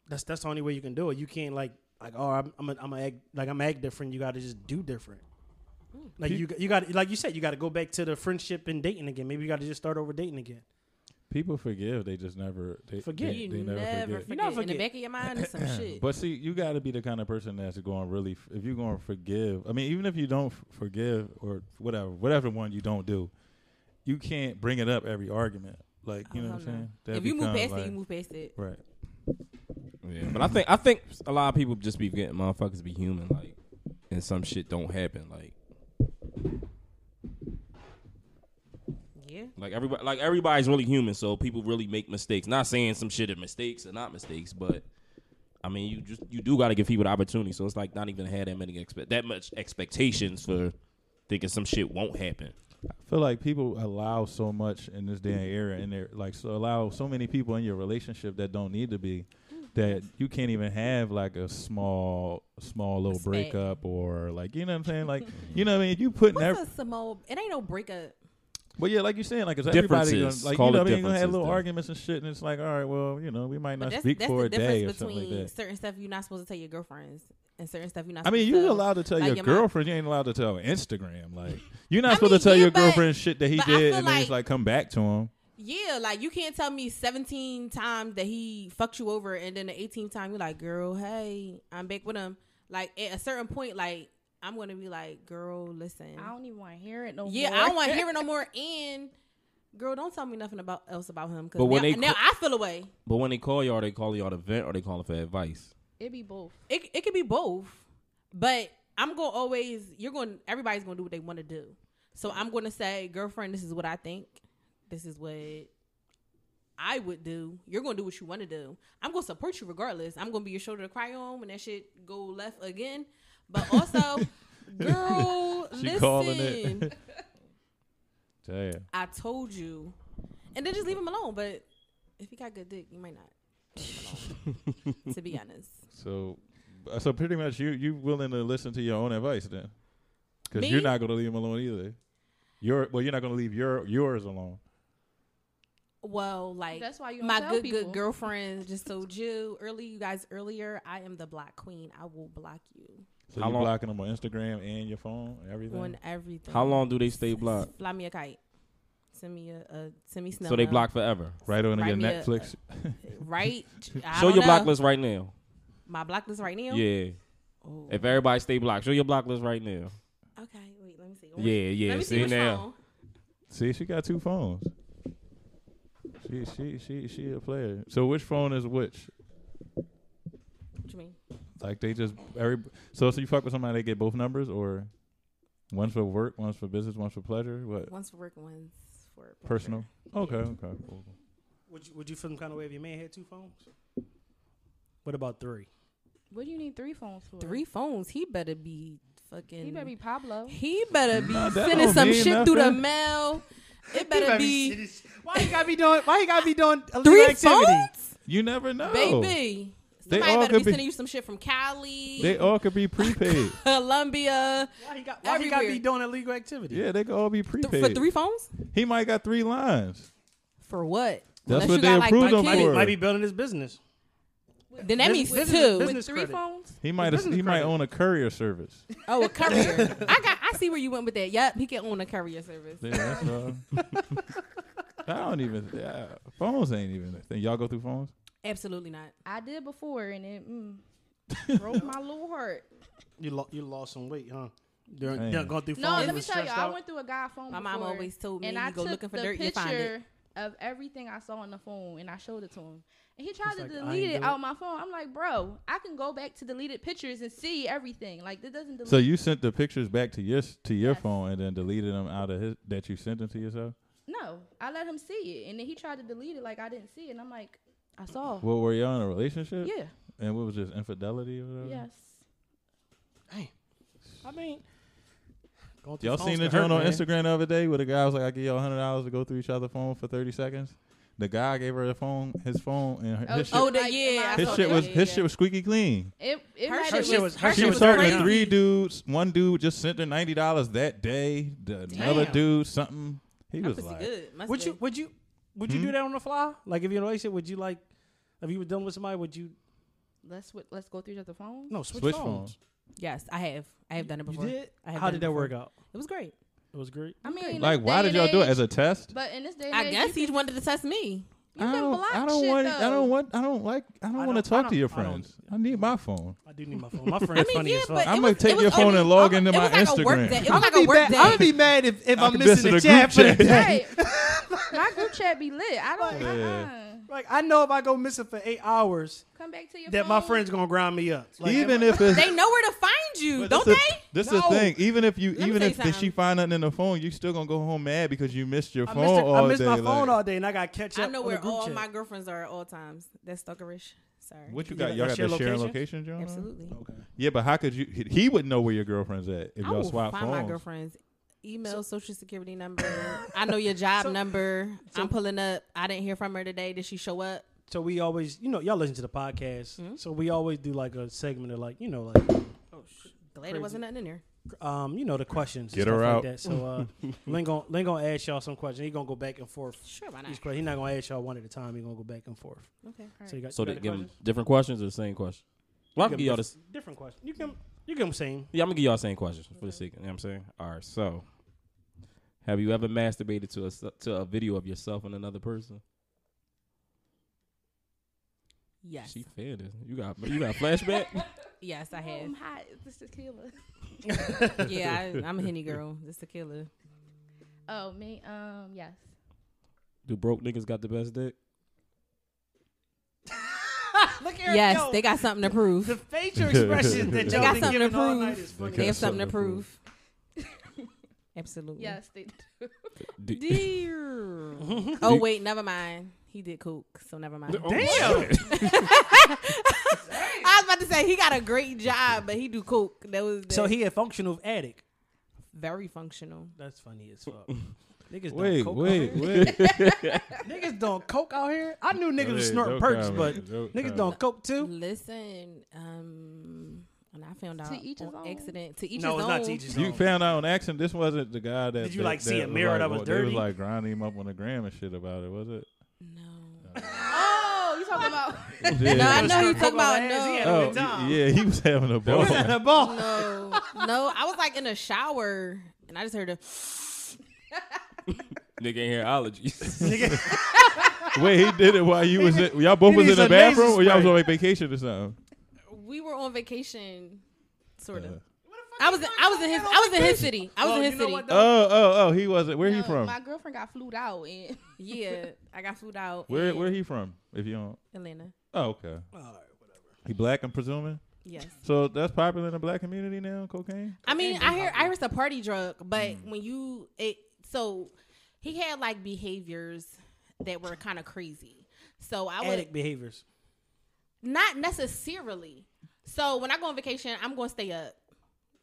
[SPEAKER 3] That's that's the only way you can do it. You can't like like oh I'm I'm a, I'm a act, like I'm act different. You got to just do different.
[SPEAKER 5] Hmm.
[SPEAKER 3] Like you you got like you said you got to go back to the friendship and dating again. Maybe you got to just start over dating again.
[SPEAKER 2] People forgive, they just never they,
[SPEAKER 3] Forget.
[SPEAKER 2] They,
[SPEAKER 1] you
[SPEAKER 2] they
[SPEAKER 1] never,
[SPEAKER 2] never, forget.
[SPEAKER 1] forget.
[SPEAKER 3] You never
[SPEAKER 1] In the
[SPEAKER 3] forget.
[SPEAKER 1] back of your mind is some shit.
[SPEAKER 2] But see, you got to be the kind of person that's going really. f- If you're going to forgive, I mean, even if you don't f- forgive or whatever, whatever one you don't do, you can't bring it up every argument. Like you
[SPEAKER 1] Oh,
[SPEAKER 2] know what
[SPEAKER 1] hell no.
[SPEAKER 2] I'm saying? That
[SPEAKER 1] If you move
[SPEAKER 2] becomes
[SPEAKER 1] past
[SPEAKER 2] like-
[SPEAKER 1] it, you move past it.
[SPEAKER 2] Right.
[SPEAKER 4] Yeah, but I think I think a lot of people just be getting motherfuckers be human like, and some shit don't happen like
[SPEAKER 1] Yeah.
[SPEAKER 4] like everybody like everybody's really human, so people really make mistakes. Not saying some shit are mistakes or not mistakes, but I mean you just you do got to give people the opportunity. So it's like not even had that many expect that much expectations for thinking some shit won't happen.
[SPEAKER 2] I feel like people allow so much in this day and era, and they're like so allow so many people in your relationship that don't need to be,
[SPEAKER 1] Mm.
[SPEAKER 2] that you can't even have like a small, small little
[SPEAKER 1] spat.
[SPEAKER 2] breakup or like you know what I'm saying? Like you know what I mean? If You putting
[SPEAKER 1] What's
[SPEAKER 2] every
[SPEAKER 1] a Samoa? It ain't no breakup.
[SPEAKER 2] But yeah, like you saying, like, 'cause everybody gonna,
[SPEAKER 4] Differences.
[SPEAKER 2] like,
[SPEAKER 4] Call
[SPEAKER 2] you know,
[SPEAKER 4] it
[SPEAKER 2] what I mean, gonna have
[SPEAKER 4] differences
[SPEAKER 2] little
[SPEAKER 4] then.
[SPEAKER 2] arguments and shit, and it's like, all right, well, you know, we might
[SPEAKER 1] But
[SPEAKER 2] not
[SPEAKER 1] that's,
[SPEAKER 2] speak
[SPEAKER 1] that's
[SPEAKER 2] for
[SPEAKER 1] the
[SPEAKER 2] a day or
[SPEAKER 1] difference
[SPEAKER 2] something
[SPEAKER 1] between
[SPEAKER 2] like that.
[SPEAKER 1] certain stuff you're not supposed to tell your girlfriends and certain stuff you're not.
[SPEAKER 2] I mean,
[SPEAKER 1] supposed
[SPEAKER 2] you
[SPEAKER 1] to tell.
[SPEAKER 2] allowed to tell
[SPEAKER 1] like,
[SPEAKER 2] your
[SPEAKER 1] your mom-
[SPEAKER 2] girlfriend, you ain't allowed to tell Instagram. Like, you're not
[SPEAKER 1] I
[SPEAKER 2] supposed
[SPEAKER 1] mean,
[SPEAKER 2] to tell
[SPEAKER 1] yeah,
[SPEAKER 2] your
[SPEAKER 1] but-
[SPEAKER 2] girlfriend shit that he
[SPEAKER 1] but I
[SPEAKER 2] did,
[SPEAKER 1] feel
[SPEAKER 2] and then it's
[SPEAKER 1] like-
[SPEAKER 2] like come back to him.
[SPEAKER 1] Yeah, like you can't tell me 17 times that he fucked you over, and then the 18th time you're like, girl, hey, I'm back with him. Like at a certain point, like I'm gonna be like, girl, listen,
[SPEAKER 5] I don't even want to hear it no
[SPEAKER 1] yeah,
[SPEAKER 5] more.
[SPEAKER 1] I don't want to hear it no more. And girl, don't tell me nothing about else about him. Cause
[SPEAKER 4] But when
[SPEAKER 1] now,
[SPEAKER 4] they
[SPEAKER 1] now
[SPEAKER 4] qu-
[SPEAKER 1] I feel away.
[SPEAKER 4] But when they call y'all, they call y'all to vent or they call it for advice.
[SPEAKER 5] It be both.
[SPEAKER 1] It it could be both, but I'm gonna always you're going everybody's gonna do what they want to do. So I'm gonna say, girlfriend, this is what I think. This is what I would do. You're gonna do what you want to do. I'm gonna support you regardless. I'm gonna be your shoulder to cry on when that shit go left again. But also, girl,
[SPEAKER 2] She
[SPEAKER 1] listen.
[SPEAKER 2] calling it. Damn.
[SPEAKER 1] I told you. And then just leave him alone. But if you got good dick, you might not. leave him alone, to be honest.
[SPEAKER 2] So, uh, so pretty much, you you willing to listen to your own advice then, because
[SPEAKER 1] Me?
[SPEAKER 2] you're not gonna leave him alone either. Your well, you're not gonna leave your yours alone.
[SPEAKER 1] Well, like
[SPEAKER 5] That's why you don't
[SPEAKER 1] my
[SPEAKER 5] tell
[SPEAKER 1] good
[SPEAKER 5] people.
[SPEAKER 1] good girlfriend just told you early, you guys earlier. I am the block queen. I will block you
[SPEAKER 2] So
[SPEAKER 4] How
[SPEAKER 2] you
[SPEAKER 4] long-
[SPEAKER 2] blocking him on Instagram and your phone, and everything.
[SPEAKER 1] on everything.
[SPEAKER 4] How long do they stay blocked?
[SPEAKER 1] Fly me a kite. Send me a, a send me snow.
[SPEAKER 4] So they block forever.
[SPEAKER 2] right on your
[SPEAKER 1] Write me a-
[SPEAKER 2] Netflix.
[SPEAKER 1] right. I
[SPEAKER 4] Show
[SPEAKER 1] don't
[SPEAKER 4] your
[SPEAKER 1] know.
[SPEAKER 4] block list right now.
[SPEAKER 1] My block list right now.
[SPEAKER 4] Yeah.
[SPEAKER 1] Oh.
[SPEAKER 4] If everybody stay blocked, show your block list right now.
[SPEAKER 1] Okay. Wait. Let me see.
[SPEAKER 4] Yeah, yeah.
[SPEAKER 1] Let me
[SPEAKER 4] see
[SPEAKER 1] see which
[SPEAKER 4] now.
[SPEAKER 1] phone.
[SPEAKER 2] See, she got two phones. She she she she a player. So which phone is which? Like they just every so so you fuck with somebody, they get both numbers or one's for work, one's for business, one's for pleasure. What
[SPEAKER 1] Once for work, once for pleasure.
[SPEAKER 2] personal? Okay, okay. cool, cool.
[SPEAKER 3] Would you, would you feel some kind of way if your man had two phones? What about three?
[SPEAKER 5] What do you need three phones for?
[SPEAKER 1] Three phones. He better be fucking.
[SPEAKER 5] He better be Pablo.
[SPEAKER 1] He better be
[SPEAKER 2] Nah, that
[SPEAKER 1] sending
[SPEAKER 2] don't
[SPEAKER 1] some
[SPEAKER 2] mean
[SPEAKER 1] shit through the
[SPEAKER 2] nothing.
[SPEAKER 1] mail. It better be
[SPEAKER 3] Why you gotta be doing? Why you gotta be doing illegal
[SPEAKER 1] three
[SPEAKER 3] activity?
[SPEAKER 1] phones,
[SPEAKER 2] You never know.
[SPEAKER 1] baby.
[SPEAKER 2] Oh. They
[SPEAKER 1] Somebody
[SPEAKER 2] all
[SPEAKER 1] better
[SPEAKER 2] could
[SPEAKER 1] be
[SPEAKER 2] be-
[SPEAKER 1] sending you some shit from Cali,
[SPEAKER 2] They all could be prepaid.
[SPEAKER 1] Colombia.
[SPEAKER 3] Why he got? Why he gotta be
[SPEAKER 1] Everywhere.
[SPEAKER 3] doing illegal activity?
[SPEAKER 2] yeah, they could all be
[SPEAKER 1] Th-
[SPEAKER 2] prepaid.
[SPEAKER 1] for three phones?
[SPEAKER 2] He might got three lines.
[SPEAKER 1] For what?
[SPEAKER 2] That's
[SPEAKER 1] Unless
[SPEAKER 2] what
[SPEAKER 1] you
[SPEAKER 2] they
[SPEAKER 1] got, like,
[SPEAKER 2] approved
[SPEAKER 1] my
[SPEAKER 2] him
[SPEAKER 1] kid.
[SPEAKER 2] for.
[SPEAKER 3] Might be building his business.
[SPEAKER 1] Then that means
[SPEAKER 3] Business- business-
[SPEAKER 1] two.
[SPEAKER 3] business-
[SPEAKER 5] With three
[SPEAKER 3] credit.
[SPEAKER 5] phones?
[SPEAKER 2] He might
[SPEAKER 3] business
[SPEAKER 2] he might
[SPEAKER 3] credit.
[SPEAKER 2] own a courier service.
[SPEAKER 1] Oh, a courier. I got. I see where you went with that. Yep, he can own a courier service.
[SPEAKER 2] Yeah, that's all. I don't even. Yeah, phones ain't even a thing. Y'all go through phones.
[SPEAKER 1] Absolutely not.
[SPEAKER 5] I did before, and it mm, broke my little heart.
[SPEAKER 3] You lo- you lost some weight, huh? During,
[SPEAKER 2] Dang.
[SPEAKER 3] during going through
[SPEAKER 5] No,
[SPEAKER 3] phones
[SPEAKER 5] let
[SPEAKER 3] and
[SPEAKER 5] me tell you,
[SPEAKER 3] stressed
[SPEAKER 5] I
[SPEAKER 3] out.
[SPEAKER 5] went through a guy phone.
[SPEAKER 1] My mom
[SPEAKER 5] before,
[SPEAKER 1] always told me,
[SPEAKER 5] and
[SPEAKER 1] you
[SPEAKER 5] I
[SPEAKER 1] go
[SPEAKER 5] took
[SPEAKER 1] looking for
[SPEAKER 5] the
[SPEAKER 1] dirt, you
[SPEAKER 5] picture
[SPEAKER 1] find it.
[SPEAKER 5] of everything I saw on the phone, and I showed it to him. And he tried
[SPEAKER 3] He's
[SPEAKER 5] to
[SPEAKER 3] like, "I
[SPEAKER 5] delete
[SPEAKER 3] ain't
[SPEAKER 5] it
[SPEAKER 3] do
[SPEAKER 5] out
[SPEAKER 3] it."
[SPEAKER 5] my phone. I'm like, bro, I can go back to deleted pictures and see everything. Like that doesn't delete.
[SPEAKER 2] So you sent the pictures back to your s- to your
[SPEAKER 5] Yes.
[SPEAKER 2] phone and then deleted them out of his that you sent them to yourself.
[SPEAKER 5] no, I let him see it, and then he tried to delete it like I didn't see it. And I'm like, I saw.
[SPEAKER 2] Well, were y'all in a relationship?
[SPEAKER 5] yeah.
[SPEAKER 2] And what was this infidelity or whatever?
[SPEAKER 5] Yes.
[SPEAKER 3] I mean, going through
[SPEAKER 2] Y'all
[SPEAKER 3] phones
[SPEAKER 2] seen the
[SPEAKER 3] can hurt,
[SPEAKER 2] joint on
[SPEAKER 3] man.
[SPEAKER 2] Instagram the other day where the guy was like, "I give y'all hundred dollars to go through each other's phone for thirty seconds." The guy gave her the phone, his phone, and her, his shit.
[SPEAKER 1] Oh, the- yeah, I
[SPEAKER 2] his
[SPEAKER 1] saw
[SPEAKER 2] shit
[SPEAKER 1] that.
[SPEAKER 2] was
[SPEAKER 1] Yeah,
[SPEAKER 2] his
[SPEAKER 1] yeah.
[SPEAKER 2] shit was squeaky clean.
[SPEAKER 5] It, it
[SPEAKER 1] Her
[SPEAKER 5] might
[SPEAKER 1] shit
[SPEAKER 5] have
[SPEAKER 1] was-
[SPEAKER 5] been-
[SPEAKER 1] her shit
[SPEAKER 2] she was
[SPEAKER 1] was
[SPEAKER 2] talking to
[SPEAKER 1] crazy.
[SPEAKER 2] three dudes. One dude just sent her ninety dollars that day. The another
[SPEAKER 3] Damn.
[SPEAKER 2] dude something. He
[SPEAKER 1] That
[SPEAKER 2] was
[SPEAKER 1] pussy
[SPEAKER 2] like,
[SPEAKER 1] good. Must
[SPEAKER 3] Would you
[SPEAKER 1] be.
[SPEAKER 3] would you would you
[SPEAKER 2] Hmm?
[SPEAKER 3] do that on the fly? Like if you're in a relationship, would you like if you were dealing with somebody, would you
[SPEAKER 5] Let's wi- let's go through each other's phones.
[SPEAKER 3] no switch,
[SPEAKER 2] Switch
[SPEAKER 3] phones?
[SPEAKER 1] Yes, I have. I have done it
[SPEAKER 3] You
[SPEAKER 1] before.
[SPEAKER 3] did.
[SPEAKER 1] I have
[SPEAKER 3] How
[SPEAKER 1] done
[SPEAKER 3] did
[SPEAKER 1] it
[SPEAKER 3] that work
[SPEAKER 1] before.
[SPEAKER 3] out?
[SPEAKER 1] It was great.
[SPEAKER 3] It was great.
[SPEAKER 5] I mean,
[SPEAKER 2] like,
[SPEAKER 5] this
[SPEAKER 2] why
[SPEAKER 5] day
[SPEAKER 2] did
[SPEAKER 5] and
[SPEAKER 2] y'all do it
[SPEAKER 5] age-
[SPEAKER 2] as a test?
[SPEAKER 5] But in this day, and
[SPEAKER 1] I
[SPEAKER 5] age,
[SPEAKER 1] guess
[SPEAKER 5] you
[SPEAKER 1] he
[SPEAKER 5] can,
[SPEAKER 1] wanted to test me.
[SPEAKER 5] you can block
[SPEAKER 2] I don't
[SPEAKER 5] shit,
[SPEAKER 2] want. I
[SPEAKER 5] though.
[SPEAKER 2] don't want. I don't like. I don't
[SPEAKER 3] I
[SPEAKER 2] want
[SPEAKER 3] don't-
[SPEAKER 2] to
[SPEAKER 3] I
[SPEAKER 2] talk
[SPEAKER 3] don't-
[SPEAKER 2] to your
[SPEAKER 3] I don't-
[SPEAKER 2] friends. I, need my phone.
[SPEAKER 3] I do need my phone. My
[SPEAKER 1] I
[SPEAKER 3] friend's
[SPEAKER 1] mean,
[SPEAKER 3] funny
[SPEAKER 1] yeah,
[SPEAKER 3] as fuck.
[SPEAKER 1] but
[SPEAKER 2] I'm
[SPEAKER 1] it
[SPEAKER 2] gonna
[SPEAKER 1] was-
[SPEAKER 2] take
[SPEAKER 1] it was
[SPEAKER 2] your phone
[SPEAKER 1] only-
[SPEAKER 2] and log
[SPEAKER 1] it
[SPEAKER 2] into
[SPEAKER 1] was
[SPEAKER 2] my
[SPEAKER 1] like a work
[SPEAKER 2] Instagram.
[SPEAKER 1] day. It was
[SPEAKER 3] I'm
[SPEAKER 1] like
[SPEAKER 3] gonna
[SPEAKER 1] a
[SPEAKER 3] be
[SPEAKER 1] work
[SPEAKER 3] mad.
[SPEAKER 1] day.
[SPEAKER 3] I'm gonna be mad if, if
[SPEAKER 2] I
[SPEAKER 3] I'm
[SPEAKER 2] could be in
[SPEAKER 3] missing
[SPEAKER 2] the
[SPEAKER 3] the chat
[SPEAKER 2] group
[SPEAKER 3] for the
[SPEAKER 2] chat.
[SPEAKER 3] day.
[SPEAKER 5] Right. My group chat be lit. I don't.
[SPEAKER 2] Yeah.
[SPEAKER 5] Uh-uh.
[SPEAKER 3] Like I know if I go missing for eight hours,
[SPEAKER 5] Come back to your.
[SPEAKER 3] that my
[SPEAKER 5] phone.
[SPEAKER 3] friend's gonna grind me up. Like,
[SPEAKER 2] even if it's
[SPEAKER 1] They know where to find you,
[SPEAKER 2] but
[SPEAKER 1] don't
[SPEAKER 2] this
[SPEAKER 1] they?
[SPEAKER 2] is- This is
[SPEAKER 3] No.
[SPEAKER 2] the thing. Even if you,
[SPEAKER 1] Let me
[SPEAKER 2] even
[SPEAKER 1] tell
[SPEAKER 2] if
[SPEAKER 1] you
[SPEAKER 2] did she
[SPEAKER 1] something.
[SPEAKER 2] find nothing in the phone, you still gonna go home mad because you missed your
[SPEAKER 3] I
[SPEAKER 2] phone
[SPEAKER 3] missed, it-
[SPEAKER 2] all
[SPEAKER 3] I missed
[SPEAKER 2] day.
[SPEAKER 3] my
[SPEAKER 2] like,
[SPEAKER 3] phone all day and I got catch up.
[SPEAKER 1] I know
[SPEAKER 3] on
[SPEAKER 1] where
[SPEAKER 3] the group
[SPEAKER 1] all
[SPEAKER 3] chat.
[SPEAKER 1] my girlfriends are at all times. That's stalkerish. Sorry.
[SPEAKER 2] What you
[SPEAKER 3] You
[SPEAKER 2] got?
[SPEAKER 3] got
[SPEAKER 2] Y'all got
[SPEAKER 3] shared
[SPEAKER 2] that sharing
[SPEAKER 3] locations?
[SPEAKER 2] location, Jonah?
[SPEAKER 1] Absolutely.
[SPEAKER 2] Yeah, but how could you? He, he would know where your girlfriend's at if
[SPEAKER 1] I
[SPEAKER 2] y'all
[SPEAKER 1] will
[SPEAKER 2] swap
[SPEAKER 1] find my
[SPEAKER 2] phones.
[SPEAKER 1] girlfriend's email, social security number. I know your job number. I'm pulling up. I didn't hear from her today. Did she show up?
[SPEAKER 3] So we always, you know, y'all listen to the podcast.
[SPEAKER 1] Mm-hmm.
[SPEAKER 3] So we always do like a segment of like, you know, like,
[SPEAKER 1] Oh, sh- glad there wasn't nothing in there.
[SPEAKER 3] um, you know, the questions.
[SPEAKER 2] Get
[SPEAKER 3] and stuff
[SPEAKER 2] her
[SPEAKER 3] like
[SPEAKER 2] out.
[SPEAKER 3] That. So uh, Lynn gonna, Lynn gonna ask y'all some questions. He gonna go back and forth.
[SPEAKER 1] Sure, why
[SPEAKER 3] He's
[SPEAKER 1] not?
[SPEAKER 3] crazy. He's not gonna ask y'all one at a time. He gonna go back and forth.
[SPEAKER 1] Okay.
[SPEAKER 3] So you got
[SPEAKER 4] So
[SPEAKER 3] you
[SPEAKER 4] they
[SPEAKER 3] got
[SPEAKER 4] give
[SPEAKER 3] the
[SPEAKER 4] them
[SPEAKER 3] questions?
[SPEAKER 4] different questions or the same question? Well, I
[SPEAKER 3] You
[SPEAKER 4] can
[SPEAKER 3] give
[SPEAKER 4] give y'all
[SPEAKER 3] 'em
[SPEAKER 4] this.
[SPEAKER 3] diff- different questions. You can you give them same.
[SPEAKER 4] Yeah, I'm gonna give y'all the same questions for the sake. You know what I'm saying? All right. So, have you ever masturbated to a s- to a video of yourself and another person?
[SPEAKER 1] Yes.
[SPEAKER 4] She failed this. You got you got a flashback.
[SPEAKER 1] Yes, I
[SPEAKER 5] Oh, I'm
[SPEAKER 1] have.
[SPEAKER 5] hot. This is killer.
[SPEAKER 1] yeah, I, I'm a henny girl. This tequila.
[SPEAKER 5] Oh me. Um. Yes.
[SPEAKER 4] Do broke niggas got the best dick?
[SPEAKER 3] Look at
[SPEAKER 1] Yes, they got something to prove.
[SPEAKER 3] the facial expressions that
[SPEAKER 1] They
[SPEAKER 3] y'all
[SPEAKER 1] got
[SPEAKER 3] been
[SPEAKER 1] something to
[SPEAKER 3] giving all
[SPEAKER 1] prove.
[SPEAKER 3] night is
[SPEAKER 2] They
[SPEAKER 3] funny.
[SPEAKER 1] They have
[SPEAKER 4] Yes,
[SPEAKER 1] something to
[SPEAKER 4] something to
[SPEAKER 1] prove. Absolutely.
[SPEAKER 5] Yes. They do.
[SPEAKER 4] Do-
[SPEAKER 1] Dear. oh wait, never mind. He did coke, so never mind.
[SPEAKER 4] Oh,
[SPEAKER 3] Damn.
[SPEAKER 4] shit.
[SPEAKER 1] I was about to say he got a great job, but he do coke. That was
[SPEAKER 3] So
[SPEAKER 1] that-
[SPEAKER 3] he a functional addict.
[SPEAKER 1] very functional.
[SPEAKER 3] That's funny as fuck. Niggas
[SPEAKER 2] Wait,
[SPEAKER 3] don't coke
[SPEAKER 2] wait,
[SPEAKER 3] out here.
[SPEAKER 2] wait.
[SPEAKER 3] Niggas don't coke out here. I knew niggas was
[SPEAKER 2] Hey,
[SPEAKER 3] snorting
[SPEAKER 2] no
[SPEAKER 3] perks, but
[SPEAKER 2] comment, no
[SPEAKER 3] niggas
[SPEAKER 2] comment.
[SPEAKER 3] don't coke too.
[SPEAKER 1] Listen, um, and I found out
[SPEAKER 5] each his
[SPEAKER 1] on
[SPEAKER 5] own.
[SPEAKER 1] accident to each
[SPEAKER 3] no,
[SPEAKER 1] his
[SPEAKER 3] it's
[SPEAKER 1] own.
[SPEAKER 3] not teachers.
[SPEAKER 2] You found out on accident this wasn't the guy that
[SPEAKER 3] Did you,
[SPEAKER 2] that-
[SPEAKER 3] like, see a
[SPEAKER 2] was
[SPEAKER 3] mirror
[SPEAKER 2] like,
[SPEAKER 3] that was
[SPEAKER 2] oh, They
[SPEAKER 3] dirty?
[SPEAKER 2] was like grinding him up on the gram and shit about it, was it?
[SPEAKER 1] No,
[SPEAKER 5] Oh, you talking about?
[SPEAKER 1] no, I
[SPEAKER 2] Yeah.
[SPEAKER 1] know you
[SPEAKER 3] Coke
[SPEAKER 1] talking
[SPEAKER 3] out
[SPEAKER 1] about
[SPEAKER 3] her ass, he had
[SPEAKER 1] no,
[SPEAKER 3] a
[SPEAKER 2] Oh,
[SPEAKER 3] good time.
[SPEAKER 2] yeah, he was having a ball.
[SPEAKER 3] Was that a ball?
[SPEAKER 1] no, no. I was like in a shower, and I just heard a.
[SPEAKER 4] Nigga ain't here allergies.
[SPEAKER 2] Wait, he did it while you was in, y'all both
[SPEAKER 3] He
[SPEAKER 2] was in
[SPEAKER 3] needs
[SPEAKER 2] the
[SPEAKER 3] a nasal
[SPEAKER 2] bathroom, or y'all was
[SPEAKER 3] spray.
[SPEAKER 2] on like, vacation or something.
[SPEAKER 1] We were on vacation, sort of.
[SPEAKER 2] Uh.
[SPEAKER 1] I was in, I was in his I was in his city. I was
[SPEAKER 3] Well,
[SPEAKER 1] in his
[SPEAKER 3] Uh-huh. you know
[SPEAKER 1] city.
[SPEAKER 3] what, though?
[SPEAKER 2] Oh, oh, oh, he wasn't. Where he
[SPEAKER 5] No,
[SPEAKER 2] from?
[SPEAKER 5] My girlfriend got flued out, and
[SPEAKER 1] Yeah, I got food out.
[SPEAKER 2] Where
[SPEAKER 1] in
[SPEAKER 2] where he from? If you don't.
[SPEAKER 1] Atlanta?
[SPEAKER 2] Oh, okay.
[SPEAKER 3] All right, whatever.
[SPEAKER 2] He black, I'm presuming.
[SPEAKER 1] Yes.
[SPEAKER 2] So that's popular in the black community now. Cocaine.
[SPEAKER 1] I mean, I hear Iris a party drug, but when you it so he had like behaviors that were kind of crazy. So I would
[SPEAKER 3] Addict behaviors.
[SPEAKER 1] not necessarily. So when I go on vacation, I'm going to stay up.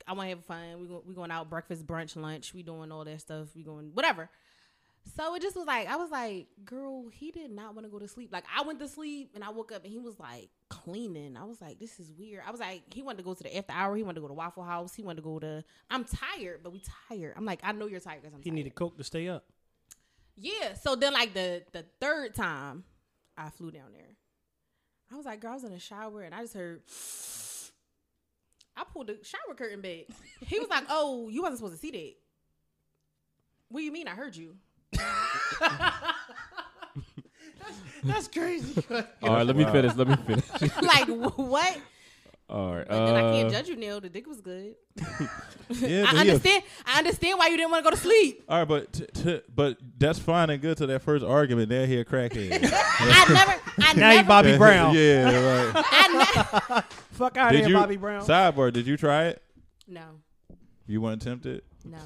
[SPEAKER 1] I want to have fun. We go, we going out breakfast, brunch, lunch. We doing all that stuff. We going whatever. So it just was like I was like, girl, he did not want to go to sleep. Like I went to sleep and I woke up and he was like cleaning. I was like, this is weird. I was like, he wanted to go to the after hour. He wanted to go to Waffle House. He wanted to go to. I'm tired, but we tired. I'm like, I know you're tired because I'm.
[SPEAKER 3] He
[SPEAKER 1] tired.
[SPEAKER 3] needed coke to stay up.
[SPEAKER 1] Yeah. So then, like the the third time, I flew down there. I was like, girl, I was in the shower and I just heard. I pulled the shower curtain back. He was like, "Oh, you wasn't supposed to see that." What do you mean? I heard you.
[SPEAKER 3] That's crazy.
[SPEAKER 4] All right, let me finish. Let me finish.
[SPEAKER 1] like wh- what?
[SPEAKER 4] All right.
[SPEAKER 1] But then I can't
[SPEAKER 4] uh,
[SPEAKER 1] judge you, Neil. The dick was good.
[SPEAKER 2] Yeah,
[SPEAKER 1] I
[SPEAKER 2] but he a-
[SPEAKER 1] understand. I understand why you didn't want to go to sleep.
[SPEAKER 2] All right, but t- t- but that's fine and good to that first argument. There he a crackhead.
[SPEAKER 1] I never. I
[SPEAKER 3] Now you
[SPEAKER 1] never.
[SPEAKER 3] Bobby Brown.
[SPEAKER 2] yeah, right.
[SPEAKER 1] I ne-
[SPEAKER 3] Fuck out of
[SPEAKER 2] did
[SPEAKER 3] here,
[SPEAKER 2] you
[SPEAKER 3] Bobby Brown.
[SPEAKER 2] sidebar? Did you try it?
[SPEAKER 1] no,
[SPEAKER 2] You weren't tempted.
[SPEAKER 1] no.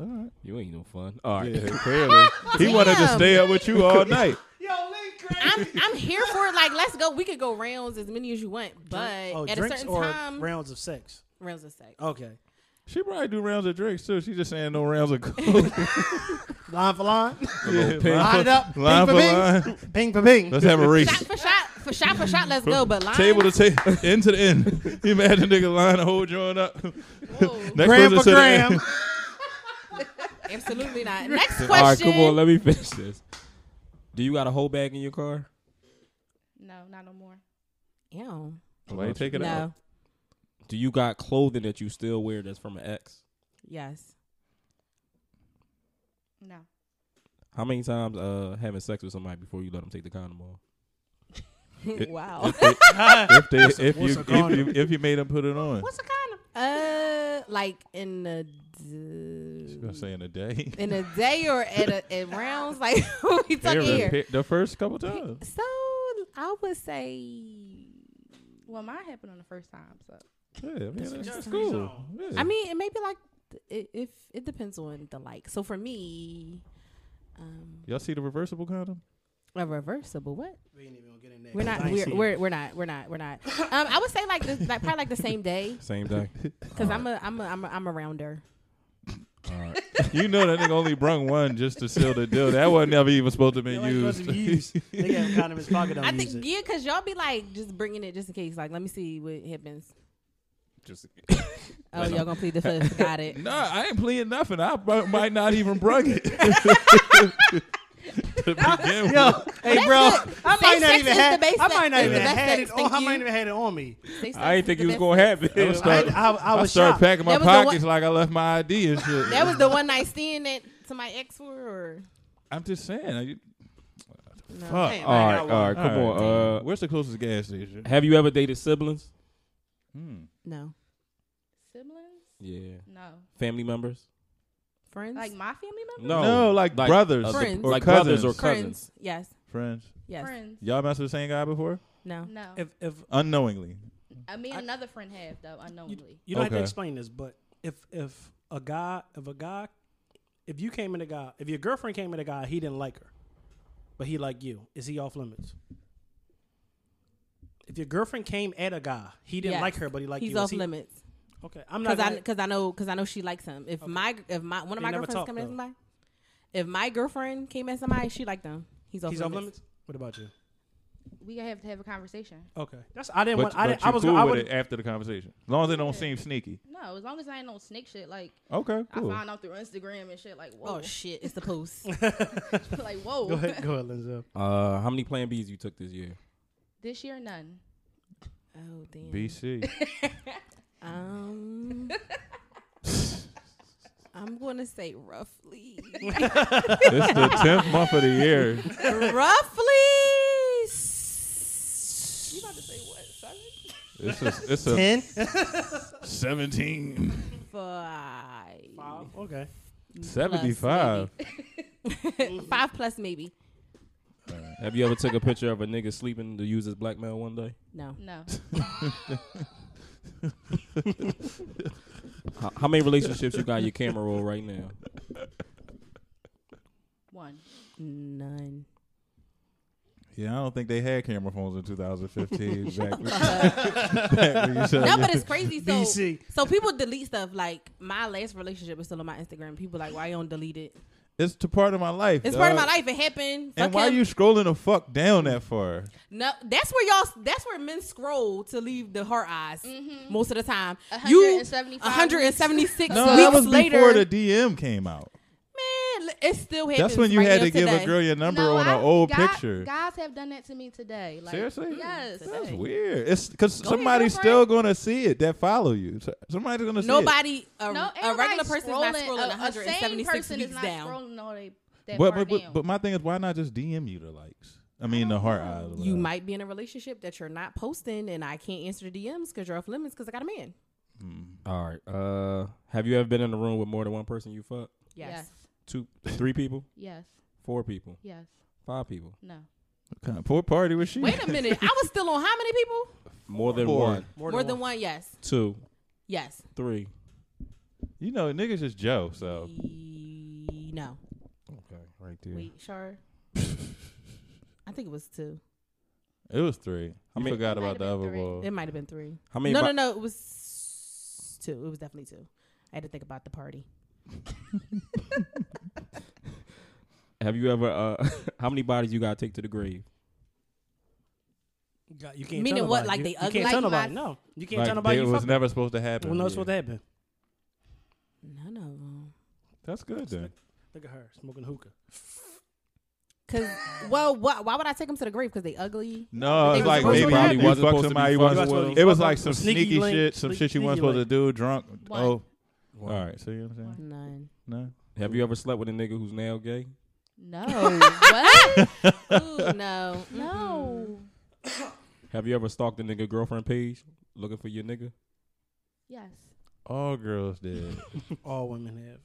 [SPEAKER 2] All right.
[SPEAKER 4] You ain't no fun. All right.
[SPEAKER 2] Yeah, clearly he wanted to
[SPEAKER 1] Damn.
[SPEAKER 2] stay up with you all night.
[SPEAKER 1] I'm I'm here for it. Like, let's go. We could go rounds as many as you want, but
[SPEAKER 3] oh,
[SPEAKER 1] at a
[SPEAKER 3] drinks
[SPEAKER 1] certain
[SPEAKER 3] or
[SPEAKER 1] time,
[SPEAKER 3] rounds of sex.
[SPEAKER 1] rounds of sex.
[SPEAKER 3] Okay,
[SPEAKER 2] She probably do rounds of drinks too. She just saying no rounds of coke.
[SPEAKER 3] line for line,
[SPEAKER 2] Yeah,
[SPEAKER 3] line it up,
[SPEAKER 2] Line for
[SPEAKER 3] ping for
[SPEAKER 2] line.
[SPEAKER 3] ping, ping for ping.
[SPEAKER 2] Let's have a race.
[SPEAKER 1] Shot for shot, for shot for shot. Let's go. But line,
[SPEAKER 2] Table to table, end to the end. You imagine nigga line a whole joint up. Next person
[SPEAKER 3] Gram for
[SPEAKER 2] to the
[SPEAKER 3] gram.
[SPEAKER 2] end.
[SPEAKER 1] absolutely not. Next question.
[SPEAKER 4] All right, come on. Let me finish this. Do you got a whole bag in your car?
[SPEAKER 5] No, not no more.
[SPEAKER 1] Ew.
[SPEAKER 2] Why you take it
[SPEAKER 1] no.
[SPEAKER 2] out?
[SPEAKER 4] Do you got clothing that you still wear that's from an ex?
[SPEAKER 1] Yes.
[SPEAKER 5] No.
[SPEAKER 4] How many times uh having sex with somebody before you let them take the condom off?
[SPEAKER 1] wow.
[SPEAKER 2] If they, if, you,
[SPEAKER 3] What's a
[SPEAKER 2] if you,
[SPEAKER 3] condom?
[SPEAKER 2] if you made them put it on,
[SPEAKER 1] What's the kind of? Uh, like in the d-
[SPEAKER 2] I'm saying a day.
[SPEAKER 1] in a day or at a at rounds like we talking
[SPEAKER 2] Every-
[SPEAKER 1] here.
[SPEAKER 2] pe- The first couple times.
[SPEAKER 1] So I would say.
[SPEAKER 5] Well, mine happened on the first time, so
[SPEAKER 2] Yeah, I mean, that's,
[SPEAKER 3] just
[SPEAKER 2] cool.
[SPEAKER 3] zone.
[SPEAKER 2] Yeah.
[SPEAKER 1] I mean, it may be like it, if it depends on the like. So for me, um,
[SPEAKER 2] y'all see the reversible condom?
[SPEAKER 1] a reversible what?
[SPEAKER 3] We ain't even gonna get in there.
[SPEAKER 1] We're not. We're, we're we're not. We're not. We're not. Um, I would say like this, like probably like the same day
[SPEAKER 4] Same day.
[SPEAKER 1] because I'm a I'm a I'm a I'm a rounder.
[SPEAKER 4] All right.
[SPEAKER 2] you know that nigga only brung one just to seal the deal. That wasn't ever even supposed to have been used.
[SPEAKER 3] used. They got a condom in his pocket. Don't
[SPEAKER 1] I
[SPEAKER 3] use
[SPEAKER 1] think
[SPEAKER 3] it.
[SPEAKER 1] yeah, cause y'all be like just bringing it just in case. Like let me see what happens.
[SPEAKER 4] Just
[SPEAKER 1] Oh, y'all gonna plead the fifth. Got it.
[SPEAKER 2] Nah, I ain't pleading nothing. I bu- might not even brung it. to begin with.
[SPEAKER 3] Yo, hey, bro, I might not
[SPEAKER 1] sex
[SPEAKER 3] even
[SPEAKER 1] is the
[SPEAKER 3] had.
[SPEAKER 1] base
[SPEAKER 3] I
[SPEAKER 1] sex.
[SPEAKER 3] might not
[SPEAKER 1] It's
[SPEAKER 3] even
[SPEAKER 1] the best
[SPEAKER 3] had
[SPEAKER 1] sex.
[SPEAKER 3] it. On, I
[SPEAKER 1] Thank
[SPEAKER 3] might
[SPEAKER 1] you.
[SPEAKER 3] not even had it on me.
[SPEAKER 1] Say sex
[SPEAKER 4] I didn't think
[SPEAKER 1] is
[SPEAKER 4] it was
[SPEAKER 1] the
[SPEAKER 4] gonna
[SPEAKER 1] best
[SPEAKER 4] happen.
[SPEAKER 2] I was
[SPEAKER 3] I,
[SPEAKER 2] start-
[SPEAKER 3] I, I
[SPEAKER 2] I
[SPEAKER 3] was
[SPEAKER 2] started
[SPEAKER 3] shocked.
[SPEAKER 2] packing my
[SPEAKER 1] That was the one-
[SPEAKER 2] pockets like I left my ID and shit.
[SPEAKER 1] sex. That was the one night stand that somebody asked for, or
[SPEAKER 2] I'm just saying. Are you-
[SPEAKER 1] no.
[SPEAKER 2] Fuck.
[SPEAKER 3] Damn,
[SPEAKER 4] all
[SPEAKER 3] I
[SPEAKER 4] right,
[SPEAKER 3] got
[SPEAKER 4] all
[SPEAKER 3] one.
[SPEAKER 4] right, come
[SPEAKER 2] All right,
[SPEAKER 4] on. Uh,
[SPEAKER 2] Where's the closest gas station?
[SPEAKER 4] have you ever dated siblings?
[SPEAKER 2] Hmm.
[SPEAKER 1] No
[SPEAKER 5] siblings?
[SPEAKER 4] Yeah.
[SPEAKER 5] No.
[SPEAKER 4] Family members?
[SPEAKER 1] friends.
[SPEAKER 5] Like my family
[SPEAKER 2] Mm,
[SPEAKER 5] members?
[SPEAKER 4] No,
[SPEAKER 2] No, like brothers
[SPEAKER 4] uh,
[SPEAKER 1] Friends.
[SPEAKER 4] or
[SPEAKER 2] or
[SPEAKER 4] like brothers or
[SPEAKER 1] friends.
[SPEAKER 2] cousins.
[SPEAKER 4] cousins.
[SPEAKER 1] Yes.
[SPEAKER 2] Friends.
[SPEAKER 1] Yes.
[SPEAKER 5] Friends?
[SPEAKER 2] Y'all messed with the same guy before?
[SPEAKER 1] No.
[SPEAKER 5] No.
[SPEAKER 3] If, if
[SPEAKER 2] Unknowingly.
[SPEAKER 5] I mean,
[SPEAKER 3] I-
[SPEAKER 5] another friend have though unknowingly.
[SPEAKER 3] you don't have
[SPEAKER 2] Okay.
[SPEAKER 3] to explain this, but if if a guy, if a guy, if you came in a guy, if your girlfriend came in a guy, he didn't like her, but he liked you. Is he off limits? If your girlfriend came at a guy, he didn't
[SPEAKER 1] Yes.
[SPEAKER 3] like her, but he liked
[SPEAKER 1] He's
[SPEAKER 3] you. is
[SPEAKER 1] off
[SPEAKER 3] he-
[SPEAKER 1] limits
[SPEAKER 3] Okay, I'm not.
[SPEAKER 1] because I
[SPEAKER 3] Gonna,
[SPEAKER 1] because I know because I know she likes him. If my if my one of
[SPEAKER 3] They
[SPEAKER 1] my
[SPEAKER 3] never
[SPEAKER 1] girlfriends
[SPEAKER 3] talk,
[SPEAKER 1] coming at
[SPEAKER 3] though.
[SPEAKER 1] somebody, if my girlfriend came at somebody, she liked them. He's off
[SPEAKER 3] he's off
[SPEAKER 1] limits.
[SPEAKER 3] limits. What about you?
[SPEAKER 5] We gonna have to have a conversation.
[SPEAKER 3] Okay, that's I didn't
[SPEAKER 2] But,
[SPEAKER 3] want. I,
[SPEAKER 2] but
[SPEAKER 3] didn't,
[SPEAKER 2] you
[SPEAKER 3] I was.
[SPEAKER 2] cool
[SPEAKER 3] I
[SPEAKER 2] with
[SPEAKER 3] would.
[SPEAKER 2] it after the conversation, as long as it don't seem sneaky.
[SPEAKER 5] No, as long as I ain't no snake shit. Like
[SPEAKER 2] Okay, cool.
[SPEAKER 5] I found out through Instagram and shit. Like whoa,
[SPEAKER 1] Oh shit! It's the post.
[SPEAKER 5] like whoa.
[SPEAKER 3] Go ahead, go ahead, Lindsay.
[SPEAKER 4] Uh, how many Plan Bs you took this year?
[SPEAKER 5] This year, none.
[SPEAKER 1] oh damn.
[SPEAKER 2] BC.
[SPEAKER 1] Um, I'm gonna say roughly,
[SPEAKER 2] it's the tenth month of the year.
[SPEAKER 1] roughly. s-
[SPEAKER 5] You about to say what? Seven?
[SPEAKER 2] It's a, it's a
[SPEAKER 3] Ten.
[SPEAKER 2] seventeen.
[SPEAKER 1] Five,
[SPEAKER 3] Okay.
[SPEAKER 2] Seventy-five.
[SPEAKER 1] five plus maybe.
[SPEAKER 4] Have you ever took a picture of a nigga sleeping to use as blackmail one day?
[SPEAKER 1] No,
[SPEAKER 5] No.
[SPEAKER 4] How, how many relationships you got in your camera roll right now?
[SPEAKER 5] One.
[SPEAKER 1] None.
[SPEAKER 2] Yeah, I don't think they had camera phones in 2015. exactly. Exactly, you said
[SPEAKER 1] No,
[SPEAKER 2] you-
[SPEAKER 1] but it's crazy. So,
[SPEAKER 3] BC.
[SPEAKER 1] so people delete stuff. Like my last relationship is still on my Instagram. People like, why you don't delete it?
[SPEAKER 2] it's to part of my life.
[SPEAKER 1] It's part of my
[SPEAKER 2] dog.
[SPEAKER 1] life. It happened.
[SPEAKER 2] And
[SPEAKER 1] Fuck
[SPEAKER 2] why
[SPEAKER 1] him.
[SPEAKER 2] you scrolling the fuck down that far?
[SPEAKER 1] No, that's where y'all. That's where men scroll to leave the heart eyes
[SPEAKER 5] Mm-hmm.
[SPEAKER 1] most of the time. You
[SPEAKER 5] 175
[SPEAKER 1] 176
[SPEAKER 2] No,
[SPEAKER 1] weeks
[SPEAKER 2] that was
[SPEAKER 1] later.
[SPEAKER 2] before the DM came out.
[SPEAKER 1] man, it still happens.
[SPEAKER 2] That's when you
[SPEAKER 1] right
[SPEAKER 2] had
[SPEAKER 1] now
[SPEAKER 2] to give
[SPEAKER 1] today.
[SPEAKER 2] a girl your number
[SPEAKER 5] No,
[SPEAKER 2] on
[SPEAKER 5] I-
[SPEAKER 2] an old
[SPEAKER 5] guy-
[SPEAKER 2] picture.
[SPEAKER 5] Guys have done that to me today. Like,
[SPEAKER 2] Seriously?
[SPEAKER 5] Yes.
[SPEAKER 2] That's
[SPEAKER 1] Hey.
[SPEAKER 2] weird. It's because
[SPEAKER 5] Go ahead,
[SPEAKER 2] somebody's
[SPEAKER 5] go for
[SPEAKER 2] still
[SPEAKER 5] it.
[SPEAKER 2] gonna see it that follow you. So- Somebody's gonna see it.
[SPEAKER 1] Nobody, a,
[SPEAKER 5] No,
[SPEAKER 1] a regular
[SPEAKER 5] everybody's
[SPEAKER 1] person's not scrolling
[SPEAKER 5] a- A same
[SPEAKER 1] 176
[SPEAKER 5] person is
[SPEAKER 1] weeks
[SPEAKER 5] not
[SPEAKER 1] down.
[SPEAKER 5] scrolling all they, that
[SPEAKER 2] But,
[SPEAKER 5] far
[SPEAKER 2] but, but,
[SPEAKER 5] down.
[SPEAKER 2] but my thing is, why not just DM you the likes? I mean, the heart eyes.
[SPEAKER 1] Oh,
[SPEAKER 2] or
[SPEAKER 1] You
[SPEAKER 2] whatever.
[SPEAKER 1] might be in a relationship that you're not posting, and I can't answer the DMs because you're off limits because I got a man.
[SPEAKER 2] Hmm.
[SPEAKER 4] All right. Uh, have you ever been in a room with more than one person you fuck?
[SPEAKER 1] Yes.
[SPEAKER 5] yes.
[SPEAKER 4] Two, three people,
[SPEAKER 5] Yes.
[SPEAKER 4] four people,
[SPEAKER 5] Yes.
[SPEAKER 4] five people,
[SPEAKER 5] No.
[SPEAKER 2] What kind of poor party was she?
[SPEAKER 1] Wait a minute. I was still on how many people?
[SPEAKER 4] more than
[SPEAKER 2] Four.
[SPEAKER 4] one,
[SPEAKER 1] More, than, one. Yes.
[SPEAKER 4] two,
[SPEAKER 1] Yes.
[SPEAKER 4] three.
[SPEAKER 2] You know, niggas just Joe.
[SPEAKER 5] Oh.
[SPEAKER 2] So
[SPEAKER 1] E- No.
[SPEAKER 4] Okay, right there.
[SPEAKER 1] Wait, sure. I think it was two.
[SPEAKER 2] it was three. I
[SPEAKER 4] I mean-
[SPEAKER 2] forgot
[SPEAKER 5] It might
[SPEAKER 2] about
[SPEAKER 5] have
[SPEAKER 2] the
[SPEAKER 5] been
[SPEAKER 2] other
[SPEAKER 5] three.
[SPEAKER 2] ball.
[SPEAKER 1] It might have been three.
[SPEAKER 4] How many?
[SPEAKER 1] no,
[SPEAKER 4] bi-
[SPEAKER 1] no, no. It was two. It was definitely two. I had to think about the party.
[SPEAKER 4] Have you ever? Uh, how many bodies you gotta take to the grave?
[SPEAKER 3] God, You can't
[SPEAKER 1] Meaning
[SPEAKER 3] tell
[SPEAKER 1] what,
[SPEAKER 3] nobody.
[SPEAKER 1] like
[SPEAKER 3] You-
[SPEAKER 1] they
[SPEAKER 3] you
[SPEAKER 1] ugly?
[SPEAKER 3] can't
[SPEAKER 5] Like
[SPEAKER 3] tell
[SPEAKER 5] my-
[SPEAKER 3] nobody. No, you can't
[SPEAKER 2] Like,
[SPEAKER 3] tell nobody.
[SPEAKER 2] It
[SPEAKER 3] You
[SPEAKER 2] was
[SPEAKER 3] fuck-
[SPEAKER 2] never supposed to happen.
[SPEAKER 3] Well, no, it's
[SPEAKER 2] Yeah.
[SPEAKER 3] supposed to happen.
[SPEAKER 1] None of them.
[SPEAKER 2] That's good then.
[SPEAKER 3] Look at her smoking hookah.
[SPEAKER 1] Cause well, why, why would I take them to the grave? Cause they ugly.
[SPEAKER 2] No,
[SPEAKER 1] They
[SPEAKER 2] it's
[SPEAKER 1] were
[SPEAKER 2] like
[SPEAKER 1] supposed
[SPEAKER 2] maybe
[SPEAKER 1] to
[SPEAKER 4] happen.
[SPEAKER 2] you
[SPEAKER 4] Wasn't
[SPEAKER 2] fuck
[SPEAKER 4] supposed to be
[SPEAKER 2] somebody. You
[SPEAKER 4] fucked
[SPEAKER 2] wasn't
[SPEAKER 3] with.
[SPEAKER 2] supposed to-
[SPEAKER 3] You
[SPEAKER 2] it was
[SPEAKER 3] fuck
[SPEAKER 2] like
[SPEAKER 3] with
[SPEAKER 2] some
[SPEAKER 3] sneaky
[SPEAKER 2] sneaky
[SPEAKER 3] link,
[SPEAKER 2] shit, some
[SPEAKER 3] sneak-
[SPEAKER 2] shit you weren't
[SPEAKER 3] sneaky
[SPEAKER 2] supposed to
[SPEAKER 3] link.
[SPEAKER 2] do. Drunk.
[SPEAKER 5] One.
[SPEAKER 2] Oh, all
[SPEAKER 4] One.
[SPEAKER 2] right. So you know what I'm saying?
[SPEAKER 1] None.
[SPEAKER 2] No.
[SPEAKER 4] Have you ever slept with a nigga who's now gay?
[SPEAKER 5] No. Oh, Mm-hmm. what?
[SPEAKER 1] Ooh, no.
[SPEAKER 5] No.
[SPEAKER 4] Have you ever stalked a nigga girlfriend page looking for your nigga?
[SPEAKER 5] Yes.
[SPEAKER 2] All girls did.
[SPEAKER 3] All women have.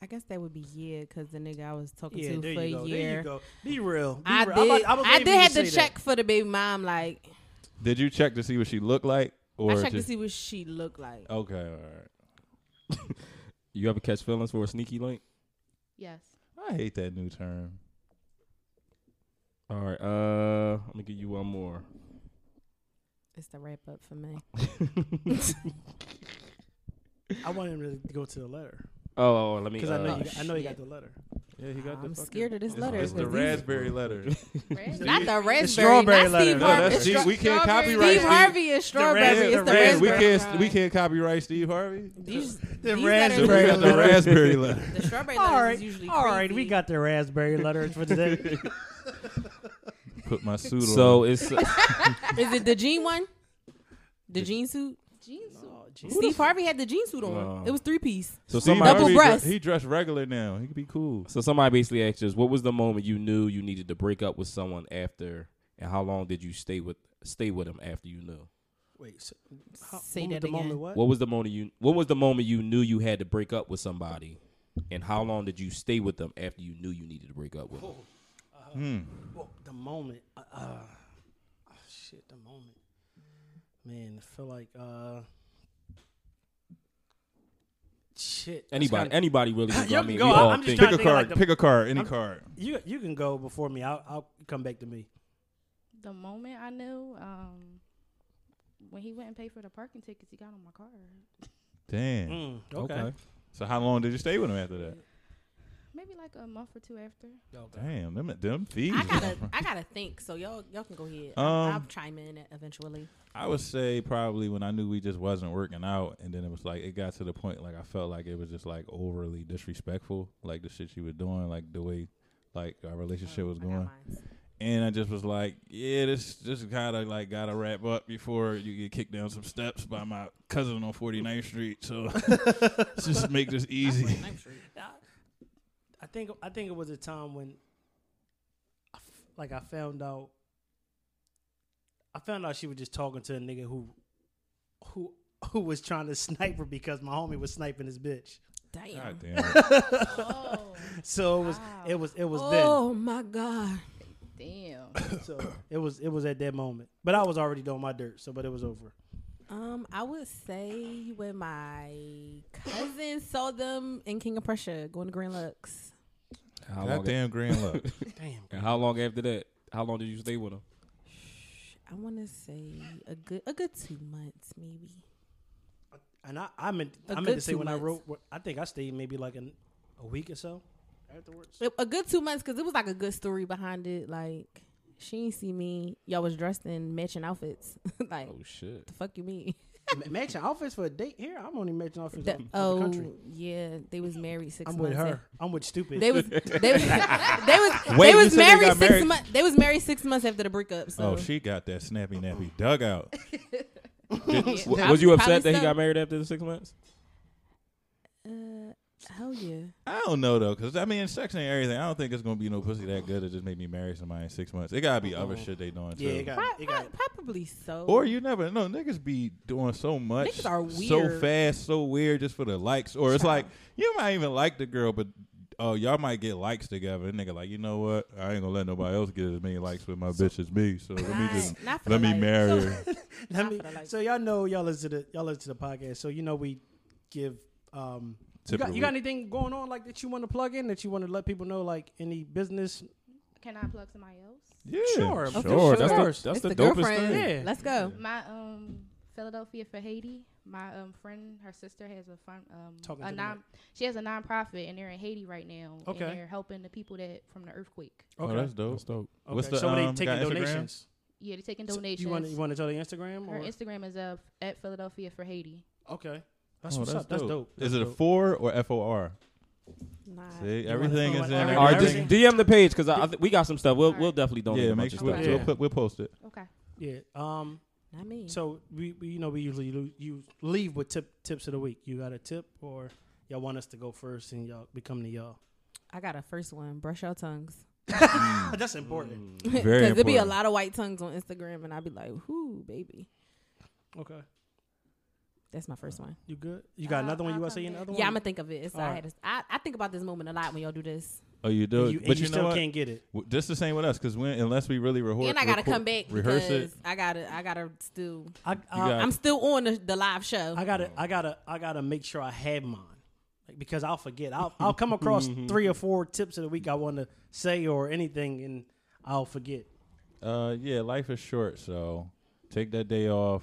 [SPEAKER 1] I guess that would be yeah, cause the nigga I was talking
[SPEAKER 3] Yeah,
[SPEAKER 1] to
[SPEAKER 3] there
[SPEAKER 1] for
[SPEAKER 3] you
[SPEAKER 1] a
[SPEAKER 3] go. There you
[SPEAKER 1] year.
[SPEAKER 3] go. Be real. Be
[SPEAKER 1] I
[SPEAKER 3] real.
[SPEAKER 1] did.
[SPEAKER 3] was-
[SPEAKER 1] I,
[SPEAKER 3] was waiting
[SPEAKER 1] did
[SPEAKER 3] for you
[SPEAKER 1] have
[SPEAKER 3] to
[SPEAKER 1] to
[SPEAKER 3] say that.
[SPEAKER 1] check for the baby mom. Like
[SPEAKER 2] Did you check to see what she looked like, or Oh.
[SPEAKER 1] I checked
[SPEAKER 2] just-
[SPEAKER 1] to see what she looked like.
[SPEAKER 2] Okay, all right.
[SPEAKER 4] You ever catch feelings for a sneaky link?
[SPEAKER 5] Yes.
[SPEAKER 2] I hate that new term.
[SPEAKER 4] All right, uh, I'm gonna give you one more.
[SPEAKER 1] It's the wrap up for me.
[SPEAKER 3] I wanted him to go to the letter
[SPEAKER 4] Oh, let me.
[SPEAKER 3] because I know
[SPEAKER 4] uh,
[SPEAKER 3] you, got- I know you got
[SPEAKER 1] shit.
[SPEAKER 3] the letter.
[SPEAKER 2] Yeah, he
[SPEAKER 1] I'm scared of this letter.
[SPEAKER 2] It's the
[SPEAKER 1] 'cause these-
[SPEAKER 2] raspberry letter.
[SPEAKER 5] Red?
[SPEAKER 1] not the raspberry.
[SPEAKER 3] strawberry
[SPEAKER 1] not
[SPEAKER 3] letter.
[SPEAKER 1] Steve
[SPEAKER 3] No,
[SPEAKER 1] Harvey.
[SPEAKER 2] that's
[SPEAKER 1] It's
[SPEAKER 2] Steve-
[SPEAKER 1] stra-
[SPEAKER 2] we can't
[SPEAKER 1] strawberry.
[SPEAKER 2] copyright
[SPEAKER 1] Steve
[SPEAKER 2] Steve.
[SPEAKER 1] Harvey is strawberry.
[SPEAKER 3] red-
[SPEAKER 1] It's
[SPEAKER 3] the
[SPEAKER 1] the,
[SPEAKER 3] red-
[SPEAKER 2] we
[SPEAKER 1] raspberry.
[SPEAKER 2] can't we can't copyright Steve Harvey.
[SPEAKER 1] These,
[SPEAKER 3] The
[SPEAKER 1] these
[SPEAKER 2] So
[SPEAKER 1] letters-
[SPEAKER 2] we
[SPEAKER 3] raspberry
[SPEAKER 2] got the
[SPEAKER 3] letter.
[SPEAKER 2] raspberry letter.
[SPEAKER 1] The strawberry
[SPEAKER 3] All
[SPEAKER 1] letters
[SPEAKER 3] right,
[SPEAKER 1] is usually
[SPEAKER 3] all right, we
[SPEAKER 1] crazy.
[SPEAKER 3] got the raspberry letters for today.
[SPEAKER 2] Put my suit
[SPEAKER 4] so
[SPEAKER 2] on.
[SPEAKER 4] it's
[SPEAKER 1] Is it the jean one? The jean suit.
[SPEAKER 5] Jeans.
[SPEAKER 3] oh, geez.
[SPEAKER 1] Steve Harvey had the jean suit on.
[SPEAKER 4] No.
[SPEAKER 1] It was three piece.
[SPEAKER 4] so
[SPEAKER 2] Steve
[SPEAKER 4] somebody.
[SPEAKER 1] Double
[SPEAKER 2] Harvey
[SPEAKER 1] breast.
[SPEAKER 2] dre- He dressed regular now. He could be cool.
[SPEAKER 4] So somebody basically asked us, what was the moment you knew you needed to break up with someone after, and how long did you stay with stay with them after you knew?
[SPEAKER 3] Wait, so,
[SPEAKER 1] Say
[SPEAKER 3] what was
[SPEAKER 1] that
[SPEAKER 3] the moment
[SPEAKER 1] again.
[SPEAKER 3] What?
[SPEAKER 4] What was the moment you What was the moment you knew you had to break up with somebody, and how long did you stay with them after you knew you needed to break up with? Them?
[SPEAKER 3] Well, the moment. Uh, uh, oh, shit, the moment. Man, I feel like uh, shit. that's
[SPEAKER 4] Anybody,
[SPEAKER 3] kinda-
[SPEAKER 4] anybody really? can go.
[SPEAKER 3] You
[SPEAKER 4] I
[SPEAKER 3] can
[SPEAKER 4] mean,
[SPEAKER 3] go.
[SPEAKER 4] we
[SPEAKER 3] I-
[SPEAKER 4] all
[SPEAKER 3] I'm just
[SPEAKER 4] think.
[SPEAKER 2] Pick
[SPEAKER 3] trying to
[SPEAKER 2] a
[SPEAKER 3] think of,
[SPEAKER 2] card.
[SPEAKER 3] like, the-
[SPEAKER 2] pick a card. Any
[SPEAKER 3] I'm-
[SPEAKER 2] card.
[SPEAKER 3] you you can go before me. I'll, I'll come back to me.
[SPEAKER 5] The moment I knew, um, when he went and paid for the parking tickets, he got on my car.
[SPEAKER 2] Damn.
[SPEAKER 3] Mm, okay. okay.
[SPEAKER 2] So how long did you stay with him after that?
[SPEAKER 5] Maybe like a month or two after.
[SPEAKER 2] Damn, them them fees.
[SPEAKER 1] I gotta, I gotta think. So y'all, y'all can go ahead.
[SPEAKER 2] Um,
[SPEAKER 1] I'll, I'll chime in eventually.
[SPEAKER 2] I would say probably when I knew we just wasn't working out, and then it was like it got to the point like I felt like it was just like overly disrespectful, like the shit she was doing, like the way like our relationship was
[SPEAKER 1] I got
[SPEAKER 2] going,
[SPEAKER 1] mine.
[SPEAKER 2] and I just was like, yeah, this this kind of like gotta wrap up before you get kicked down some steps by my cousin on 49th Street, so let's just make this easy.
[SPEAKER 3] I think I think it was a time when, I f- like, I found out. I found out she was just talking to a nigga who, who, who was trying to snipe her because my homie was sniping his bitch.
[SPEAKER 1] Damn.
[SPEAKER 2] God damn.
[SPEAKER 5] Oh,
[SPEAKER 3] So it was
[SPEAKER 5] Wow.
[SPEAKER 3] it was it was then.
[SPEAKER 1] oh my god.
[SPEAKER 5] damn.
[SPEAKER 3] So it was it was at that moment. But I was already doing my dirt, so but it was over.
[SPEAKER 1] Um, I would say when my cousin saw them in King of Prussia going to Green Lux.
[SPEAKER 4] How long,
[SPEAKER 2] Goddamn Green Luck.
[SPEAKER 3] Damn.
[SPEAKER 4] and how long after that? How long did you stay with him?
[SPEAKER 1] I want to say a good a good two months maybe.
[SPEAKER 3] And I, I meant,
[SPEAKER 1] A
[SPEAKER 3] I meant
[SPEAKER 1] good
[SPEAKER 3] to say
[SPEAKER 1] two
[SPEAKER 3] when I
[SPEAKER 1] months.
[SPEAKER 3] wrote, what- I think I stayed maybe like an, a week or so afterwards.
[SPEAKER 1] A- A good two months because it was like a good story behind it. Like she ain't see me. Y'all was dressed in matching outfits. like
[SPEAKER 4] Oh shit!
[SPEAKER 1] the fuck you mean?
[SPEAKER 3] Ma- matching outfits for a date here. I'm only matching outfits
[SPEAKER 1] The-
[SPEAKER 3] for the
[SPEAKER 1] oh
[SPEAKER 3] country.
[SPEAKER 1] yeah, they was married 6
[SPEAKER 3] I'm
[SPEAKER 1] months.
[SPEAKER 3] with
[SPEAKER 1] in.
[SPEAKER 3] her. I'm with stupid.
[SPEAKER 1] They was they was they was,
[SPEAKER 4] Wait,
[SPEAKER 1] they
[SPEAKER 4] you
[SPEAKER 1] was
[SPEAKER 4] said they
[SPEAKER 1] married
[SPEAKER 4] got
[SPEAKER 1] six
[SPEAKER 4] married?
[SPEAKER 1] months. They was married six months after the breakup. So
[SPEAKER 2] Oh, she got that snappy nappy dugout.
[SPEAKER 4] Did-
[SPEAKER 1] Yeah.
[SPEAKER 4] w- was you upset
[SPEAKER 1] Probably
[SPEAKER 4] that he
[SPEAKER 1] so.
[SPEAKER 4] got married after the six months?
[SPEAKER 1] Uh, hell yeah.
[SPEAKER 2] I don't know though, cause I mean, sex and everything. I don't think it's gonna be no pussy that good to just make me marry somebody in six months. It gotta be other
[SPEAKER 3] Uh-uh.
[SPEAKER 2] shit they doing too.
[SPEAKER 3] yeah, it got,
[SPEAKER 1] Pro-
[SPEAKER 3] it got
[SPEAKER 1] pro- probably so.
[SPEAKER 2] Or you never know. Niggas be doing so much,
[SPEAKER 1] Niggas are
[SPEAKER 2] so
[SPEAKER 1] weird.
[SPEAKER 2] fast, so weird, just for the likes. Or it's
[SPEAKER 1] Child.
[SPEAKER 2] like you might even like the girl, but oh, y'all might get likes together. And nigga, like you know what? I ain't gonna let nobody else get as many likes with my bitch as me. So let me
[SPEAKER 1] Right.
[SPEAKER 2] just
[SPEAKER 1] Not for the
[SPEAKER 2] let me
[SPEAKER 1] life.
[SPEAKER 2] marry
[SPEAKER 1] So-
[SPEAKER 2] her.
[SPEAKER 1] Not
[SPEAKER 3] Let me,
[SPEAKER 1] for the like.
[SPEAKER 3] so y'all know y'all listen to the y'all listen to the podcast. So you know we give. Um, you
[SPEAKER 2] Tip of
[SPEAKER 3] got,
[SPEAKER 2] the
[SPEAKER 3] you got
[SPEAKER 2] week.
[SPEAKER 3] anything going on like that you want to plug in that you want to let people know like any business?
[SPEAKER 5] Can I plug somebody else?
[SPEAKER 2] Yeah,
[SPEAKER 3] Sure,
[SPEAKER 2] sure.
[SPEAKER 3] of course.
[SPEAKER 4] That's
[SPEAKER 3] Sure.
[SPEAKER 4] the that's
[SPEAKER 1] It's
[SPEAKER 4] the,
[SPEAKER 1] the
[SPEAKER 4] dopest
[SPEAKER 1] girlfriend.
[SPEAKER 4] thing.
[SPEAKER 3] Yeah.
[SPEAKER 1] Let's go.
[SPEAKER 5] My um Philadelphia for Haiti. My um friend, her sister has a fun um
[SPEAKER 3] Talking
[SPEAKER 5] a
[SPEAKER 3] to the
[SPEAKER 5] non she has a nonprofit and they're in Haiti right now.
[SPEAKER 3] Okay.
[SPEAKER 5] And they're helping the people that from the earthquake.
[SPEAKER 2] Oh, that's dope.
[SPEAKER 4] That's dope.
[SPEAKER 3] Okay.
[SPEAKER 2] What's the,
[SPEAKER 3] so they
[SPEAKER 2] um,
[SPEAKER 3] taking
[SPEAKER 2] got Instagram?
[SPEAKER 3] donations?
[SPEAKER 5] Yeah, they're taking
[SPEAKER 3] So
[SPEAKER 5] donations.
[SPEAKER 3] you want you want to tell the Instagram?
[SPEAKER 5] her
[SPEAKER 3] Or?
[SPEAKER 5] Instagram is uh, at Philadelphia for Haiti.
[SPEAKER 3] okay, that's
[SPEAKER 2] Oh,
[SPEAKER 3] what's up. That's dope.
[SPEAKER 2] Is
[SPEAKER 3] That's
[SPEAKER 2] it a
[SPEAKER 3] dope.
[SPEAKER 2] four or F O R?
[SPEAKER 1] Nah.
[SPEAKER 2] See,
[SPEAKER 3] wanna
[SPEAKER 2] everything
[SPEAKER 3] throw
[SPEAKER 2] is in
[SPEAKER 3] it
[SPEAKER 2] there.
[SPEAKER 3] out?
[SPEAKER 4] All right,
[SPEAKER 3] Everything.
[SPEAKER 4] just DM the page because I, I th- we got some stuff. We'll
[SPEAKER 5] All
[SPEAKER 4] we'll
[SPEAKER 5] right.
[SPEAKER 4] definitely donate.
[SPEAKER 2] yeah,
[SPEAKER 4] a
[SPEAKER 2] make sure
[SPEAKER 4] bunch of
[SPEAKER 2] we'll,
[SPEAKER 4] stuff.
[SPEAKER 3] Yeah.
[SPEAKER 2] we'll, put, we'll post it.
[SPEAKER 5] Okay.
[SPEAKER 3] Yeah. Um.
[SPEAKER 1] Not me.
[SPEAKER 3] So we, we you know we usually lo- you leave with tip tips of the week. You got a tip or y'all want us to go first and y'all become the y'all?
[SPEAKER 1] I got a first one. Brush your tongues.
[SPEAKER 3] Ah, that's important.
[SPEAKER 1] Because
[SPEAKER 2] Very
[SPEAKER 1] there be a
[SPEAKER 2] important.
[SPEAKER 1] lot of white tongues on Instagram, and I'd be like, "Whoo, baby."
[SPEAKER 2] Mm.
[SPEAKER 3] Okay.
[SPEAKER 1] That's my first one.
[SPEAKER 3] You good? You got
[SPEAKER 5] Uh,
[SPEAKER 3] another one? You
[SPEAKER 5] I'll
[SPEAKER 3] want to say
[SPEAKER 5] come
[SPEAKER 3] another one?
[SPEAKER 1] Yeah, I'm gonna think of it. It's, I,
[SPEAKER 3] Alright.
[SPEAKER 1] had a, I, I think about this moment a lot when y'all do this,
[SPEAKER 2] Oh, you do,
[SPEAKER 3] And
[SPEAKER 2] it.
[SPEAKER 3] you, and
[SPEAKER 2] but
[SPEAKER 3] you
[SPEAKER 2] you,
[SPEAKER 3] still
[SPEAKER 2] know what?
[SPEAKER 3] can't get it.
[SPEAKER 2] W- Just the same with us, because unless we really rehearse,
[SPEAKER 1] and I gotta come back
[SPEAKER 2] rehearse it.
[SPEAKER 1] because I gotta I gotta still
[SPEAKER 3] I I,
[SPEAKER 2] got-
[SPEAKER 1] I'm still on the, the live show.
[SPEAKER 3] I gotta I gotta I gotta make sure I have mine, like, because I'll forget. I'll I'll come across
[SPEAKER 2] Mm-hmm.
[SPEAKER 3] three or four tips of the week I want to say or anything, and I'll forget.
[SPEAKER 2] Uh, yeah, life is short, so take that day off,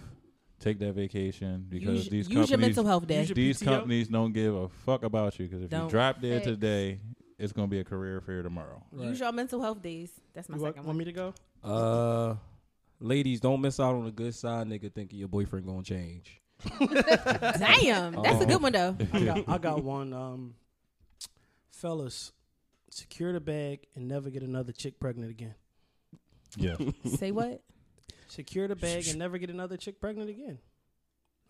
[SPEAKER 2] take that vacation, because
[SPEAKER 1] use,
[SPEAKER 2] these
[SPEAKER 1] use your
[SPEAKER 2] companies,
[SPEAKER 1] mental health day.
[SPEAKER 3] use your
[SPEAKER 2] these
[SPEAKER 3] PTO.
[SPEAKER 2] companies don't give a fuck about you. Because if you
[SPEAKER 1] Don't.
[SPEAKER 2] drop dead
[SPEAKER 5] Facts.
[SPEAKER 2] today, it's gonna be a career fair tomorrow.
[SPEAKER 1] Use your mental health days. That's my
[SPEAKER 3] You want,
[SPEAKER 1] second one.
[SPEAKER 3] want me to go?
[SPEAKER 4] Uh, ladies, don't miss out on the good side, nigga. Thinking your boyfriend gonna change.
[SPEAKER 1] Damn, that's a
[SPEAKER 4] Oh.
[SPEAKER 1] good one though.
[SPEAKER 3] I got, I got one. Um, fellas, secure the bag and never get another chick pregnant again.
[SPEAKER 2] Yeah,
[SPEAKER 1] Say what?
[SPEAKER 3] Secure the bag and never get another chick pregnant again.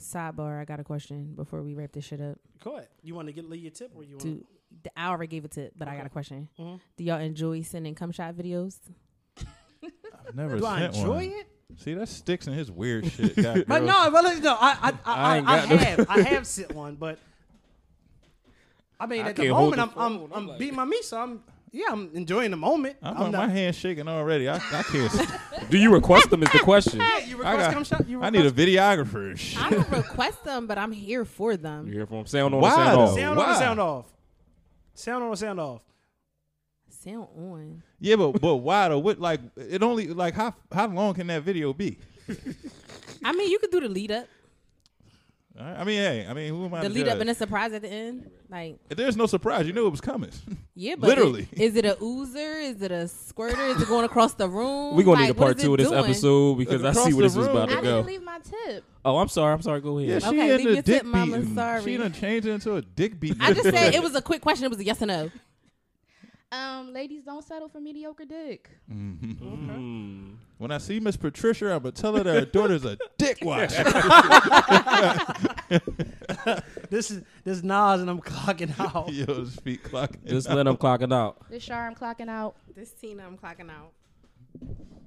[SPEAKER 1] Sidebar. I got a question before we wrap this shit up.
[SPEAKER 3] Go ahead. You want to get leave your tip or you want?
[SPEAKER 1] Do th- I already gave a tip, but I got a question.
[SPEAKER 3] Mhm.
[SPEAKER 1] Do y'all enjoy sending cum shot videos?
[SPEAKER 2] I've never
[SPEAKER 3] Do I
[SPEAKER 2] sent
[SPEAKER 3] enjoy
[SPEAKER 2] one.
[SPEAKER 3] it?
[SPEAKER 2] See, that sticks in his weird shit. Got
[SPEAKER 3] But
[SPEAKER 2] girls-
[SPEAKER 3] no, but listen, no, I I I,
[SPEAKER 4] I
[SPEAKER 3] I,
[SPEAKER 4] ain't
[SPEAKER 3] I
[SPEAKER 4] got no-
[SPEAKER 3] have I have sent one, but I mean
[SPEAKER 4] I
[SPEAKER 3] at the
[SPEAKER 4] can't hold
[SPEAKER 3] moment
[SPEAKER 4] the
[SPEAKER 3] I'm I'm,
[SPEAKER 4] phone.
[SPEAKER 3] I'm,
[SPEAKER 4] I'm like-
[SPEAKER 3] beating my meat, so I'm yeah I'm enjoying the moment.
[SPEAKER 2] I'm, on my hand shaking already. I, I can't. s-
[SPEAKER 4] Do you request them? Is the question.
[SPEAKER 3] Hey, you request
[SPEAKER 2] got-
[SPEAKER 3] cum shot? You
[SPEAKER 2] I
[SPEAKER 3] request
[SPEAKER 2] need a videographer. and shit.
[SPEAKER 1] I don't request them, but I'm here for
[SPEAKER 4] You
[SPEAKER 1] them.
[SPEAKER 4] hear from sound on
[SPEAKER 2] Why
[SPEAKER 4] the sound
[SPEAKER 2] though?
[SPEAKER 4] off.
[SPEAKER 3] sound on or
[SPEAKER 2] Why?
[SPEAKER 3] sound off. Sound on or sound off.
[SPEAKER 1] Sound on.
[SPEAKER 2] Yeah, but but why though? What like it only like how how long can that video be?
[SPEAKER 1] I mean, you could do the lead up,
[SPEAKER 2] All right? I mean, hey, I mean, who am I?
[SPEAKER 1] the
[SPEAKER 2] to
[SPEAKER 1] lead up,
[SPEAKER 2] judge?
[SPEAKER 1] and a surprise at the end. Like,
[SPEAKER 2] If There's no surprise. You knew it was coming.
[SPEAKER 1] yeah, but
[SPEAKER 2] Literally.
[SPEAKER 1] it- is it a oozer? Is it a squirter? Is it going across the room?
[SPEAKER 4] We gonna need a
[SPEAKER 1] Like, what
[SPEAKER 4] part
[SPEAKER 1] is
[SPEAKER 4] two
[SPEAKER 1] it
[SPEAKER 4] of this
[SPEAKER 1] doing?
[SPEAKER 4] episode because I
[SPEAKER 2] Across
[SPEAKER 4] see where
[SPEAKER 2] the
[SPEAKER 4] this is about
[SPEAKER 2] room. I
[SPEAKER 4] to
[SPEAKER 5] I
[SPEAKER 4] go.
[SPEAKER 5] didn't leave my tip.
[SPEAKER 4] Oh, I'm sorry. I'm sorry. Go
[SPEAKER 2] Yeah,
[SPEAKER 4] ahead.
[SPEAKER 2] she
[SPEAKER 1] Okay, leave
[SPEAKER 2] in the
[SPEAKER 1] your
[SPEAKER 2] dick
[SPEAKER 1] tip, mama.
[SPEAKER 2] beating. She
[SPEAKER 1] Sorry.
[SPEAKER 2] done changed it into a dick beating.
[SPEAKER 1] I just said it was a quick question. It was a yes or no.
[SPEAKER 5] Um, ladies, don't settle for mediocre dick.
[SPEAKER 4] Mm.
[SPEAKER 2] Mm-hmm. when I see Miss Patricia, I'ma tell her that her daughter's a dick watch.
[SPEAKER 3] This is this Nas and I'm clocking out.
[SPEAKER 2] Yo, his feet clocking.
[SPEAKER 4] Just let them clock it out.
[SPEAKER 5] This Shar, I'm clocking out.
[SPEAKER 1] This Tina, I'm clocking out.